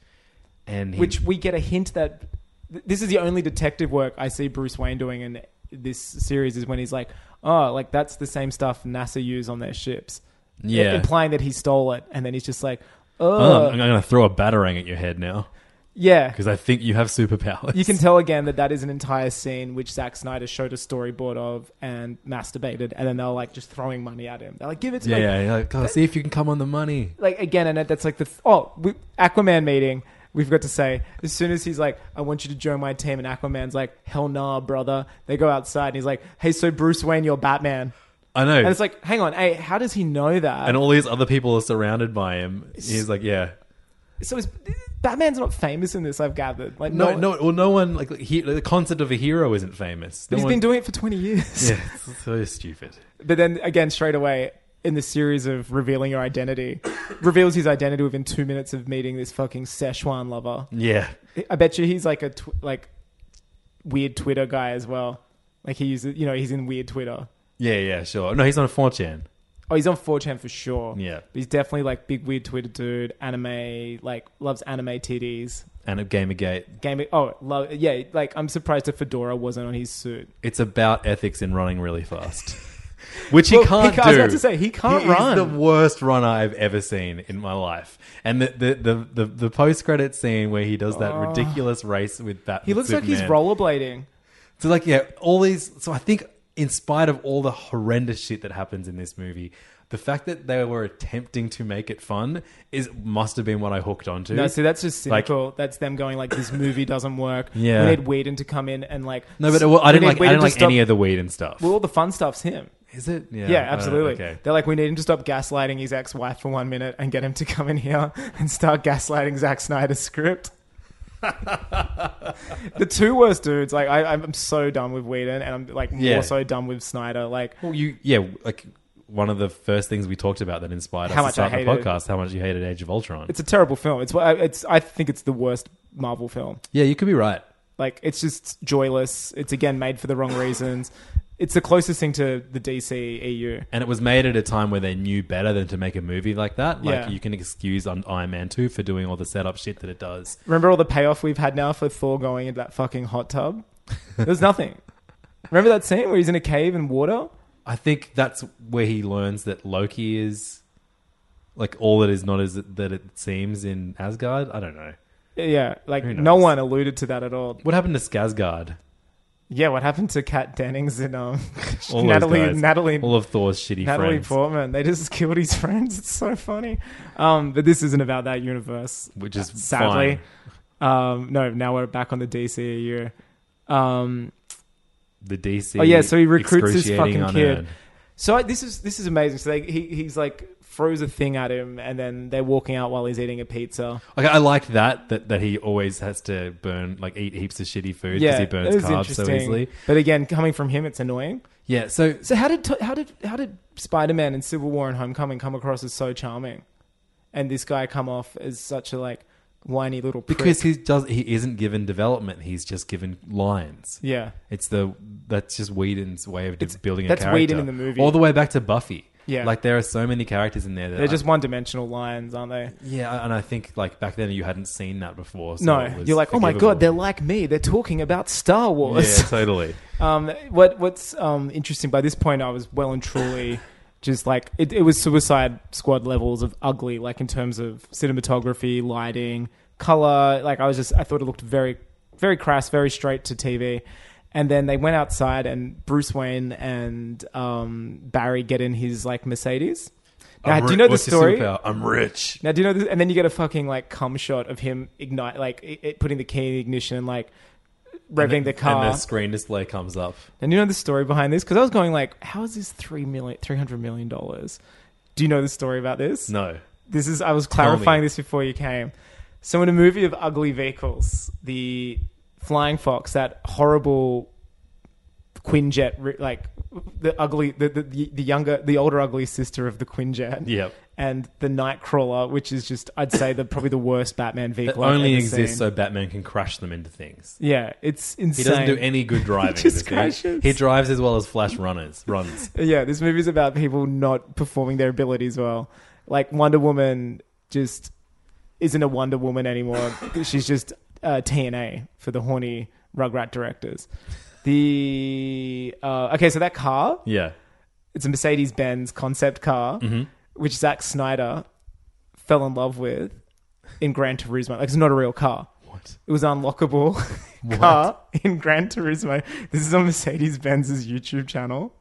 and he, Which we get a hint that th- this is the only detective work I see Bruce Wayne doing in this series is when he's like, "Oh, like that's the same stuff NASA use on their ships." Yeah. implying that he stole it, and then he's just like, Oh, "Oh, I'm, going to throw a batarang at your head now yeah." because I think you have superpowers. You can tell again that that is an entire scene which Zack Snyder showed a storyboard of and masturbated, and then they're like just throwing money at him. They're like, "Give it to Yeah, me!" yeah. You're like, oh, see if you can come on the money. Like again, and that- that's like the th- oh we, Aquaman meeting. We've got to say as soon as he's like, "I want you to join my team," and Aquaman's like, "Hell nah, brother." They go outside, and he's like, "Hey, so Bruce Wayne, you're Batman," I know. and it's like, "Hang on, hey, how does he know that?" and all these other people are surrounded by him. He's like, yeah. So is Batman's not famous in this? I've gathered. Like No, no, well, no one like he, the concept of a hero isn't famous. But No he's one- been doing it for 20 years. Yeah, it's so stupid. But then again, straight away, in the series of revealing your identity, reveals his identity within two minutes of meeting this fucking Szechuan lover. Yeah. I bet you he's like a tw- like weird Twitter guy as well. Like he uses, you know, he's in weird Twitter. Yeah, yeah, sure. No, he's on 4chan. Oh, he's on 4chan for sure. Yeah. But he's definitely like big weird Twitter dude, anime, like loves anime titties. And at Gamergate, Game oh, love, yeah, like I'm surprised a fedora wasn't on his suit. it's about ethics in running really fast. Which he Well, he can't do. ca- I was about to say, he can't is run. the worst runner I've ever seen in my life. And the the, the, the, the post credit scene where he does that Oh. ridiculous race with Batman. He looks like he's Superman. rollerblading. So like yeah, all these. So I think in spite of all the horrendous shit that happens in this movie, the fact that they were attempting to make it fun is must have been what I hooked onto. No, see, that's just Like, cynical. that's them going like, this movie doesn't work. Yeah. we need Whedon to come in and like. no, but uh, s- well, I we didn't need like I Whedon didn't to like stop- any of the weed and stuff. Well, all the fun stuff's him. Is it? Yeah, Yeah, I don't- absolutely. okay. They're like, we need him to stop gaslighting his ex-wife for one minute and get him to come in here and start gaslighting Zack Snyder's script. the two worst dudes. Like, I, I'm so done with Whedon, and I'm like more Yeah. so done with Snyder. Like, well, you yeah like. One of the first things we talked about that inspired How us much to start I the hated- podcast, how much you hated Age of Ultron. it's a terrible film. It's what it's. I think it's the worst Marvel film. yeah, you could be right. Like, it's just joyless. It's again made for the wrong reasons. It's the closest thing to the E DC EU. And it was made at a time where they knew better than to make a movie like that. Like Yeah. you can excuse on Iron Man two for doing all the setup shit that it does. Remember all the payoff we've had now for Thor going into that fucking hot tub? There's nothing. Remember that scene where he's in a cave in water? I think that's where he learns that Loki is like all that is not as that it seems in Asgard. I don't know. Yeah, like Who no knows? one alluded to that at all. What happened to Skazgard? Yeah, what happened to Kat Dennings and um, All Natalie those guys. Natalie all of Thor's shitty Natalie friends, Portman? They just killed his friends. It's so funny. Um, but this isn't about that universe, which is fine. sadly. Um, no, now we're back on the DCEU. Um, the DC. Oh, yeah, so he recruits this excruciating fucking kid. unearned. So I, this is this is amazing. So they, he he's like throws a thing at him, and then they're walking out while he's eating a pizza. Okay, I liked that, that that he always has to burn like eat heaps of shitty food because he burns it was carbs so interesting. easily. But again, coming from him, it's annoying. Yeah, so So how did how did how did Spider Man and Civil War and Homecoming come across as so charming, and this guy come off as such a like whiny little prick? because he does he isn't given development, he's just given lines. yeah, It's the that's just Whedon's way of de- building a that's character. Whedon in the movie. all the way back to Buffy. Yeah. like there are so many characters in there that they're I- just one dimensional lines, aren't they? yeah, and I think like back then you hadn't seen that before. So it no, was you're like, oh my god, they're forgivable. like me. They're talking about Star Wars. yeah, totally. Um, what what's um, interesting by this point, I was well and truly just like it, it was Suicide Squad levels of ugly, like in terms of cinematography, lighting, color. Like I was just, I thought it looked very, very crass, very straight to TV. And then they went outside, and Bruce Wayne and um, Barry get in his like Mercedes. Now, I'm Uh, do ri- you know the what's your story? superpower? I'm rich. Now, do you know this? And then you get a fucking like cum shot of him ignite, like it, it putting the key in the ignition and like revving the car. and the screen display comes up. And you know the story behind this? Because I was going like, how is this three million, three hundred million dollars? Do you know the story about this? No, This is I was Tell clarifying me. this before you came. So in a movie of ugly vehicles, the Flying Fox, that horrible Quinjet, ri- like the ugly, the, the the younger, the older ugly sister of the Quinjet. Yep. And the Nightcrawler, which is just, I'd say, the probably the worst Batman that vehicle. I've only ever exists seen. so Batman can crash them into things. Yeah, it's He insane. doesn't do any good driving. just does he? crashes. He drives as well as Flash runners runs. Yeah, this movie's about people not performing their abilities well. Like Wonder Woman just isn't a Wonder Woman anymore. She's just uh, TNA for the horny Rugrat directors. The uh, okay, so that car, Yeah, Mm-hmm. it's a Mercedes Benz concept car, which Zack Snyder fell in love with in Gran Turismo. Like it's not a real car. What? It was unlockable car in Gran Turismo. This is on Mercedes Benz's YouTube channel.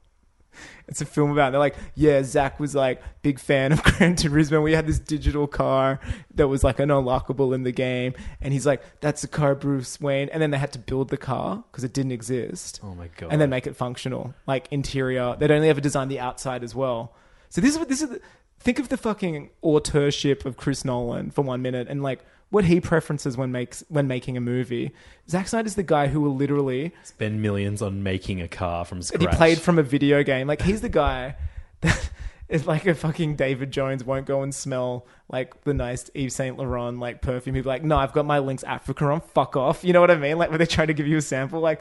It's a film about. They're like, yeah, Zach was like big fan of Gran Turismo. We had this digital car that was like an unlockable in the game, and he's like, that's the car, Bruce Wayne. And then they had to build the car because it didn't exist. Oh my God. And then make it functional, like interior. They'd only ever designed the outside as well. So this is what this is. the- think of the fucking auteurship of Chris Nolan for one minute and like what he preferences when makes when making a movie. Zack Snyder's the guy who will literally spend millions on making a car from scratch. He played from a video game. Like he's the guy that is like a fucking David Jones won't go and smell like the nice Yves Saint Laurent like perfume. He'd be like, no, I've got my Lynx Africa on. Fuck off. You know what I mean? Like when they try to give you a sample, like.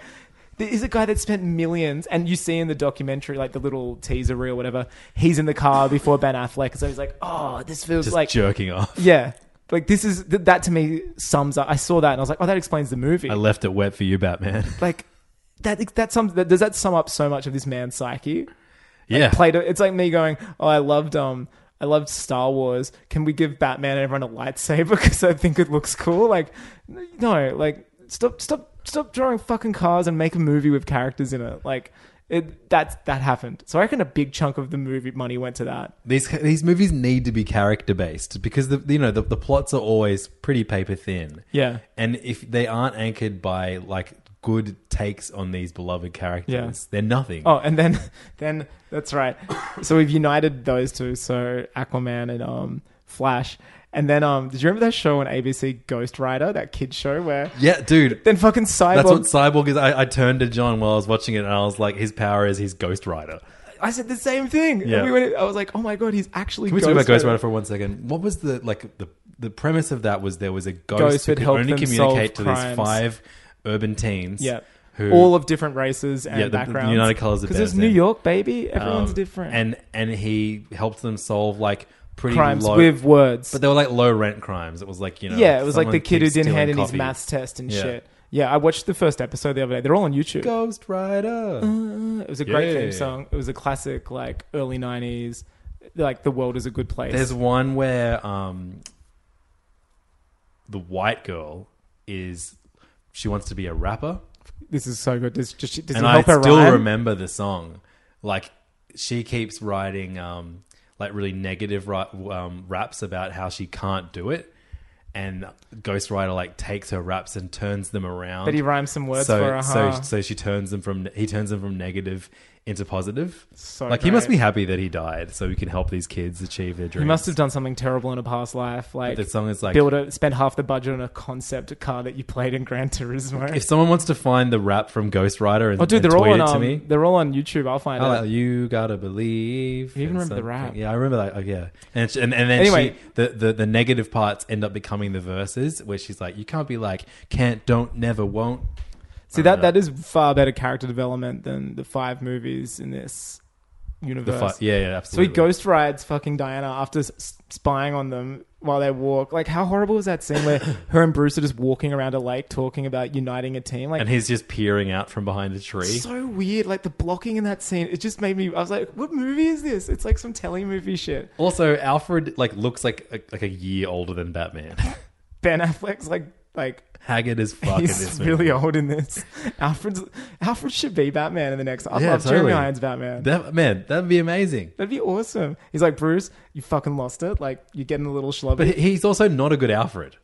There is a guy that spent millions, and you see in the documentary, like the little teaser reel, whatever. He's in the car before Ben Affleck, so he's like, "Oh, this feels Just like jerking off. Yeah, like this is th- that to me sums up. I saw that and I was like, "Oh, that explains the movie." I left it wet for you, Batman. like that that sums that, does that sum up so much of this man's psyche? Yeah. like Plato. It's like me going, "Oh, I loved um, I loved Star Wars. Can we give Batman and everyone a lightsaber because I think it looks cool?" Like, no, like stop, stop, stop drawing fucking cars and make a movie with characters in it. Like, it that that happened. So I reckon a big chunk of the movie money went to that. These these movies need to be character based because the you know the, the plots are always pretty paper thin. Yeah. and if they aren't anchored by like good takes on these beloved characters, Yeah. they're nothing. Oh, and then then that's right. So we've united those two, so Aquaman and um Flash. And then um did you remember that show on ABC Ghost Rider, that kid show where Yeah, dude. Then fucking Cyborg That's what Cyborg is. I, I turned to John while I was watching it, and I was like, his power is he's Ghost Rider. I said the same thing. And Yeah. we went, I was like, "Oh my god, he's actually Can we Ghost talk about Ghost Rider. Rider for one second? What was the like the the premise of that was there was a ghost, Ghost who would could help only them communicate solve to these crimes. five urban teens. Yeah. Who All of different races and yeah, the- the, backgrounds. United Colors Because it's New York, baby. Everyone's different. Um, And and he helped them solve like pretty Crimes low, with words. but they were like low rent crimes. It was like you know, yeah, it was like someone the kid who keeps didn't hand in stealing his coffee. maths test and Yeah. shit. Yeah, I watched the first episode the other day. They're all on YouTube. Ghost Rider. Uh, it was a great Yeah. theme song. It was a classic, like early '90s, like "The World Is a Good Place." There's one where um, the white girl is she wants to be a rapper, this is so good. Does, does, she, does and it I help her still rhyme? remember the song. Like she keeps writing um, like really negative ri- um, raps about how she can't do it. And Ghost Rider like takes her raps and turns them around. But he rhymes some words so, for her, So, huh? so she turns them from he turns them from negative into positive. So like he must great. be happy that he died, so he can help these kids achieve their dreams. He must have done something terrible in a past life, like the song is like- build a spend half the budget on a concept car that you played in Gran Turismo. If someone wants to find the rap from Ghost Rider and, oh, dude, and they're all tweet on it to um, me, Oh, they're all on YouTube. I'll find I'll out. let you gotta believe. You even and remember the something. rap. Yeah, I remember that. Like, yeah, and she, and, and then Anyway. she, the, the the negative parts end up becoming the verses where she's like, "You can't be like can't, don't, never, won't." See that that is far better character development than the five movies in this universe. fi- yeah, yeah, So absolutely. he ghost rides fucking Diana after s- spying on them while they walk. Like, how horrible was that scene where her and Bruce are just walking around a lake talking about uniting a team? Like, and he's just peering out from behind a tree. so weird. Like the blocking in that scene, it just made me. I was like, what movie is this? It's like some telly movie shit. also, Alfred like looks like a, like a year older than Batman. Ben Affleck's like like. Haggard as fuck in He's this movie. really old in this. Alfred's Alfred should be Batman in the next. I Yeah, love totally. Jeremy Irons Batman. That, man, that'd be amazing. That'd be awesome. He's like, Bruce, you fucking lost it. Like, you're getting a little schlubby. But he- he's also not a good Alfred.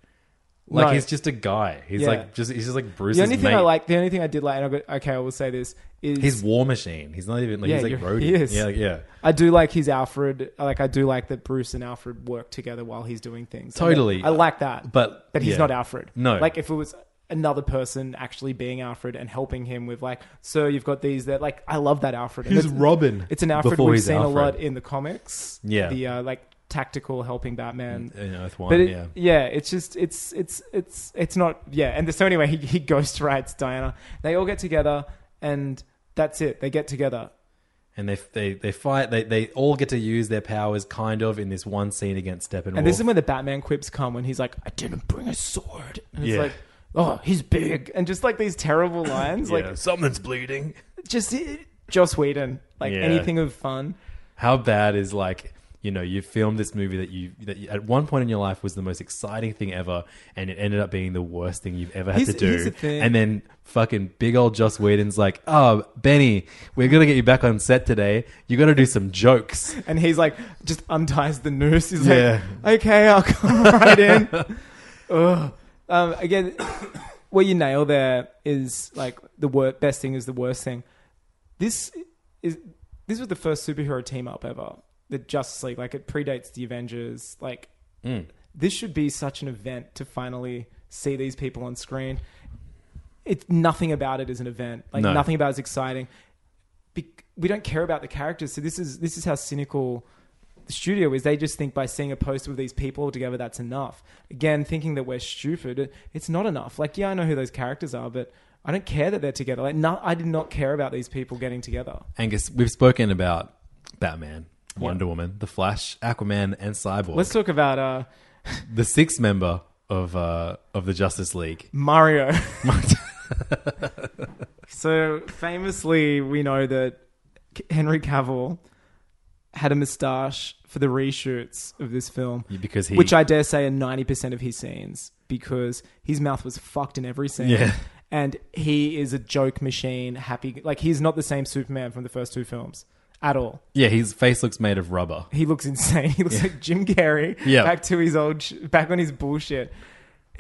Like No. he's just a guy. He's Yeah. like just he's just like Bruce's the only thing mate. I like, the only thing I did like, and I go, okay, I will say this is He's War Machine. He's not even like he's like you're- Rhodey. He is. Yeah, yeah. I do like his Alfred. Like, I do like that Bruce and Alfred work together while he's doing things. And Totally. I like that. But- but he's yeah. not Alfred. No. Like, if it was another person actually being Alfred and helping him with like, sir, you've got these. That like, I love that Alfred. And He's it's- Robin It's an Alfred before we've he's seen a lot Alfred. in the comics. Yeah. the uh, like tactical helping Batman In Earth One, But it- yeah. yeah, it's just it's it's it's it's not yeah. And so anyway, he he ghost writes Diana. They all get together, and that's it. They get together. And they they they fight. They they all get to use their powers kind of in this one scene against Steppenwolf. And this is when the Batman quips come when he's like, I didn't bring a sword. And it's Yeah. like, oh, he's big. And just like these terrible lines, yeah, like something's bleeding. just it, Joss Whedon, like Yeah. anything of fun. How bad is like you know you filmed this movie that you that you, at one point in your life was the most exciting thing ever, and it ended up being the worst thing you've ever had Here's- to do. here's the thing. And then fucking big old Joss Whedon's like, oh Benny, we're gonna get you back on set today. You got to do some jokes. And he's like, just unties the noose. He's Yeah. like, okay, I'll come right in. Ugh. Um, again, what you nail there is like the wor- best thing is the worst thing. This is this was the first superhero team up ever. the Justice League. Like it predates the Avengers. Like Mm. this should be such an event to finally see these people on screen. It's nothing about it is an event. Like No. nothing about it is exciting. Be- we don't care about the characters. So this is this is how cynical the studio is. They just think by seeing a poster with these people together, that's enough. Again, thinking that we're stupid. it- It's not enough. Like yeah, I know who those characters are, but. I don't care that they're together. Like, no, I did not care about these people getting together. Angus, we've spoken about Batman, Wonder Woman, The Flash, Aquaman, and Cyborg. Let's talk about uh, the sixth member of uh, of the Justice League. Mario. so famously, we know that C- Henry Cavill had a moustache for the reshoots of this film, because he- which I dare say are ninety percent of his scenes, because his mouth was fucked in every scene. Yeah. And he is a joke machine, happy. Like, he's not the same Superman from the first two films at all. Yeah, his face looks made of rubber. He looks insane. He looks Yeah. like Jim Carrey. Yeah. Back to his old, sh- back on his bullshit.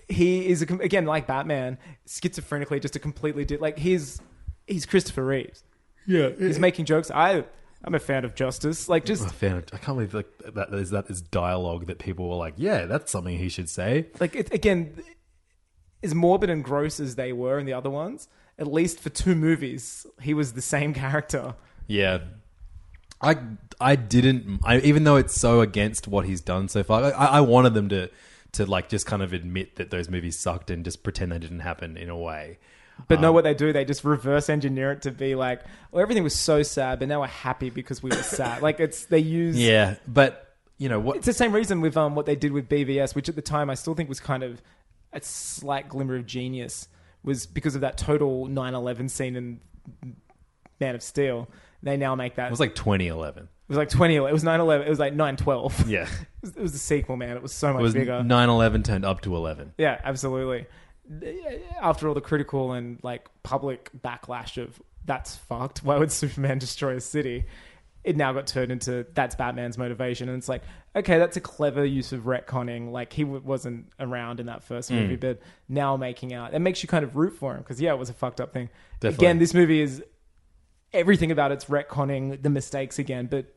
He is a, com- again like Batman, schizophrenically, just a completely di- like he's he's Christopher Reeves. Yeah, he's making jokes. I I'm a fan of justice. Like just I found I can't believe like that is that is dialogue that people were like, yeah, that's something he should say. like it, again, as morbid and gross as they were in the other ones, at least for two movies, he was the same character. Yeah. I I didn't I, even though it's so against what he's done so far. I, I wanted them to to like just kind of admit that those movies sucked and just pretend they didn't happen in a way. But Uh. know what they do? They just reverse engineer it to be like, oh, everything was so sad, but now we're happy because we were sad. like it's they use Yeah, but you know what? It's the same reason with um, what they did with BVS, which at the time I still think was kind of a slight glimmer of genius, was because of that total 9 11 scene in Man of Steel. They now make that. It was like 2011. it was like 20, it was 9 11, it was like 9 12. Yeah. it, was, it was the sequel, man. It was so It much was bigger. 9/11 turned up to 11. Yeah, absolutely. Uh, After all the critical and like public backlash of that's fucked. Why would Superman destroy a city? It now got turned into that's Batman's motivation, and it's like okay, that's a clever use of retconning. Like he w- wasn't around in that first Mm. movie, but now making out it makes you kind of root for him because yeah, it was a fucked up thing. Definitely. Again, this movie is everything about it's retconning the mistakes again, but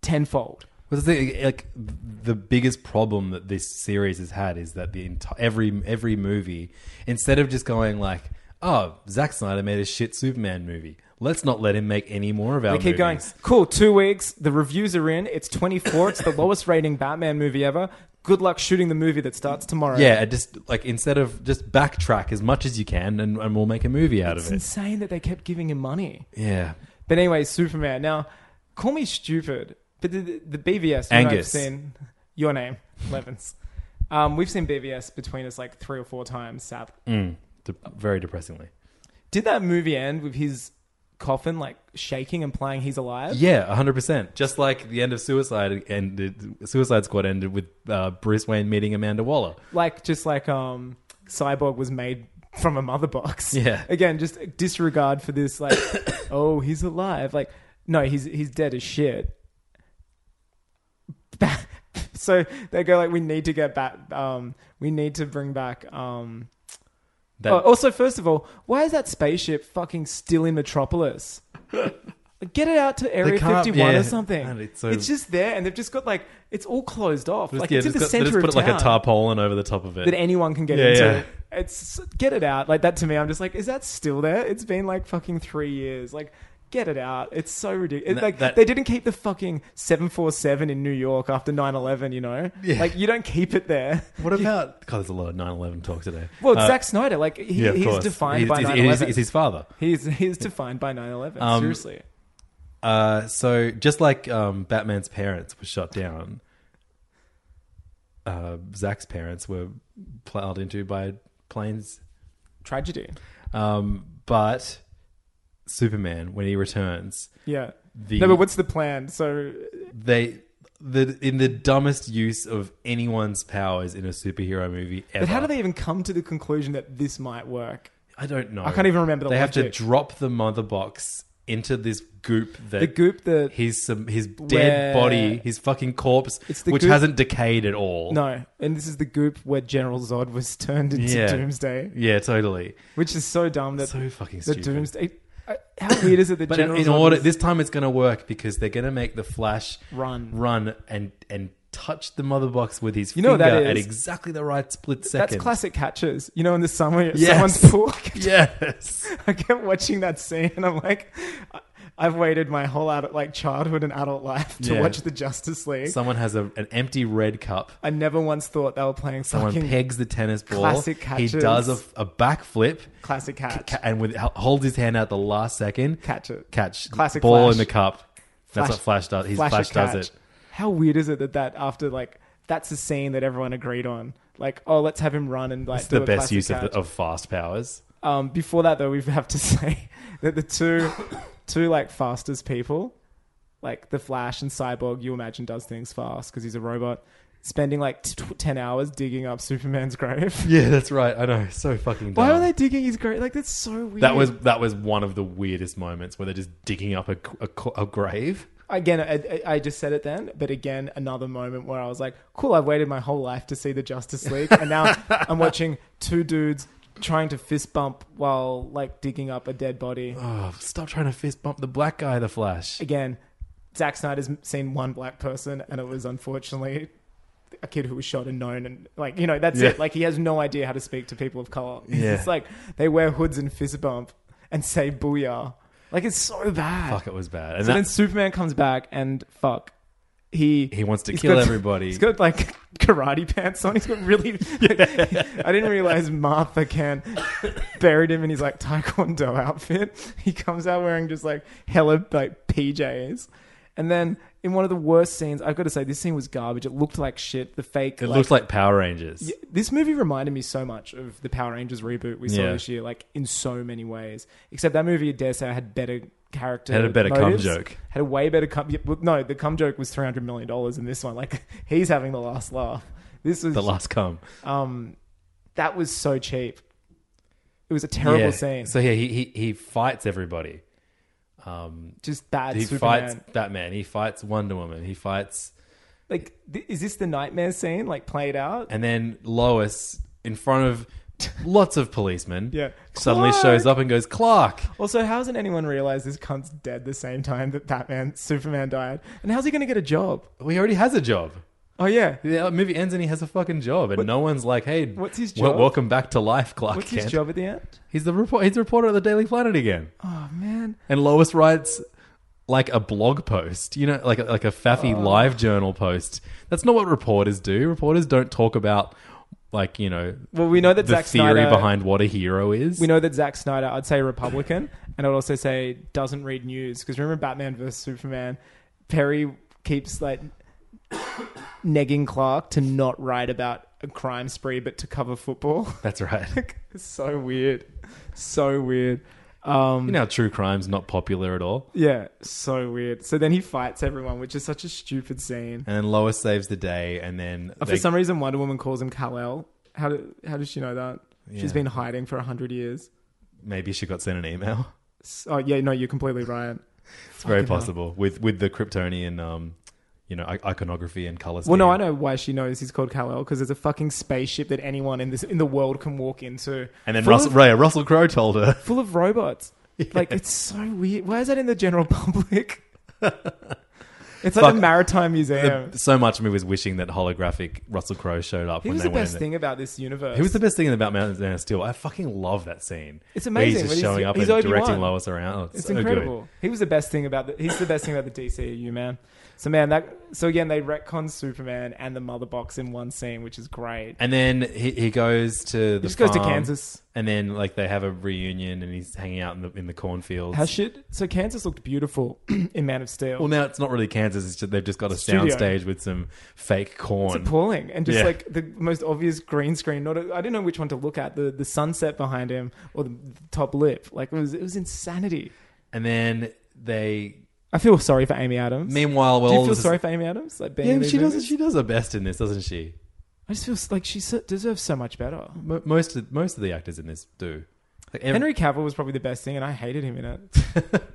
tenfold. Well, the thing, eh, like the biggest problem that this series has had is that the entire every every movie, instead of just going like, "Oh, Zack Snyder made a shit Superman movie, let's not let him make any more of our." we keep going. movies." Cool. Two weeks. The reviews are in. It's 24. It's the lowest rating Batman movie ever. Good luck shooting the movie that starts tomorrow. Yeah, it just like instead of just backtrack as much as you can, and, and we'll make a movie out It's of it. insane that they kept giving him money. Yeah, But anyway, Superman. Now, call me stupid, but the, the BVS. you and I have Angus. seen your name, Levins. Um, we've seen BVS between us like three or four times. Sap. Mm. De- very depressingly. Did that movie end with his coffin like shaking and playing "He's Alive"? Yeah, hundred percent. Just like the end of Suicide ended, Suicide Squad ended with uh, Bruce Wayne meeting Amanda Waller. like just like um cyborg was made from a mother box Yeah. again just disregard for this like oh he's alive like no he's he's dead as shit Ba- so they go like we need to get back um we need to bring back um That- oh, also first of all why is that spaceship fucking still in metropolis Like, Get it out to Area can't- 51 yeah, or something. and it's it's, so- just there, and they've just got like it's all closed off. Just- like yeah, it's in the just got- they center just put of like a town tarpaulin over the top of it that anyone can get Yeah, into. yeah. It's get it out. Like that to me, I'm just like, is that still there? It's been like fucking three years. Like, get it out. It's so ridiculous. That- like that- they didn't keep the fucking seven four seven in New York after 9-11, You know, Yeah. like you don't keep it there. What about? God, there's a lot of 9/11 talk today. Well, it's Uh, Zack Snyder, like he, yeah, of he's course. defined He's- by he's- 9-11. he's- he's his father. He's he's defined by 9-11, Um, Seriously, Uh, so just like um, Batman's parents were shot down, uh, Zack's parents were plowed into by planes. tragedy. Um, but Superman, when he returns, Yeah. the no, but what's the plan? So they the in the dumbest use of anyone's powers in a superhero movie ever. But how do they even come to the conclusion that this might work? I don't know. I can't even remember the They have logic. to drop the mother box into this goop that The goop that- his some his Where- dead body, his fucking corpse, It's the which goop- hasn't decayed at all. No, and this is the goop where General Zod was turned into Yeah. Doomsday, Yeah, totally. which is so dumb that So fucking the stupid. Doomsday. How weird is it that But in, General in order, this time it's going to work because they're going to make the Flash Run. run, and and touch the mother box with his You know what finger that at is? exactly the right split second. That's classic catches. You know, in the summer, Yes. someone's pool. I kept- Yes. I kept watching that scene, and I'm like, I- I've waited my whole adult, like childhood and adult life to Yeah. watch the Justice League. Someone has a, an empty red cup. I never once thought they were playing Someone fucking pegs the tennis ball. classic He catches. does a, a backflip classic catch. ca- and with holds his hand out the last second. Catch it. Catch Classic ball Flash. in the cup. That's what Flash does. His Flash, a does catch. it. How weird is it that that after like that's the scene that everyone agreed on? Like, oh, let's have him run and like It's do the a best classic use of, catch. the, of fast powers. Um, before that, though, we have to say that the two, two like fastest people, like the Flash and Cyborg, you imagine does things fast because he's a robot. Spending like t- tw- ten hours digging up Superman's grave. Yeah, that's right. I know. So fucking. Why dumb. are they digging his grave? Like that's so weird. That was that was one of the weirdest moments where they're just digging up a, a, a grave. again. I, I I just said it then, but again, another moment where I was like, "Cool, I've waited my whole life to see the Justice League, and now I'm watching two dudes trying to fist bump while like digging up a dead body." Oh, stop trying to fist bump the black guy, the Flash. again, Zack Snyder's seen one black person, and it was unfortunately a kid who was shot and known, and like you know that's Yeah. it. Like he has no idea how to speak to people of color. Yeah. It's like they wear hoods and fist bump and say "booyah." Like it's so bad. Fuck, it was bad. And so then that, Superman comes back and fuck. He He wants to he's kill got- everybody. He's got like karate pants on. He's got really. I didn't realize Martha Kent buried him in his like taekwondo outfit. He comes out wearing just like hella like PJs, and then in one of the worst scenes, I've got to say this scene was garbage. It looked like shit. The fake. it looks like Power Rangers. Yeah, this movie reminded me so much of the Power Rangers reboot we saw Yeah. this year, like in so many ways. Except that movie, I dare say, had better character, Had a better cum motives, joke. had a way better cum. yeah, well, No, the cum joke was three hundred million dollars in this one. Like he's having the last laugh. This was The last come. um, that was so cheap. It was a terrible Yeah. scene. So yeah, he he, he fights everybody. Um, just bad. he Superman. fights Batman. He fights Wonder Woman. He fights, Like, th- is this the nightmare scene? Like played out? and then Lois in front of lots of policemen. Yeah. suddenly Clark! shows up and goes Clark. Also, how hasn't anyone realized this cunt's dead the same time that Batman, Superman died? And how's he going to get a job? Well, he already has a job. Oh yeah, The uh, movie ends and he has a fucking job, and no one's like, "Hey, What's his wel- job? welcome back to life, Clark." What's his Kent. job at the end? He's the report. He's a reporter at the Daily Planet again. Oh man, And Lois writes like a blog post, you know, like a, like a faffy Oh. live journal post. That's not what reporters do. Reporters don't talk about like you know Well, we know that the Zack theory Snyder- behind what a hero is. we know that Zack Snyder, I'd say Republican, and I'd also say doesn't read news because remember Batman versus Superman, Perry keeps like negging Clark to not write about a crime spree but to cover football. That's right. it's so weird, so weird. Um, you know, how true crime's not popular at all. yeah, so weird. So then he fights everyone, which is such a stupid scene. And then Lois saves the day, and then Uh, For they- some reason, Wonder Woman calls him Kal El. How do, how does she know that? Yeah. She's been hiding for a hundred years. maybe she got sent an email. S- Oh yeah, no, you're completely right. It's very Fucking hell. possible with with the Kryptonian, um, you know, i- iconography and color. Well, no, scheme. I know why she knows he's called Kal El because there's a fucking spaceship that anyone in this in the world can walk into, And then full Russell, of, Ray, Russell Crowe told her. full of robots. Like it's so weird. Why is that in the general public? it's like Fuck. the Maritime Museum. So much of me was wishing that holographic Russell Crowe showed up he when was they the went best in. thing about this universe. He was the best thing about Man Man of Steel. I fucking love that scene. It's Where amazing, he's when just he's- showing up he's and Obi-Wan. directing Lois around. Oh, it's, It's so incredible. He was the best thing about the he's the best thing about the DCU, man. So man, that so again they retcon Superman and the mother box in one scene, which is great. Good. And then he, he goes to the just goes to farm, Kansas. and then like they have a reunion, and he's hanging out in the in the cornfields. How shit so Kansas looked beautiful in Man of Steel. well, now it's not really Kansas. It's just, they've just got a Studio. soundstage with some fake it's corn. appalling and just Yeah. like the most obvious green screen. Not a, I didn't know which one to look at the the sunset behind him or the, the top lip. Like it was it was insanity. and then they, I feel sorry for Amy Adams. meanwhile, well, Do you feel this is- sorry for Amy Adams? Like being Yeah, in but these she does. movies? She does her best in this, doesn't she? I just feel s- like she so- deserves so much better. Mo- most of, most of the actors in this do. Like, every- Henry Cavill was probably the best thing, and I hated him in it.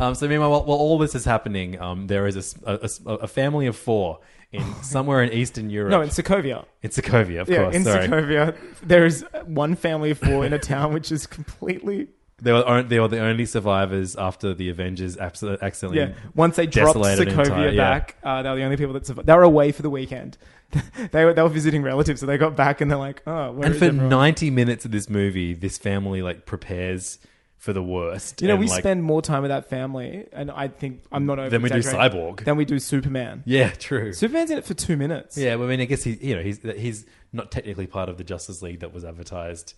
Um, so meanwhile, while, while all this is happening, um, there is a s- a, a s- a family of four in somewhere in Eastern Europe. Oh No, in Sokovia. in Sokovia, of yeah, course. in sorry. Sokovia, there is one family of four in a town which is completely They were, on- they were the only survivors after the Avengers abs- accidentally. Yeah, once they dropped desolated an Sokovia entire- yeah. back, uh, they were the only people that survived. They were away for the weekend. they were they were visiting relatives, so they got back and they're like, oh, where and is for everyone? 90 minutes of this movie, this family like prepares for the worst. You know, and, we like, spend more time with that family, and I think I'm not over Than we do Cyborg. Then we do Superman. Yeah, true. Superman's in it for two minutes. Yeah, well, I mean, I guess he, you know, he's he's not technically part of the Justice League that was advertised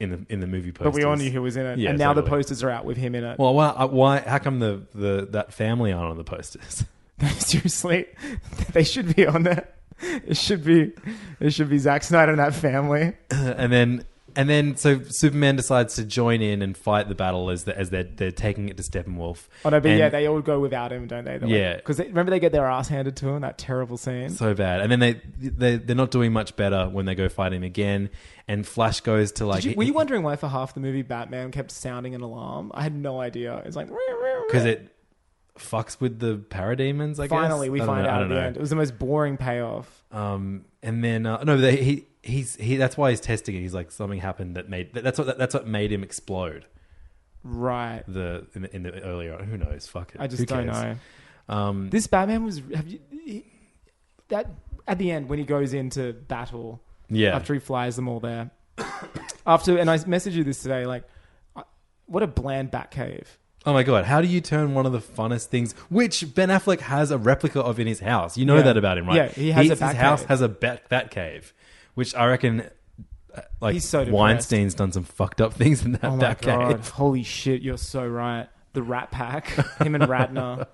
in the in the movie posters. But we all knew who was in it, Yeah, and now the totally. posters are out with him in it. Well, why, uh, why? How come the, the that family aren't on the posters? Seriously, they should be on there. It should be, it should be Zack Snyder and that family. and then and then so Superman decides to join in and fight the battle as the, as they're they're taking it to Steppenwolf. Oh no, but And yeah, they all go without him, don't they? Yeah. because remember they get their ass handed to him. That terrible scene. so bad. And then they they they're not doing much better when they go fight him again. And Flash goes to like Did you, were you wondering why for half the movie Batman kept sounding an alarm? I had no idea. It's like because it fucks with the parademons. I guess finally we I don't find know, I out at don't the know. end. It was the most boring payoff. Um, and then uh, no, they, he he's he. That's why he's testing it. He's like something happened that made that- that's what that's what made him explode. Right. The in the, in the earlier who knows fuck it. I just Who don't cares? Um, This Batman was have you he- that at the end when he goes into battle. Yeah. After he flies them all there. after and I messaged you this today like, I- what a bland Batcave. oh my god, how do you turn one of the funnest things, which Ben Affleck has a replica of in his house? You know Yeah. that about him, right? Yeah, he has a his bat house cave. has a bat bat cave, which I reckon. uh, Like He's so depressed. Weinstein's done some fucked up things in that Oh my bat god! cave. Holy shit! You're so right. The Rat Pack, him and Ratner,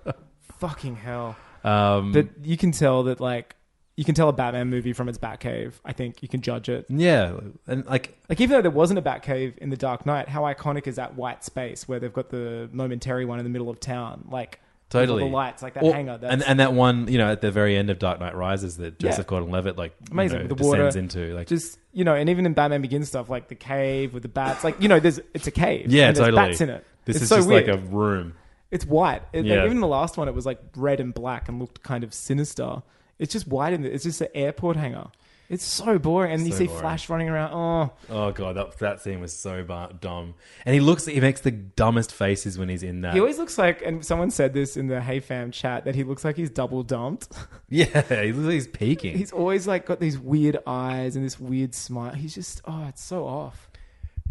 fucking hell. Um, but you can tell that like you can tell a Batman movie from its Batcave. I think you can judge it. Yeah, and like Like even though there wasn't a Batcave in The Dark Knight, how iconic is that white space where they've got the momentary one in the middle of town? Like with all Totally. the lights, like that Or- hangar. That's, and and that one, you know, at the very end of Dark Knight Rises, that Yeah. Joseph Gordon-Levitt like you amazing know, with the water descends into like just you know, and even in Batman Begins stuff, like the cave with the bats, like you know, there's it's a cave. yeah, and there's totally. Bats in it. This It's is so just weird. like a room. It's white. It, Yeah. like, even the last one, it was like red and black and looked kind of sinister. It's just white in it. It's just an airport hangar. It's so boring. And you So see boring. Flash running around. Oh, Oh god, that that scene was so bar- dumb. And he looks, he makes the dumbest faces when he's in that. he always looks like. And someone said this in the Hey Fam chat that he looks like he's double dumped. yeah, he looks like he's peeking. he's always like got these weird eyes and this weird smile. He's just oh, it's so off.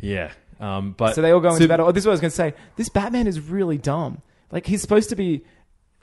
yeah, um, but so they all go into Sup- battle. Oh, this is what I was going to say. This Batman is really dumb. Like he's supposed to be.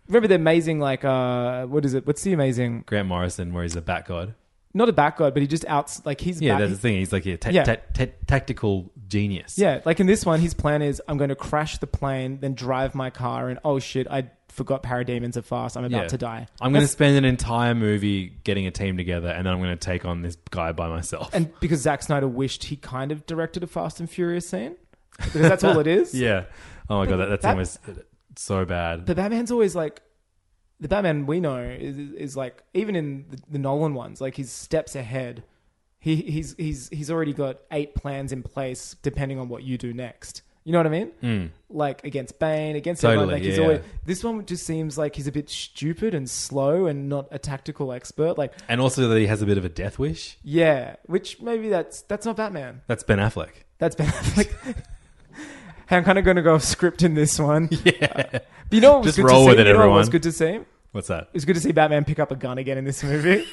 Remember the amazing like uh what is it? What's the amazing? Grant Morrison, where he's a bat god. Not a back god, but he just outs like he's Yeah, back, that's the thing. He's like a ta- Yeah. ta- ta- tactical genius. Yeah, like in this one, his plan is I'm going to crash the plane, then drive my car, and oh shit, I forgot parademons are fast. I'm about Yeah. to die. I'm going to spend an entire movie getting a team together, and then I'm going to take on this guy by myself. And because Zack Snyder wished he kind of directed a Fast and Furious scene, because that's all it is. Yeah. Oh my god, that, that's that- almost so bad. But Batman's always like, the Batman we know is, is like, even in the, the Nolan ones, like he's steps ahead. He, he's, he's, he's already got eight plans in place depending on what you do next. You know what I mean? Mm. Like against Bane, against Totally, everyone. Like he's yeah. always, this one just seems like he's a bit stupid and slow and not a tactical expert. Like, and also that he has a bit of a death wish. yeah, which maybe that's, that's not Batman. That's Ben Affleck. That's Ben Affleck. hey, I'm kind of going to go off script in this one. Yeah. but you know what Just was good roll to with see? it, You know what everyone. was good to see? What's that? It's good to see Batman pick up a gun again in this movie.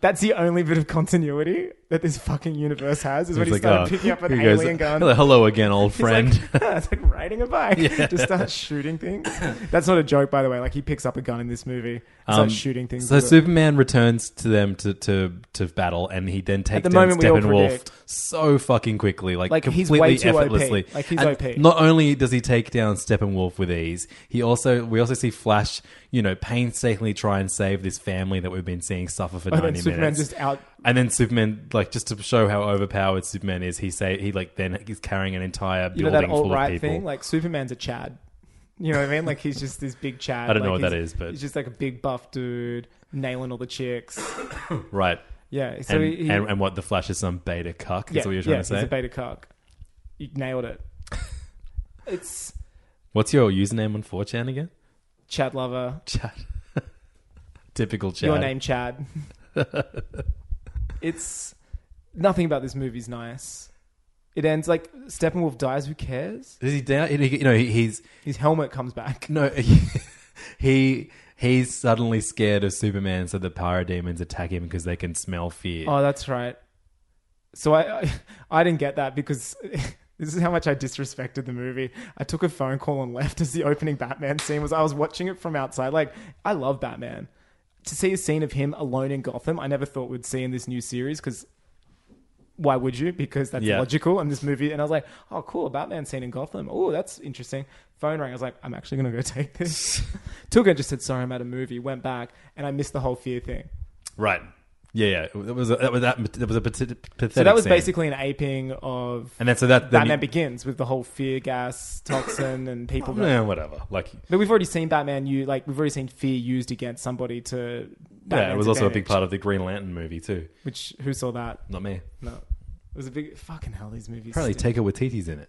That's the only bit of continuity that this fucking universe has is when he He's started oh, picking up an here goes- alien gun. Hello, hello again, old It's like- friend. it's like riding a bike. Yeah. Just start shooting things. That's not a joke, by the way. Like he picks up a gun in this movie, and Um, starts shooting things. So with it. Superman returns to them to, to, to battle, and he then takes the down moment we all Steppenwolf predict. so fucking quickly, like, Like, he's completely way too OP. effortlessly. Like, he's And OP. Not only does he take down Steppenwolf with ease, he also we also see Flash, you know, painstakingly try and save this family that we've been seeing suffer for Oh, And then ninety Superman minutes. just out- and then Superman, like, just to show how overpowered Superman is, he say he like then is carrying an entire you know building that full alt right of people. thing. Like Superman's a Chad. You know what I mean? Like he's just this big Chad. I don't know Like, what that he's- is, but- he's just like a big buff dude nailing all the chicks. Right. Yeah, so and, he- he- and, and what the Flash is some beta cuck. Is yeah, what you're trying yeah, to say. he's a beta cock. You nailed it. it's What's your username on 4chan again? Chad lover. Chad. Typical Chad. Your name, Chad. it's nothing about this movie's nice. It ends like Steppenwolf dies. Who cares? Is he down? he- he- You know, he- he's his helmet comes back. No, he, he he's suddenly scared of Superman, so the parademons attack him because they can smell fear. Oh, that's right. So I, I, I didn't get that because this is how much I disrespected the movie. I took a phone call and left as the opening Batman scene was. I was watching it from outside. Like I love Batman. To see a scene of him alone in Gotham, I never thought we'd see in this new series because. Why would you? Because that's Yeah. logical in this movie. And I was like, oh, cool, Batman scene in Gotham. Oh, that's interesting. Phone rang. I was like, I'm actually going to go take this. Took it, just said, sorry, I'm at a movie, went back, and I missed the whole fear thing. Right. Yeah, yeah. It was a, that was that, that was a pati- pathetic. So that was scene. basically an aping of And then- so that- then Batman you- Oh, begins with the whole fear gas toxin and people. Yeah, whatever. Like, But we've already seen Batman. You like we've already seen fear used against somebody to. yeah, it was also a big part of the Green Lantern movie too. Which who saw that? Not me. No, it was a big fucking hell. These movies. Apparently, stink. Taika Waititi's in it.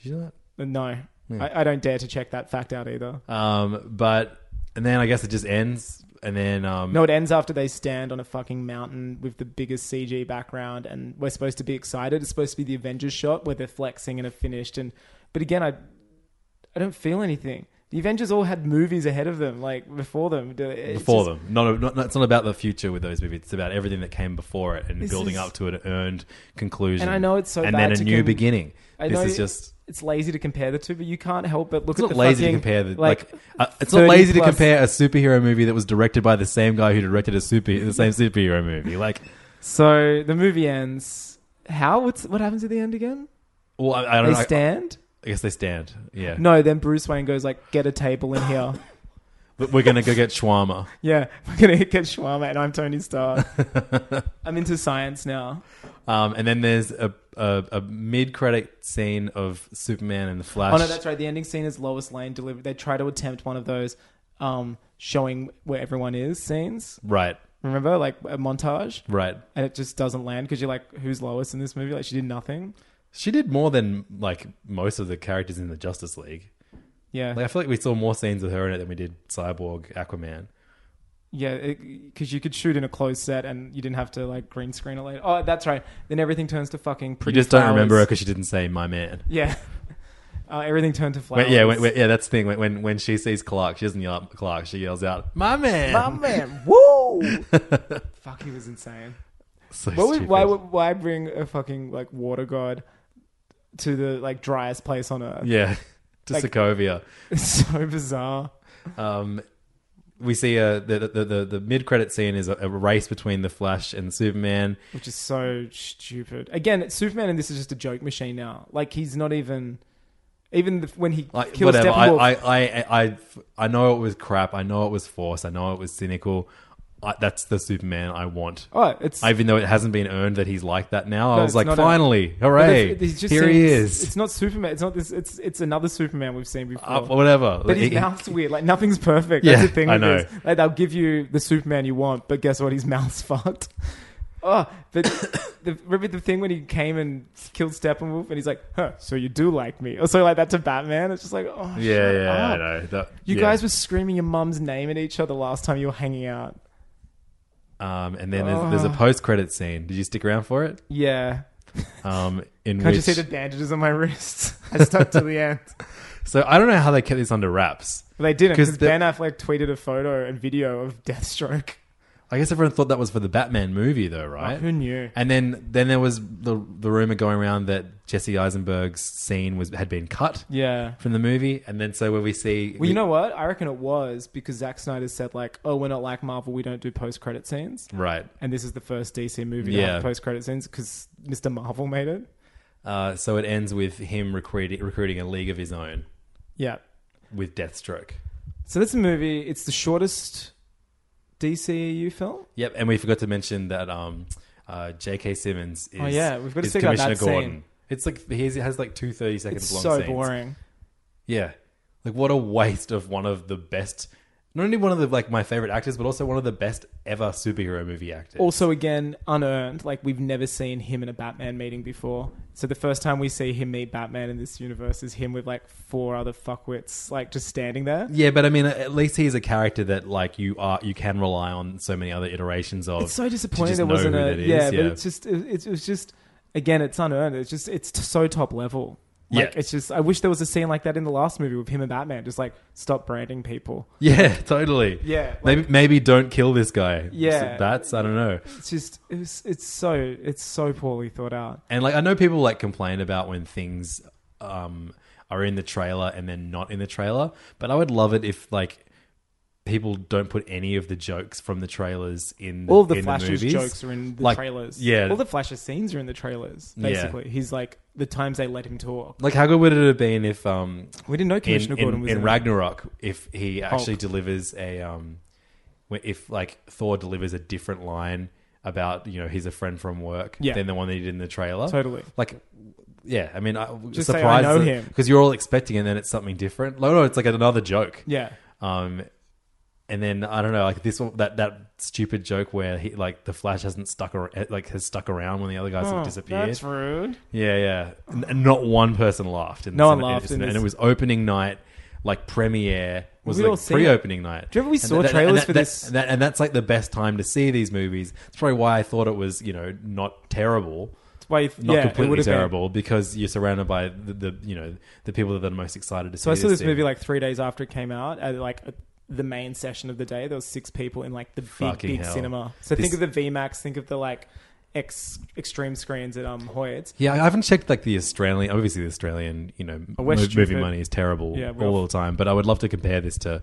Did you know No, Yeah. I, I don't dare to check that fact out either. that? Um, but and then I guess it just ends, and then um, No, it ends after they stand on a fucking mountain with the biggest CG background, and we're supposed to be excited. It's supposed to be the Avengers shot where they're flexing and are finished. And but again, I I don't feel anything. The Avengers all had movies ahead of them, like before them. It's before just- them. Not, not, not- it's not about the future with those movies. It's about everything that came before it and This building is- up to an earned conclusion. And I know it's so. And bad then a to new com- beginning. I this know is just. it's lazy to compare the two, but you can't help but look It's at not the lazy fucking, to compare. The, like, like, uh, it's not 30 lazy to plus- compare a superhero movie that was directed by the same guy who directed a super the same superhero movie. Like, So the movie ends. How? What's what happens at the end again? well, I, I don't They know. I- stand? I, guess they stand. Yeah. No, then Bruce Wayne goes like, "Get a table in here." But we're gonna go get shawarma. Yeah, we're gonna get shawarma, and I'm Tony Stark. I'm into science now. Um, and then there's a a, a mid credit scene of Superman and the Flash. Oh no, that's right. The ending scene is Lois Lane delivered. They try to attempt one of those um, showing where everyone is scenes. Right. Remember, like a montage, Right. and it just doesn't land because you're like, "Who's Lois in this movie?" Like she did nothing. She did more than like most of the characters in the Justice League. Yeah, Like I feel like we saw more scenes with her in it than we did Cyborg, Aquaman. yeah, because you could shoot in a closed set and you didn't have to like green screen it later. Oh, that's right. Then everything turns to fucking You pretty. just don't flowers. remember her because she didn't say "my man." Yeah, uh, everything turned to flowers. When, yeah, when, when- yeah, that's the thing. When, when when she sees Clark, she doesn't yell at Clark. She yells out, "My man!" My man, woo! Fuck, he was insane. So What would, stupid. why would why bring a fucking like water god to the like driest place on earth? yeah, to Like- Sokovia. It's so bizarre. Um, we see uh, the, the the the mid credit scene is a, a race between the Flash and Superman. Which is so stupid. Again, Superman and this is just a joke machine now. Like he's not even even the, when he Like kills whatever. I, Steppenwolf. I, I I I know it was crap. I know it was forced. I know it was cynical. I, that's the Superman I want. oh, it's Even though it hasn't been earned that he's like that now, no, I was it's like, not a- finally, But hooray! it's- it's just Here he seems- is. It's not Superman. It's not this. It's it's another Superman we've seen before. Uh, whatever. But his He- mouth's weird. Like nothing's perfect. Yeah, That's the thing. I with know. this. Like they'll give you the Superman you want, but guess what? His mouth's fucked. Oh, but the, remember the thing when he came and killed Steppenwolf, and he's like, "Huh, so you do like me?" Or so like that to Batman. It's just like, oh, Yeah, shut yeah, I up. know. That- You yeah. guys were screaming your mum's name at each other last time you were hanging out. Um, and then there's, there's a Ugh. post-credit scene. Did you stick around for it? Yeah. Um, in Can't you which, see the bandages on my wrists? I stuck to the end. so I don't know how they kept this under wraps. But they didn't because the- Ben Affleck tweeted a photo and video of Deathstroke. I guess everyone thought that was for the Batman movie, though, right? Oh, who knew? And then, then there was the the rumor going around that Jesse Eisenberg's scene was had been cut Yeah. from the movie, and then so where we see, Well, you know what? I reckon it was because Zack Snyder said like, "Oh, we're not like Marvel. We don't do post-credit scenes." right? And this is the first DC movie to Yeah. have post-credit scenes because Mr. Marvel made it. Uh, so it ends with him recruiting recruiting a league of his own Yeah. with Deathstroke. So that's a movie. It's the shortest DCEU film. Yep, and we forgot to mention that um, uh, J.K. Simmons is Oh, yeah, we've got to is stick out that Commissioner scene. It's like he has- he has like two 30 second It's long so scenes. boring. Yeah. Like what a waste of one of the best not only one of the like my favorite actors, but also one of the best ever superhero movie actors. Also, again, unearned. Like we've never seen him in a Batman meeting before. So the first time we see him meet Batman in this universe is him with like four other fuckwits, like just standing there. yeah, but I mean, at least he's a character that like you are you can rely on so many other iterations of. It's so to disappointing just there know wasn't who a that is, yeah, but it's just it, it was just again, it's unearned. It's just it's t- so top level. Like, Yeah. it's just I wish there was a scene like that in the last movie with him and Batman, just like stop branding people. Yeah, totally. Yeah, like- maybe maybe don't kill this guy. Yeah. that's I don't know. It's just it was, it's so it's so poorly thought out. And like I know people like complain about when things um are in the trailer and then not in the trailer, but I would love it if like people don't put any of the jokes from the trailers in All the in Flash's movies. jokes are in the Like, trailers. Yeah. all the Flash's scenes are in the trailers. Yeah. Basically, he's like the times they let him talk. like how good would it have been if um We didn't know Commissioner in, in- Gordon was in, in it. Ragnarok if he actually Hulk. delivers a um wh- if like Thor delivers a different line about you know he's a friend from work Yeah. than the one that he did in the trailer Totally. like yeah I mean I Just say, "I surprised know him. because you're all expecting and then it's something different no no it's like another joke Yeah. um and then I don't know like this one that that stupid joke where he like the Flash hasn't stuck ar- like has stuck around when the other guys Oh, have disappeared That's rude. yeah, yeah. N- And not one person laughed. In this- No one in- laughed in- in and this. it was opening night, like premiere was we all like see it? pre-opening night. Do you remember we And saw trailers and that- for that- this? and that- and that's like the best time to see these movies. That's probably why I thought it was, you know, not terrible. It's why you- not yeah, it completely would've been. terrible because you're surrounded by the, the you know the people that are the most excited to see. So I saw this thing. movie like three days after it came out at like a, the main session of the day. There was six people in like the big Fucking big hell. cinema. So This- think of the VMAX. Think of the like ex, extreme screens at um Hoyts. Yeah, I haven't checked like the Australian. Obviously, the Australian, you know, Oh, we're mo- movie stupid. money is terrible Yeah, we're all off. the time. But I would love to compare this to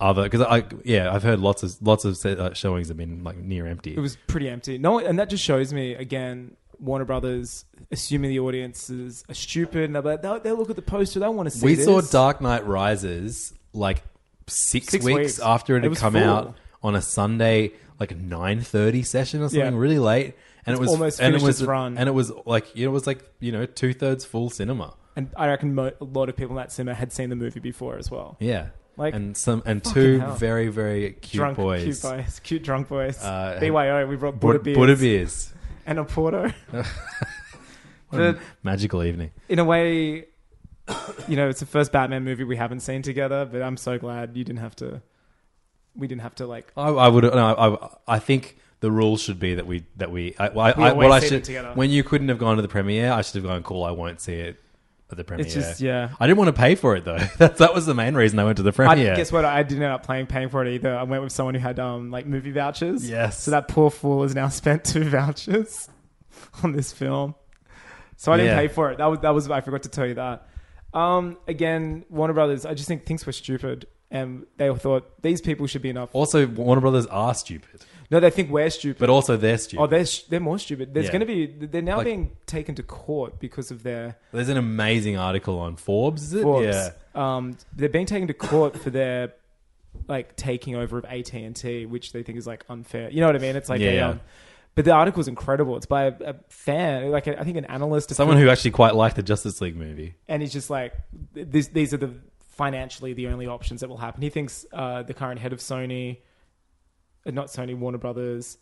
other because I, yeah, I've heard lots of lots of se- uh, showings have been like near empty. It was pretty empty. No, and that just shows me again. Warner Brothers assuming the audiences are stupid and they're like, they'll, they'll look at the poster. They want to see. we this. saw Dark Knight Rises like six, Six weeks, weeks. after it, It had was come full. out on a Sunday, like nine thirty session or something, Yeah. really late, and It's it was almost and it finished was its run. and it was like it was like you know two thirds full cinema. and I reckon mo- a lot of people in that cinema had seen the movie before as well. Yeah, Like, and some and fucking two hell. very very cute drunk boys. cute boys, cute drunk boys. Uh, BYO, we brought Buddha Buddha beers. beers, Buddha beers. and a porto. What a The- magical evening. in a way, you know, it's the first Batman movie we haven't seen together, but I'm so glad you didn't have to. We didn't have to like. I, I would. No, I, I think the rule should be that we that we. I, well, I, We I, always what I see them should. together. When you couldn't have gone to the premiere, I should have gone. Cool. I won't see it at the premiere. just- yeah. I didn't want to pay for it though. that that was the main reason I went to the I, premiere. Guess what? I didn't end up playing paying for it either. I went with someone who had um like movie vouchers. Yes. So that poor fool has now spent two vouchers on this film. So I didn't Yeah. pay for it. That was that was I forgot to tell you that. Um, again, Warner Brothers. I just think things were stupid, and they thought these people should be enough. Also, Warner Brothers are stupid, No, they think we're stupid. but also they're stupid. Oh, they're sh- they're more stupid. There's Yeah. going to be they're now Like- being taken to court because of their There's an amazing article on Forbes. Is it? Forbes. Yeah. Um, they're being taken to court for their like taking over of AT and T, which they think is like unfair. You know what I mean? It's like Yeah, a, yeah. um, but the article's incredible. It's by a, a fan, like I think an analyst, or Someone who actually quite liked the Justice League movie. and he's just like, these these are the financially the only options that will happen. He thinks uh, the current head of Sony, uh, not Sony, Warner Brothers,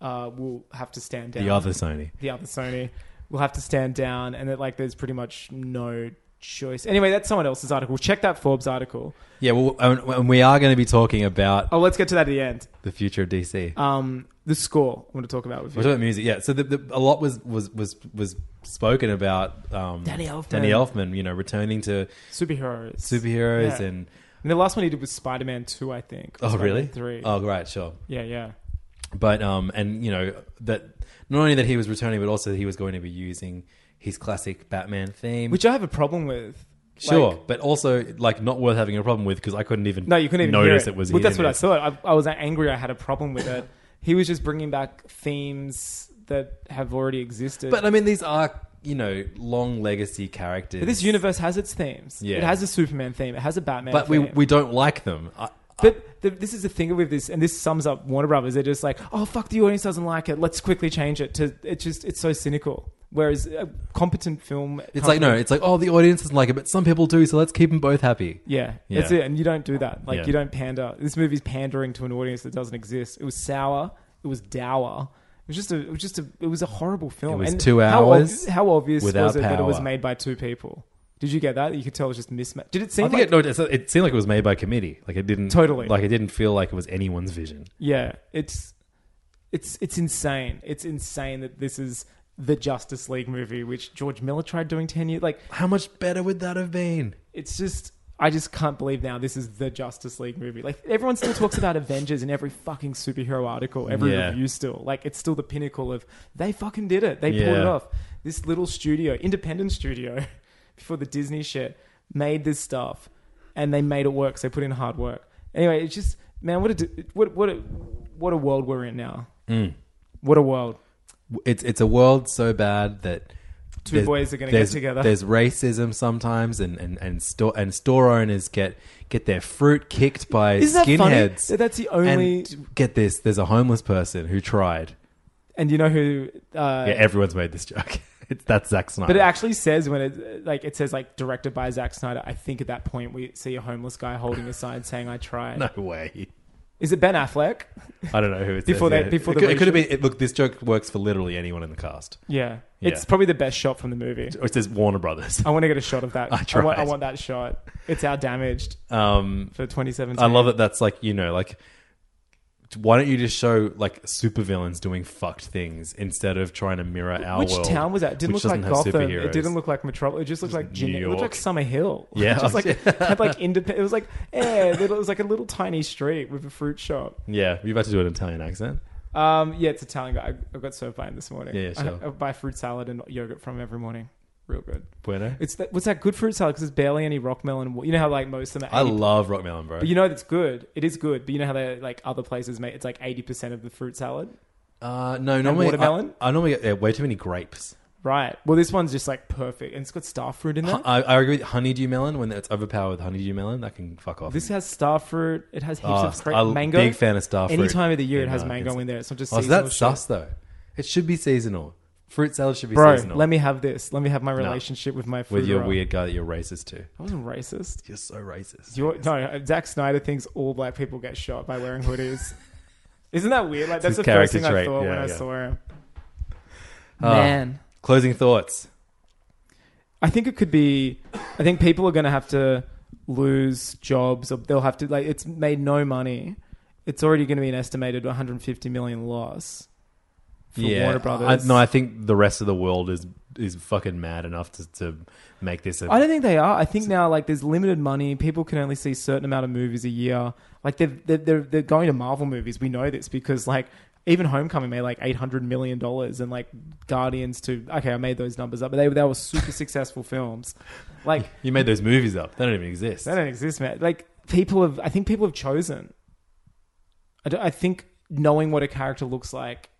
uh, will have to stand down. The other Sony. the other Sony will have to stand down, and that like there's pretty much no choice. Anyway, that's someone else's article. Check that Forbes article. Yeah. Well, and, and we are going to be talking about Oh, let's get to that at the end. the future of DC. Um, the score I want to talk about with What you. about music? Yeah. So the, the, a lot was was was was spoken about um, Danny Elfman. Danny Elfman, you know, returning to Superheroes. superheroes Yeah. and And the last one he did was Spider Man Two, I think. or oh Spider-Man really? Three. Oh right, sure. Yeah, yeah. But um, and you know that not only that he was returning, but also he was going to be using his classic Batman theme. Which I have a problem with. sure, Like- but also like not worth having a problem with because I couldn't even no, you couldn't even notice hear it. was. Well, in that's what this. I thought. I, I was angry. I had a problem with it. he was just bringing back themes that have already existed. But I mean, these are you know long legacy characters. But this universe has its themes. Yeah. It has a Superman theme. It has a Batman. but we theme. we don't like them. I, But the, this is the thing with this, and this sums up Warner Brothers. They're just like, oh fuck, the audience doesn't like it. Let's quickly change it to. It's just it's so cynical. Whereas a competent film, it's like no, it's like oh, the audience doesn't like it, but some people do, so let's keep them both happy. yeah, Yeah. that's it. And you don't do that. Like Yeah. you don't pander. This movie's pandering to an audience that doesn't exist. It was sour. It was dour. It was just a. It was just a. It was a horrible film. It was And two how ob- hours How, obvious was without it that it was power. made by two people? Did you get that? You could tell it was just mismatched. Did it seem I think like it, no, it's- it seemed like it was made by committee. Like it didn't Totally. Like it didn't feel like it was anyone's vision. Yeah, it's it's it's insane. It's insane that this is the Justice League movie, which George Miller tried doing 10 years. Like, how much better would that have been? It's just, I just can't believe now this is the Justice League movie. Like, everyone still talks about Avengers in every fucking superhero article, every Yeah. review still. Like, it's still the pinnacle of they fucking did it. They pulled it Yeah. off. This little studio, independent studio, before the Disney shit, made this stuff and they made it work. So they put in hard work. Anyway, it's just, man, what a, d- what, what a, what a world we're in now. Mm. What a world. It's it's a world so bad that Two there's- boys are gonna there's- get together. There's racism sometimes, and and and store and store owners get get their fruit kicked by Isn't that funny? skinheads. That that's the only- And get this. There's a homeless person who tried. And you know who? Uh, yeah, everyone's made this joke. It's, that's Zack Snyder. But it actually says when it like it says like directed by Zack Snyder. I think at that point we see a homeless guy holding a sign saying "I tried." no way. Is it Ben Affleck? I don't know who it's Before they- before it, the could- it could have been. reshoot? It, look, this joke works for literally anyone in the cast. Yeah. Yeah. it's probably the best shot from the movie. Or it says Warner Brothers. I want to get a shot of that. I want, I tried. want that shot. It's our damaged. um, for 2017. I love that. That's like you know, like why don't you just show like supervillains doing fucked things instead of trying to mirror our Which world? town was that? It didn't which look like doesn't have Gotham. It superheroes. didn't look like Metropolis. It just looked like Gen- New It looked like York. Summer Hill. Yeah. just like had like independent. It was like eh, little, it was like a little tiny street with a fruit shop. Yeah, you're about to do an Italian accent. Um, yeah, it's Italian. I, I got served by him this morning. Yeah, sure. I, I buy fruit salad and yogurt from him every morning. Real good. Bueno. It's that, what's that good fruit salad? Because there's barely any rock melon. You know how like most of them. Are I 80 love rock melon, bro. But you know it's good. It is good. But you know how they like other places make it's like eighty percent of the fruit salad. uh, no, And normally I- watermelon? I, normally get yeah, way too many grapes. Right. Well, this one's just like perfect, and it's got star fruit in there. Hu- I, I agree with honeydew melon when it's overpowered with honeydew melon. That can fuck off. This has star fruit. It has heaps Oh, of cra- I'm a mango. Big fan of star fruit. Any time of the year, Yeah, it has no, I mango can- in there. It's not just Oh, so seasonal that's shit. sus though. It should be seasonal. Fruit salad should be Bro, seasonal. let me have this. Let me have my No. relationship with my food. with your roll. weird guy that you're racist to. I wasn't racist. You're so racist. You're, no, Zack Snyder thinks all black people get shot by wearing hoodies. Isn't that weird? Like It's that's his the first thing character I thought trait. when Yeah, I yeah. saw him. Ah, Man. closing thoughts. I think it could be. I think people are going to have to lose jobs, or they'll have to like. It's made no money. It's already going to be an estimated 150 million loss for Warner Brothers. I, no, I think the rest of the world is is fucking mad enough to, to make this. A, I don't think they are. I think now, like, there's limited money. People can only see a certain amount of movies a year. Like, they're, they're, they're, they're going to Marvel movies. We know this because, like, even Homecoming made, like, $800 million. And, like, Guardians to Okay, I made those numbers up. But they, they were super successful films. Like, you made those movies up. They don't even exist. they don't exist, man. Like, people have... I think people have chosen. I, don't- I think knowing what a character looks like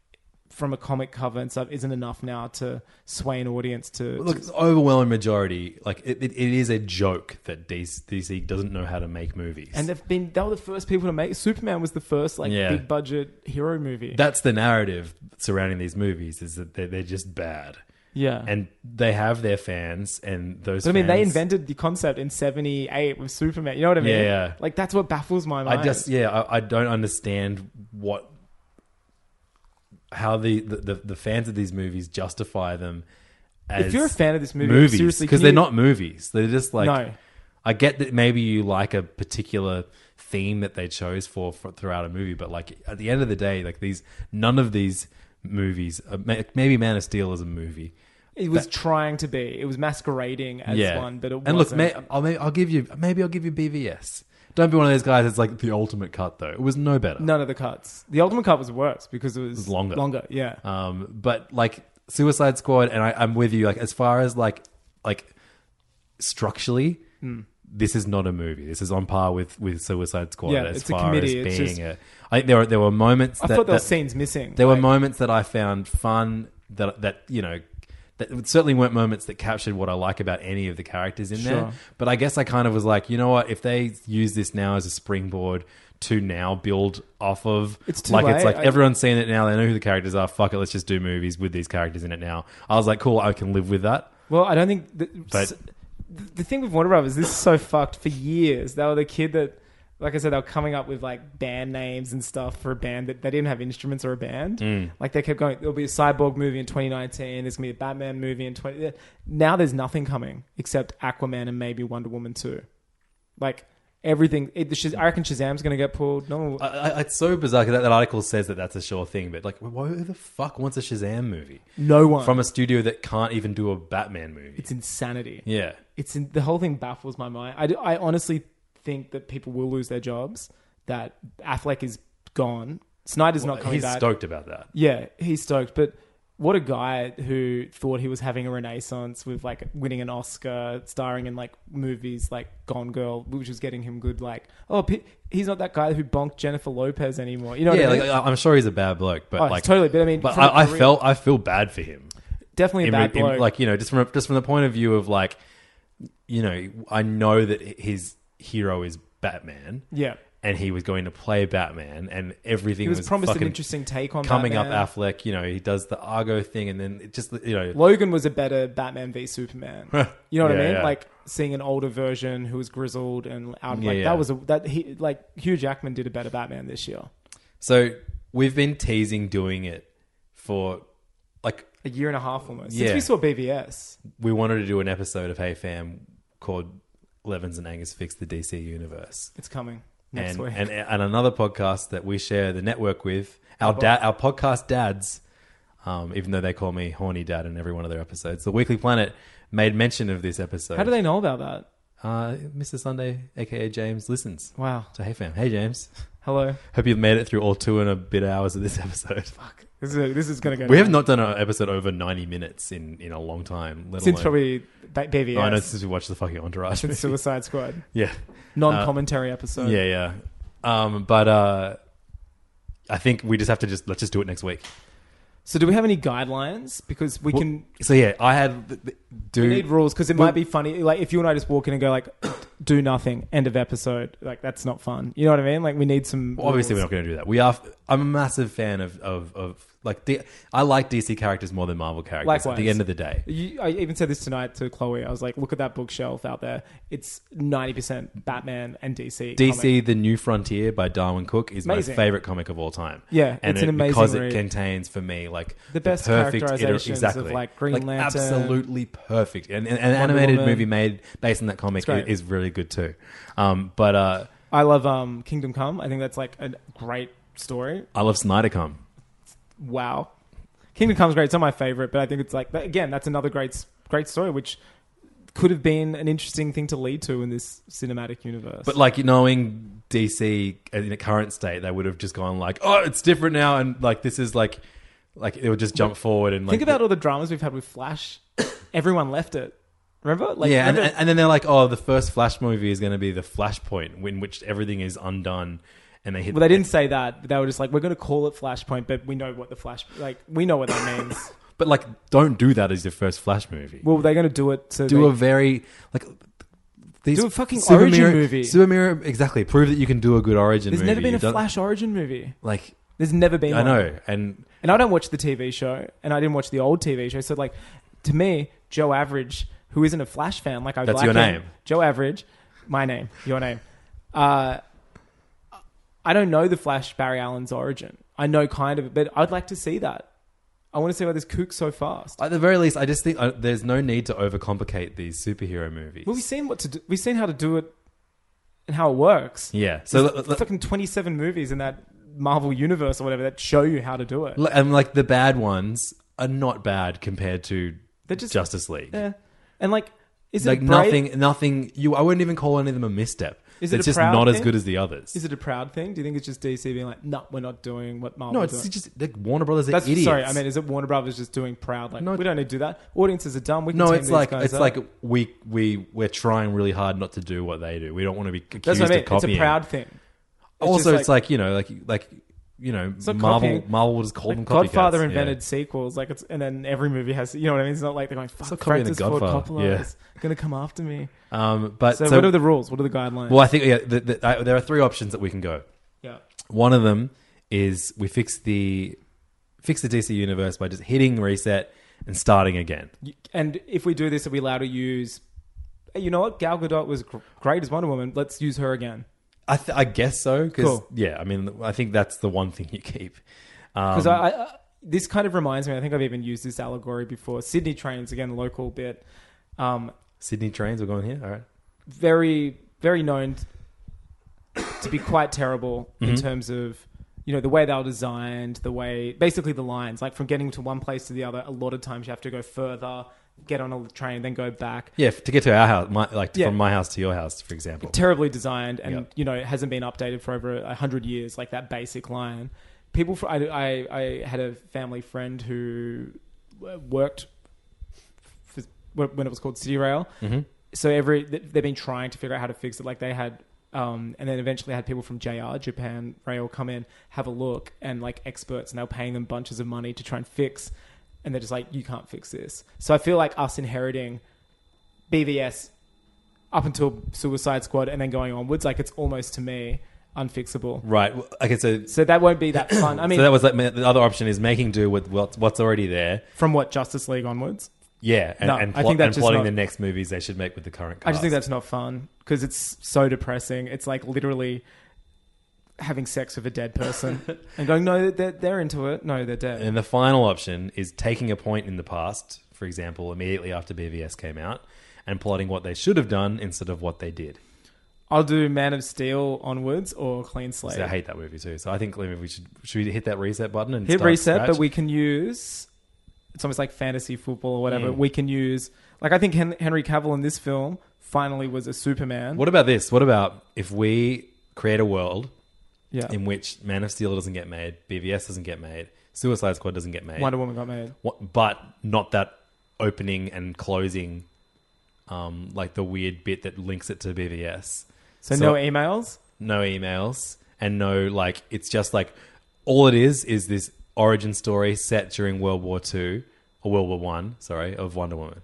from a comic cover and stuff isn't enough now to sway an audience to... Look, the overwhelming majority, like it, it, it is a joke that DC, DC doesn't know how to make movies. And they've been they were the first people to make Superman was the first like Yeah. big budget hero movie. That's the narrative surrounding these movies is that they're, they're just bad. Yeah. and they have their fans, and those. but I mean, they fans- invented the concept in '78 with Superman. You know what I mean? Yeah, yeah. Like that's what baffles my mind. I just yeah, I, I don't understand what how the, the, the, the fans of these movies justify them. As If you're a fan of this movie, movies, seriously, because can they're you- not movies. They're just like No. I get that maybe you like a particular theme that they chose for, for throughout a movie, but like at the end of the day, like these none of these movies. uh, ma- Maybe Man of Steel is a movie. it was trying to be. It was masquerading as one, but it and look, wasn't. may, I'll, may, I'll give you maybe I'll give you BVS. Don't be one of those guys that's like the ultimate cut though. It was no better. none of the cuts. The Ultimate Cut was worse because it was, was longer. Longer, yeah. Um, but like Suicide Squad, and I, I'm with you. Like as far as like like structurally, Hmm. this is not a movie. This is on par with with Suicide Squad. Yeah, as it's a far committee. as It's being a, just- I think there were there were moments. I that, thought there were that- scenes missing, There were like- moments that I found fun. That that you know. That certainly weren't moments that captured what I like about any of the characters in there. Sure. But I guess I kind of was like, you know what? If they use this now as a springboard to now build off of, It's too like it's late. like I- everyone's seen it now. They know who the characters are. Fuck it, let's just do movies with these characters in it now. I was like, cool, I can live with that. Well, I don't think. The, But- s- the- the thing with Warner Brothers, this is so fucked. For years, they were the kid that, like I said, they were coming up with like band names and stuff for a band that they didn't have instruments or a band. Mm. Like they kept going. There'll be a Cyborg movie in 2019. There's gonna be a Batman movie in 20. Now there's nothing coming except Aquaman and maybe Wonder Woman 2. Like everything. It, the Shaz- I reckon Shazam's going to get pulled. No, I, I, it's so bizarre 'cause that, that article says that that's a sure thing, but like, wh- who the fuck wants a Shazam movie? No one. from a studio that can't even do a Batman movie. it's insanity. Yeah. it's in, the whole thing baffles my mind. I, do- I honestly think that people will lose their jobs. That Affleck is gone. Snyder's not Well, coming he's back. stoked about that. Yeah, he's stoked. But what a guy who thought he was having a renaissance with like winning an Oscar, starring in like movies like Gone Girl, which was getting him good. Like, oh, pe- he's not that guy who bonked Jennifer Lopez anymore. You know? yeah, what I like, uh, mean? I- I'm sure he's a bad bloke, but Oh, like totally, but I mean, but from I, I a career- felt I feel bad for him. Definitely a In- bad in- bloke. like you know, just from just from the point of view of like, you know, I know that his hero is Batman. Yeah. and he was going to play Batman, and everything He was promised an fucking interesting take on coming Batman. up. Affleck, you know, he does the Argo thing, and then it just you know, Logan was a better Batman v Superman. You know what I Yeah, mean? yeah. Like seeing an older version who was grizzled and out. Yeah, like yeah. that was a that he like Hugh Jackman did a better Batman this year. So we've been teasing doing it for like a year and a half almost since Yeah. we saw BVS. we wanted to do an episode of Hey Fam called Levins and Angus Fix the DC Universe. It's coming next and, week. and and another podcast that we share the network with our Our dad, our podcast dads. Um, even though they call me horny dad in every one of their episodes, the Weekly Planet made mention of this episode. How do they know about that? Uh, Mr. Sunday, aka James, listens. Wow. So hey fam, hey James. Hello. Hope you've made it through all two and a bit hours of this episode. Fuck. This is, this is going to go. We have down. not done an episode over 90 minutes in, in a long time. Let alone, Since probably ba- BVS. I know, since we watched the fucking Entourage. Since movie. Suicide Squad. Yeah. Non-commentary episode. Yeah, yeah. Um, but uh, I think we just have to just, let's just do it next week. So do we have any guidelines? Because we Well, can So yeah, I had, th- th- we dude. need rules because it Well- might be funny. Like if you and I just walk in and go like, do nothing, end of episode. Like that's not fun. You know what I mean? Like we need some. Well, obviously, we're rules. not going to do that. We are. I'm a massive fan of of, of like D, I like DC characters more than Marvel characters. At Likewise. the end of the day, You, I even said this tonight to Chloe. I was like, look at that bookshelf out there. It's ninety percent Batman and DC. DC: comic. The New Frontier by Darwin Cook is Amazing. my favorite comic of all time. Yeah, and it's an it- amazing because it read. contains for me like The best perfect iter- characterizations of, like, Green Lantern. absolutely perfect. And, and- and an Wonder animated Woman. movie made based on that comic great. i- is really good too. Um, but uh, I love um, Kingdom Come. I think that's like a great story. I love Snyder Come. Wow, Kingdom Come's great. It's not my favorite, but I think it's like that, again, that's another great great story, which could have been an interesting thing to lead to in this cinematic universe. But like knowing DC in the current state, they would have just gone like, "Oh, it's different now," and like this is like, like it would just jump forward and like, think about all the dramas we've had with Flash. Everyone left it. Remember? Like, yeah, and, remember- and and then they're like, "Oh, the first Flash movie is going to be the Flashpoint, in which everything is undone," and they hit. well, they didn't say that. But they were just like, we're going to call it Flashpoint, but we know what the Flash like. We know what that means. But like, don't do that as your first Flash movie. well, they're going to do it to do they- a very like. These Do a fucking Super origin Mirror- movie. Super Mirror, exactly. Prove that you can do a good origin. There's movie. never been a You've done- Flash origin movie. Like There's never been. I one. know, and And I don't watch the TV show, and I didn't watch the old TV show. So, like, to me, Joe Average, who isn't a Flash fan, like I That's like your him. name. Joe Average, my name, your name. Uh, I don't know the Flash Barry Allen's origin. I know kind of, but I'd like to see that. I want to see why this cook so fast. at the very least, I just think uh, there's no need to overcomplicate these superhero movies. Well, we've seen what to do. We've seen how to do it and how it works. Yeah. So So l- l- fucking twenty-seven movies in that Marvel universe or whatever that show you how to do it. l- and like the bad ones are not bad compared to They're just- Justice League. Yeah. And like, is it like a brave- nothing, nothing. You, I wouldn't even call any of them a misstep. Is it it's a just proud not as thing? good as the others. Is it a proud thing? Do you think it's just DC being like, no, we're not doing what Marvel? no, it's doing? just like Warner Brothers are That's, idiots. Sorry, I mean, is it Warner Brothers just doing proud? Like, No. we don't need to do that. Audiences are dumb. We can no, tame it's these like guys it's up. like we we we're trying really hard not to do what they do. We don't want to be accused that's what I mean. of It's copying. a proud thing. It's also, just it's like you know, like like you know, not Marvel copying. Marvel just called them like, copycats. Godfather Yeah. invented sequels, like it's, and then every movie has, you know what I mean? It's not like they're going, not "Fuck, copying Francis The Ford Godfather, Coppola yeah. is gonna come after me." Um, but So, what are the rules? What are the guidelines? Well, I think yeah, the, the, I, there are three options that we can go. Yeah. One of them is we fix the fix the DC universe by just hitting reset and starting again. You- and if we do this, are we allowed to use? Hey, You know what? Gal Gadot was gr- great as Wonder Woman. Let's use her again. I, th- I guess so because Cool. yeah, I mean I think that's the one thing you keep. Because Um, I, I, this kind of reminds me. I think I've even used this allegory before. Sydney trains again, local bit. Um, Sydney trains are going here. All right. very, very known to be quite terrible in Mhm. terms of you know the way they were designed, the way basically the lines like from getting to one place to the other. A lot of times you have to go further, get on a train, then go back. Yeah, f- to get to our house, my, like Yeah. from my house to your house, for example. terribly designed and Yep. you know it hasn't been updated for over a hundred years like that basic line people fr- I, I, I had a family friend who uh, worked for, when it was called city rail Mhm. so every th- they've been trying to figure out how to fix it like they had um, and then eventually had people from JR Japan Rail come in, have a look, and like experts, and they're paying them bunches of money to try and fix, and they're just like, you can't fix this. So I feel like us inheriting BVS up until Suicide Squad and then going onwards, like it's almost to me unfixable. Right. w- Okay. So, So that won't be that fun. I mean, so that was like, ma- the other option is making do with what, what's already there. from what Justice League onwards. Yeah, and, No, and, I plot- think that's and just plotting not- the next movies they should make with the current. Cast. I just think that's not fun because it's so depressing. It's like literally having sex with a dead person and going, no, they're, they're into it. No, they're dead. And the final option is taking a point in the past, for example, immediately after BVS came out, and plotting what they should have done instead of what they did. I'll do Man of Steel onwards or Clean Slate. So I hate that movie too. So I think maybe we should should we hit that reset button and hit start reset, scratch? but we can use. It's almost like fantasy football or whatever. Mm. We can use, like I think Hen- Henry Cavill in this film finally was a Superman. What about this? What about if we create a world Yeah. in which Man of Steel doesn't get made, BVS doesn't get made, Suicide Squad doesn't get made, Wonder Woman got made. What, but not that opening and closing, um, like the weird bit that links it to BVS. So no emails? no emails, and no like it's just like all it is is this origin story set during World War Two or World War One, sorry, of Wonder Woman.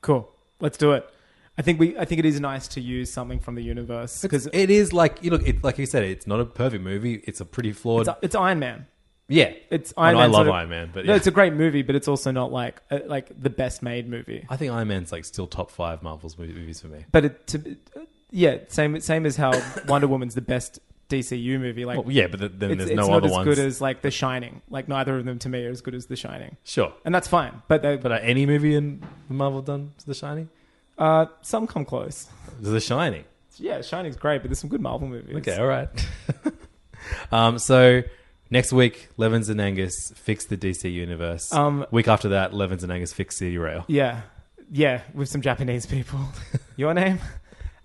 Cool. Let's do it. I think we. I think it is nice to use something from the universe because Because it is like you look, it, like you said, it's not a perfect movie. It's a pretty flawed. it's, it's Iron Man. Yeah. it's I Iron know, Man. I love sort of- Iron Man, but no, yeah. it's a great movie, but it's also not like uh, like the best made movie. I think Iron Man's like still top five Marvel's mo- movies for me. But it, to, uh, yeah, same same as how Wonder Woman's the best DCU movie. Like, Well, yeah, but th- then it's, there's it's no not other as ones. good as like The Shining. Like, neither of them to me are as good as The Shining. Sure. and that's fine. But they, But are any movie in Marvel done The Shining? uh, some come close. The Shining. Yeah, Shining's great, but there's some good Marvel movies. Okay, all right. um, so next week, Levins and Angus fix the DC universe. Um, week after that, Levins and Angus fix City Rail. Yeah, yeah, with some Japanese people. Your name.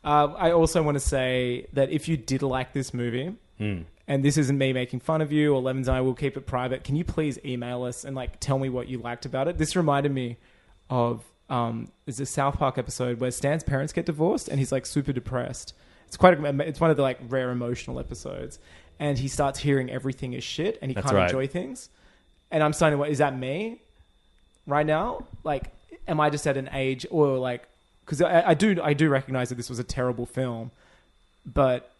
Um, I also want to say that if you did like this movie, Mm. and this isn't me making fun of you or Lemons and I will keep it private, can you please email us and like tell me what you liked about it? This reminded me of um, there's a South Park episode where Stan's parents get divorced and he's like super depressed. It's quite a, it's one of the like rare emotional episodes, and he starts hearing everything is shit and he That's can't right. enjoy things. And I'm starting to is that me? right now? Like, am I just at an age or like, because I, I do I do recognize that this was a terrible film, but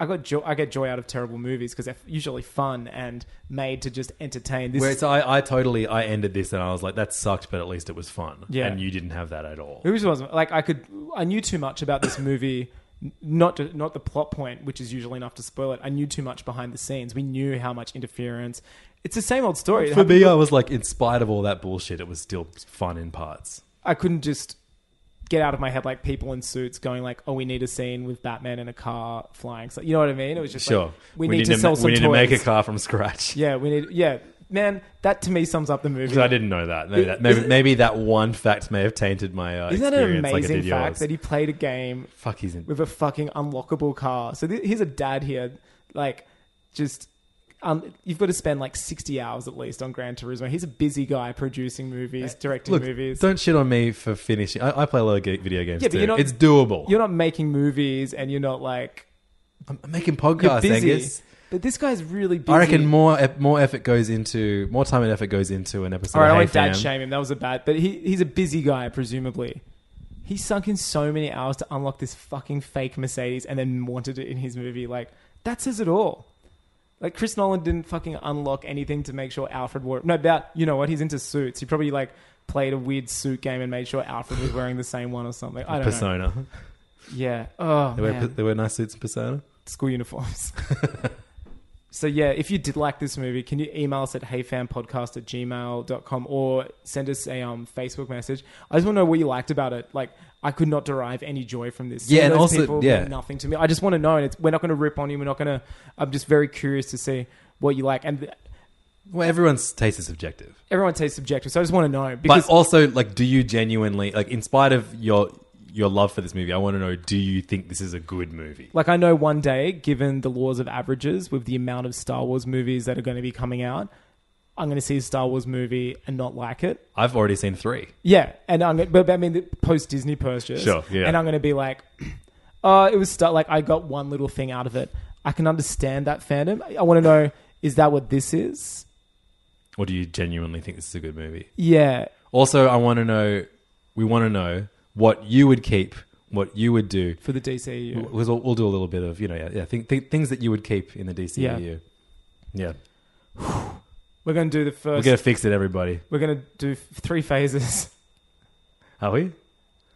I got joy I get joy out of terrible movies because they're usually fun and made to just entertain. This Whereas I, I totally I ended this and I was like, that sucked, but at least it was fun. Yeah. And you didn't have that at all. It was wasn't like I could I knew too much about this movie. n- Not to, not the plot point, which is usually enough to spoil it. I knew too much behind the scenes. We knew how much interference. It's the same old story. It For me, happened- I was like, in spite of all that bullshit, it was still fun in parts. I couldn't just get out of my head like people in suits going like, "Oh, we need a scene with Batman in a car flying." So you know what I mean? It was just Sure. like, we, need, to sell ma- some We need toys. to make a car from scratch. Yeah, we need. Yeah, man, that to me sums up the movie. Because I didn't know that. Maybe, that, Is- maybe, is- maybe that one fact may have tainted my uh, Isn't that an experience like it amazing did fact yours. that he played a game Fuck, he's in. with a fucking unlockable car? So th- here's a dad here, like just. Um, you've got to spend like 60 hours at least on Gran Turismo. He's a busy guy producing movies, directing Look, movies. don't shit on me for finishing. I, I play a lot of ge- video games Yeah, but too. you're not- it's doable. You're not making movies and you're not like I'm making you're podcasts, busy. Angus. But this guy's really busy. I reckon more ep- more effort goes into more time and effort goes into an episode. All right, of I hey won't dad Fam. shame him. That was a bad. But he he's a busy guy, presumably. He sunk in so many hours to unlock this fucking fake Mercedes and then wanted it in his movie. Like that says it all. Like Chris Nolan didn't fucking unlock anything to make sure Alfred wore. No, about you know what? He's into suits. He probably like played a weird suit game and made sure Alfred was wearing the same one or something. I don't know. Persona. Yeah. Oh They wear, man. they wear nice suits in Persona. School uniforms. So yeah, if you did like this movie, can you email us at heyfanpodcast at gmail.com or send us a um, Facebook message? I just want to know what you liked about it. Like, I could not derive any joy from this. Yeah, Some and of those also- people yeah. meant nothing to me. I just want to know, and it's, we're not going to rip on you. We're not going to. I'm just very curious to see what you like, and th- Well, everyone's taste is subjective. everyone tastes subjective. So I just want to know because but also, like, do you genuinely like, in spite of your your love for this movie, I want to know: Do you think this is a good movie? Like I know one day, given the laws of averages with the amount of Star Wars movies that are going to be coming out, I'm going to see a Star Wars movie and not like it. I've already seen three. Yeah, and I'm but I mean the post Disney purchase. Sure, yeah. And I'm going to be like, uh, it was Star like I got one little thing out of it. I can understand that fandom. I want to know is that what this is? Or do you genuinely think this is a good movie? Yeah. Also, I want to know. We want to know what you would keep, what you would do for the DCU. We'll, we'll- we'll do a little bit of you know, yeah, yeah think, think, things that you would keep in the DCU. Yeah, We're going to do the 1st we we're gonna fix it, everybody. we're going to do f- three phases. Are we?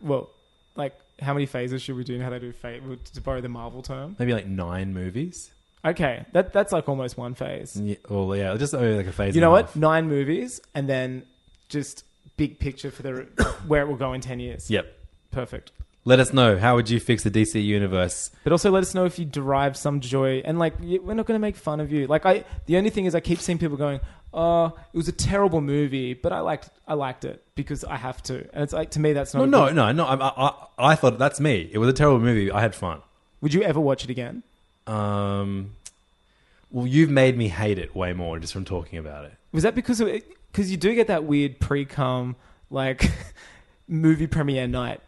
well, like how many phases should we do? And how they do phase? To borrow the Marvel term. Maybe like nine movies. Okay, that that's like almost one phase. Yeah, well, yeah, just uh, like a phase. you and know a what? half. Nine movies, and then just big picture for the where it will go in ten years. Yep. perfect. Let us know how would you fix the DC universe. But also let us know if you derive some joy and like y- we're not going to make fun of you. Like I, the only thing is I keep seeing people going, "Oh, it was a terrible movie, but I liked I liked it because I have to." And it's like to me that's not No, a no, good- no, no. I, I, I- I thought that's me. It was a terrible movie. I had fun. Would you ever watch it again? Um, well, you've made me hate it way more just from talking about it. Was that because of because you do get that weird pre cum like movie premiere night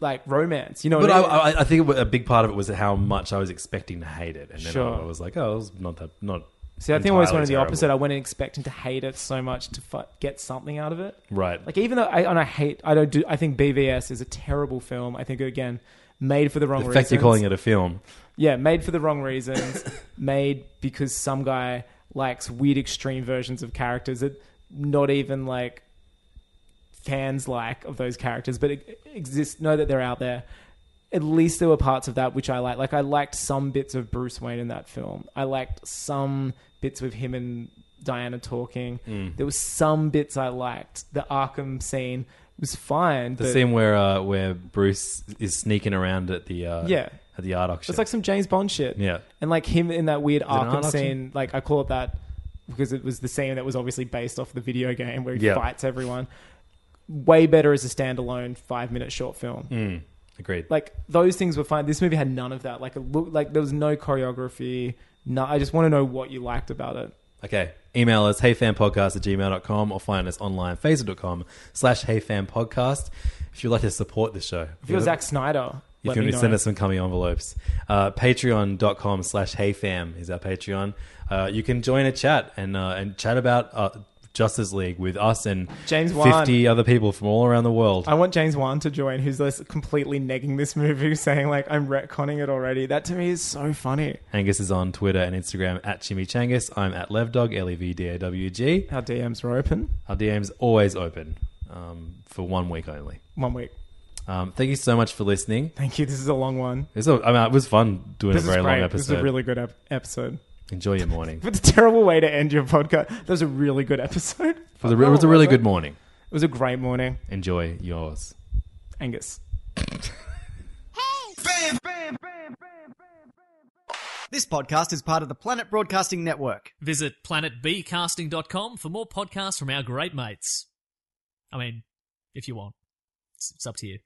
like romance? You know, but what I, I, mean? I, I think it wa- a big part of it was how much I was expecting to hate it, and then Sure. I was like, oh, it was not that not. See, I think I always entirely wanted the terrible. opposite. I went in expecting to hate it so much to fu- get something out of it. Right. Like even though I and I hate, I don't do. I think BVS is a terrible film. I think again, made for the wrong the reasons. fact you're calling it a film. yeah, made for the wrong reasons. made because some guy likes weird, extreme versions of characters that not even like fans like of those characters, but it exists. Know that they're out there. At least there were parts of that which I liked. Like I liked some bits of Bruce Wayne in that film. I liked some bits with him and Diana talking. Mm. There was some bits I liked. The Arkham scene was fine. The but scene where uh, where Bruce is sneaking around at the uh, Yeah. at the art auction. It's like some James Bond shit. Yeah. And like him in that weird it an art Arkham auction? scene, like I call it that because it was the scene that was obviously based off the video game where he Yeah. fights everyone. Way better as a standalone five minute short film. Mm, agreed. Like those things were fine. This movie had none of that. Like it looked like there was no choreography. No, I just want to know what you liked about it. Okay. Email us heyfanpodcast at gmail.com or find us online facebook.com slash heyfanpodcast if you'd like to support the show. If you're Zack Snyder, If let you want me to know. send us some cummy envelopes, uh, patreon.com slash heyfam is our Patreon. Uh, you can join a chat and uh, and chat about uh, Justice League with us and James Wan. 50 other people from all around the world. I want James Wan to join, who's just completely negging this movie, saying like I'm retconning it already. That to me is so funny. Angus is on Twitter and Instagram at chimichangas. I'm at levdog, E L-E-V-D-A-W-G. Our DMs were open Our DM's always open um, for one week only. one week. Um, thank you so much for listening. Thank you. This is a long one. It's a, I mean, it was fun doing This a is very long great. This is episode. a really good ep- episode. Enjoy your morning. It's a terrible way to end your podcast. That was a really good episode. It was a, re- it was a really good morning. It was a great morning, Enjoy yours. Angus. This podcast is part of the Planet Broadcasting Network. Visit planetbcasting.com for more podcasts from our great mates. I mean, if you want, it's, it's up to you.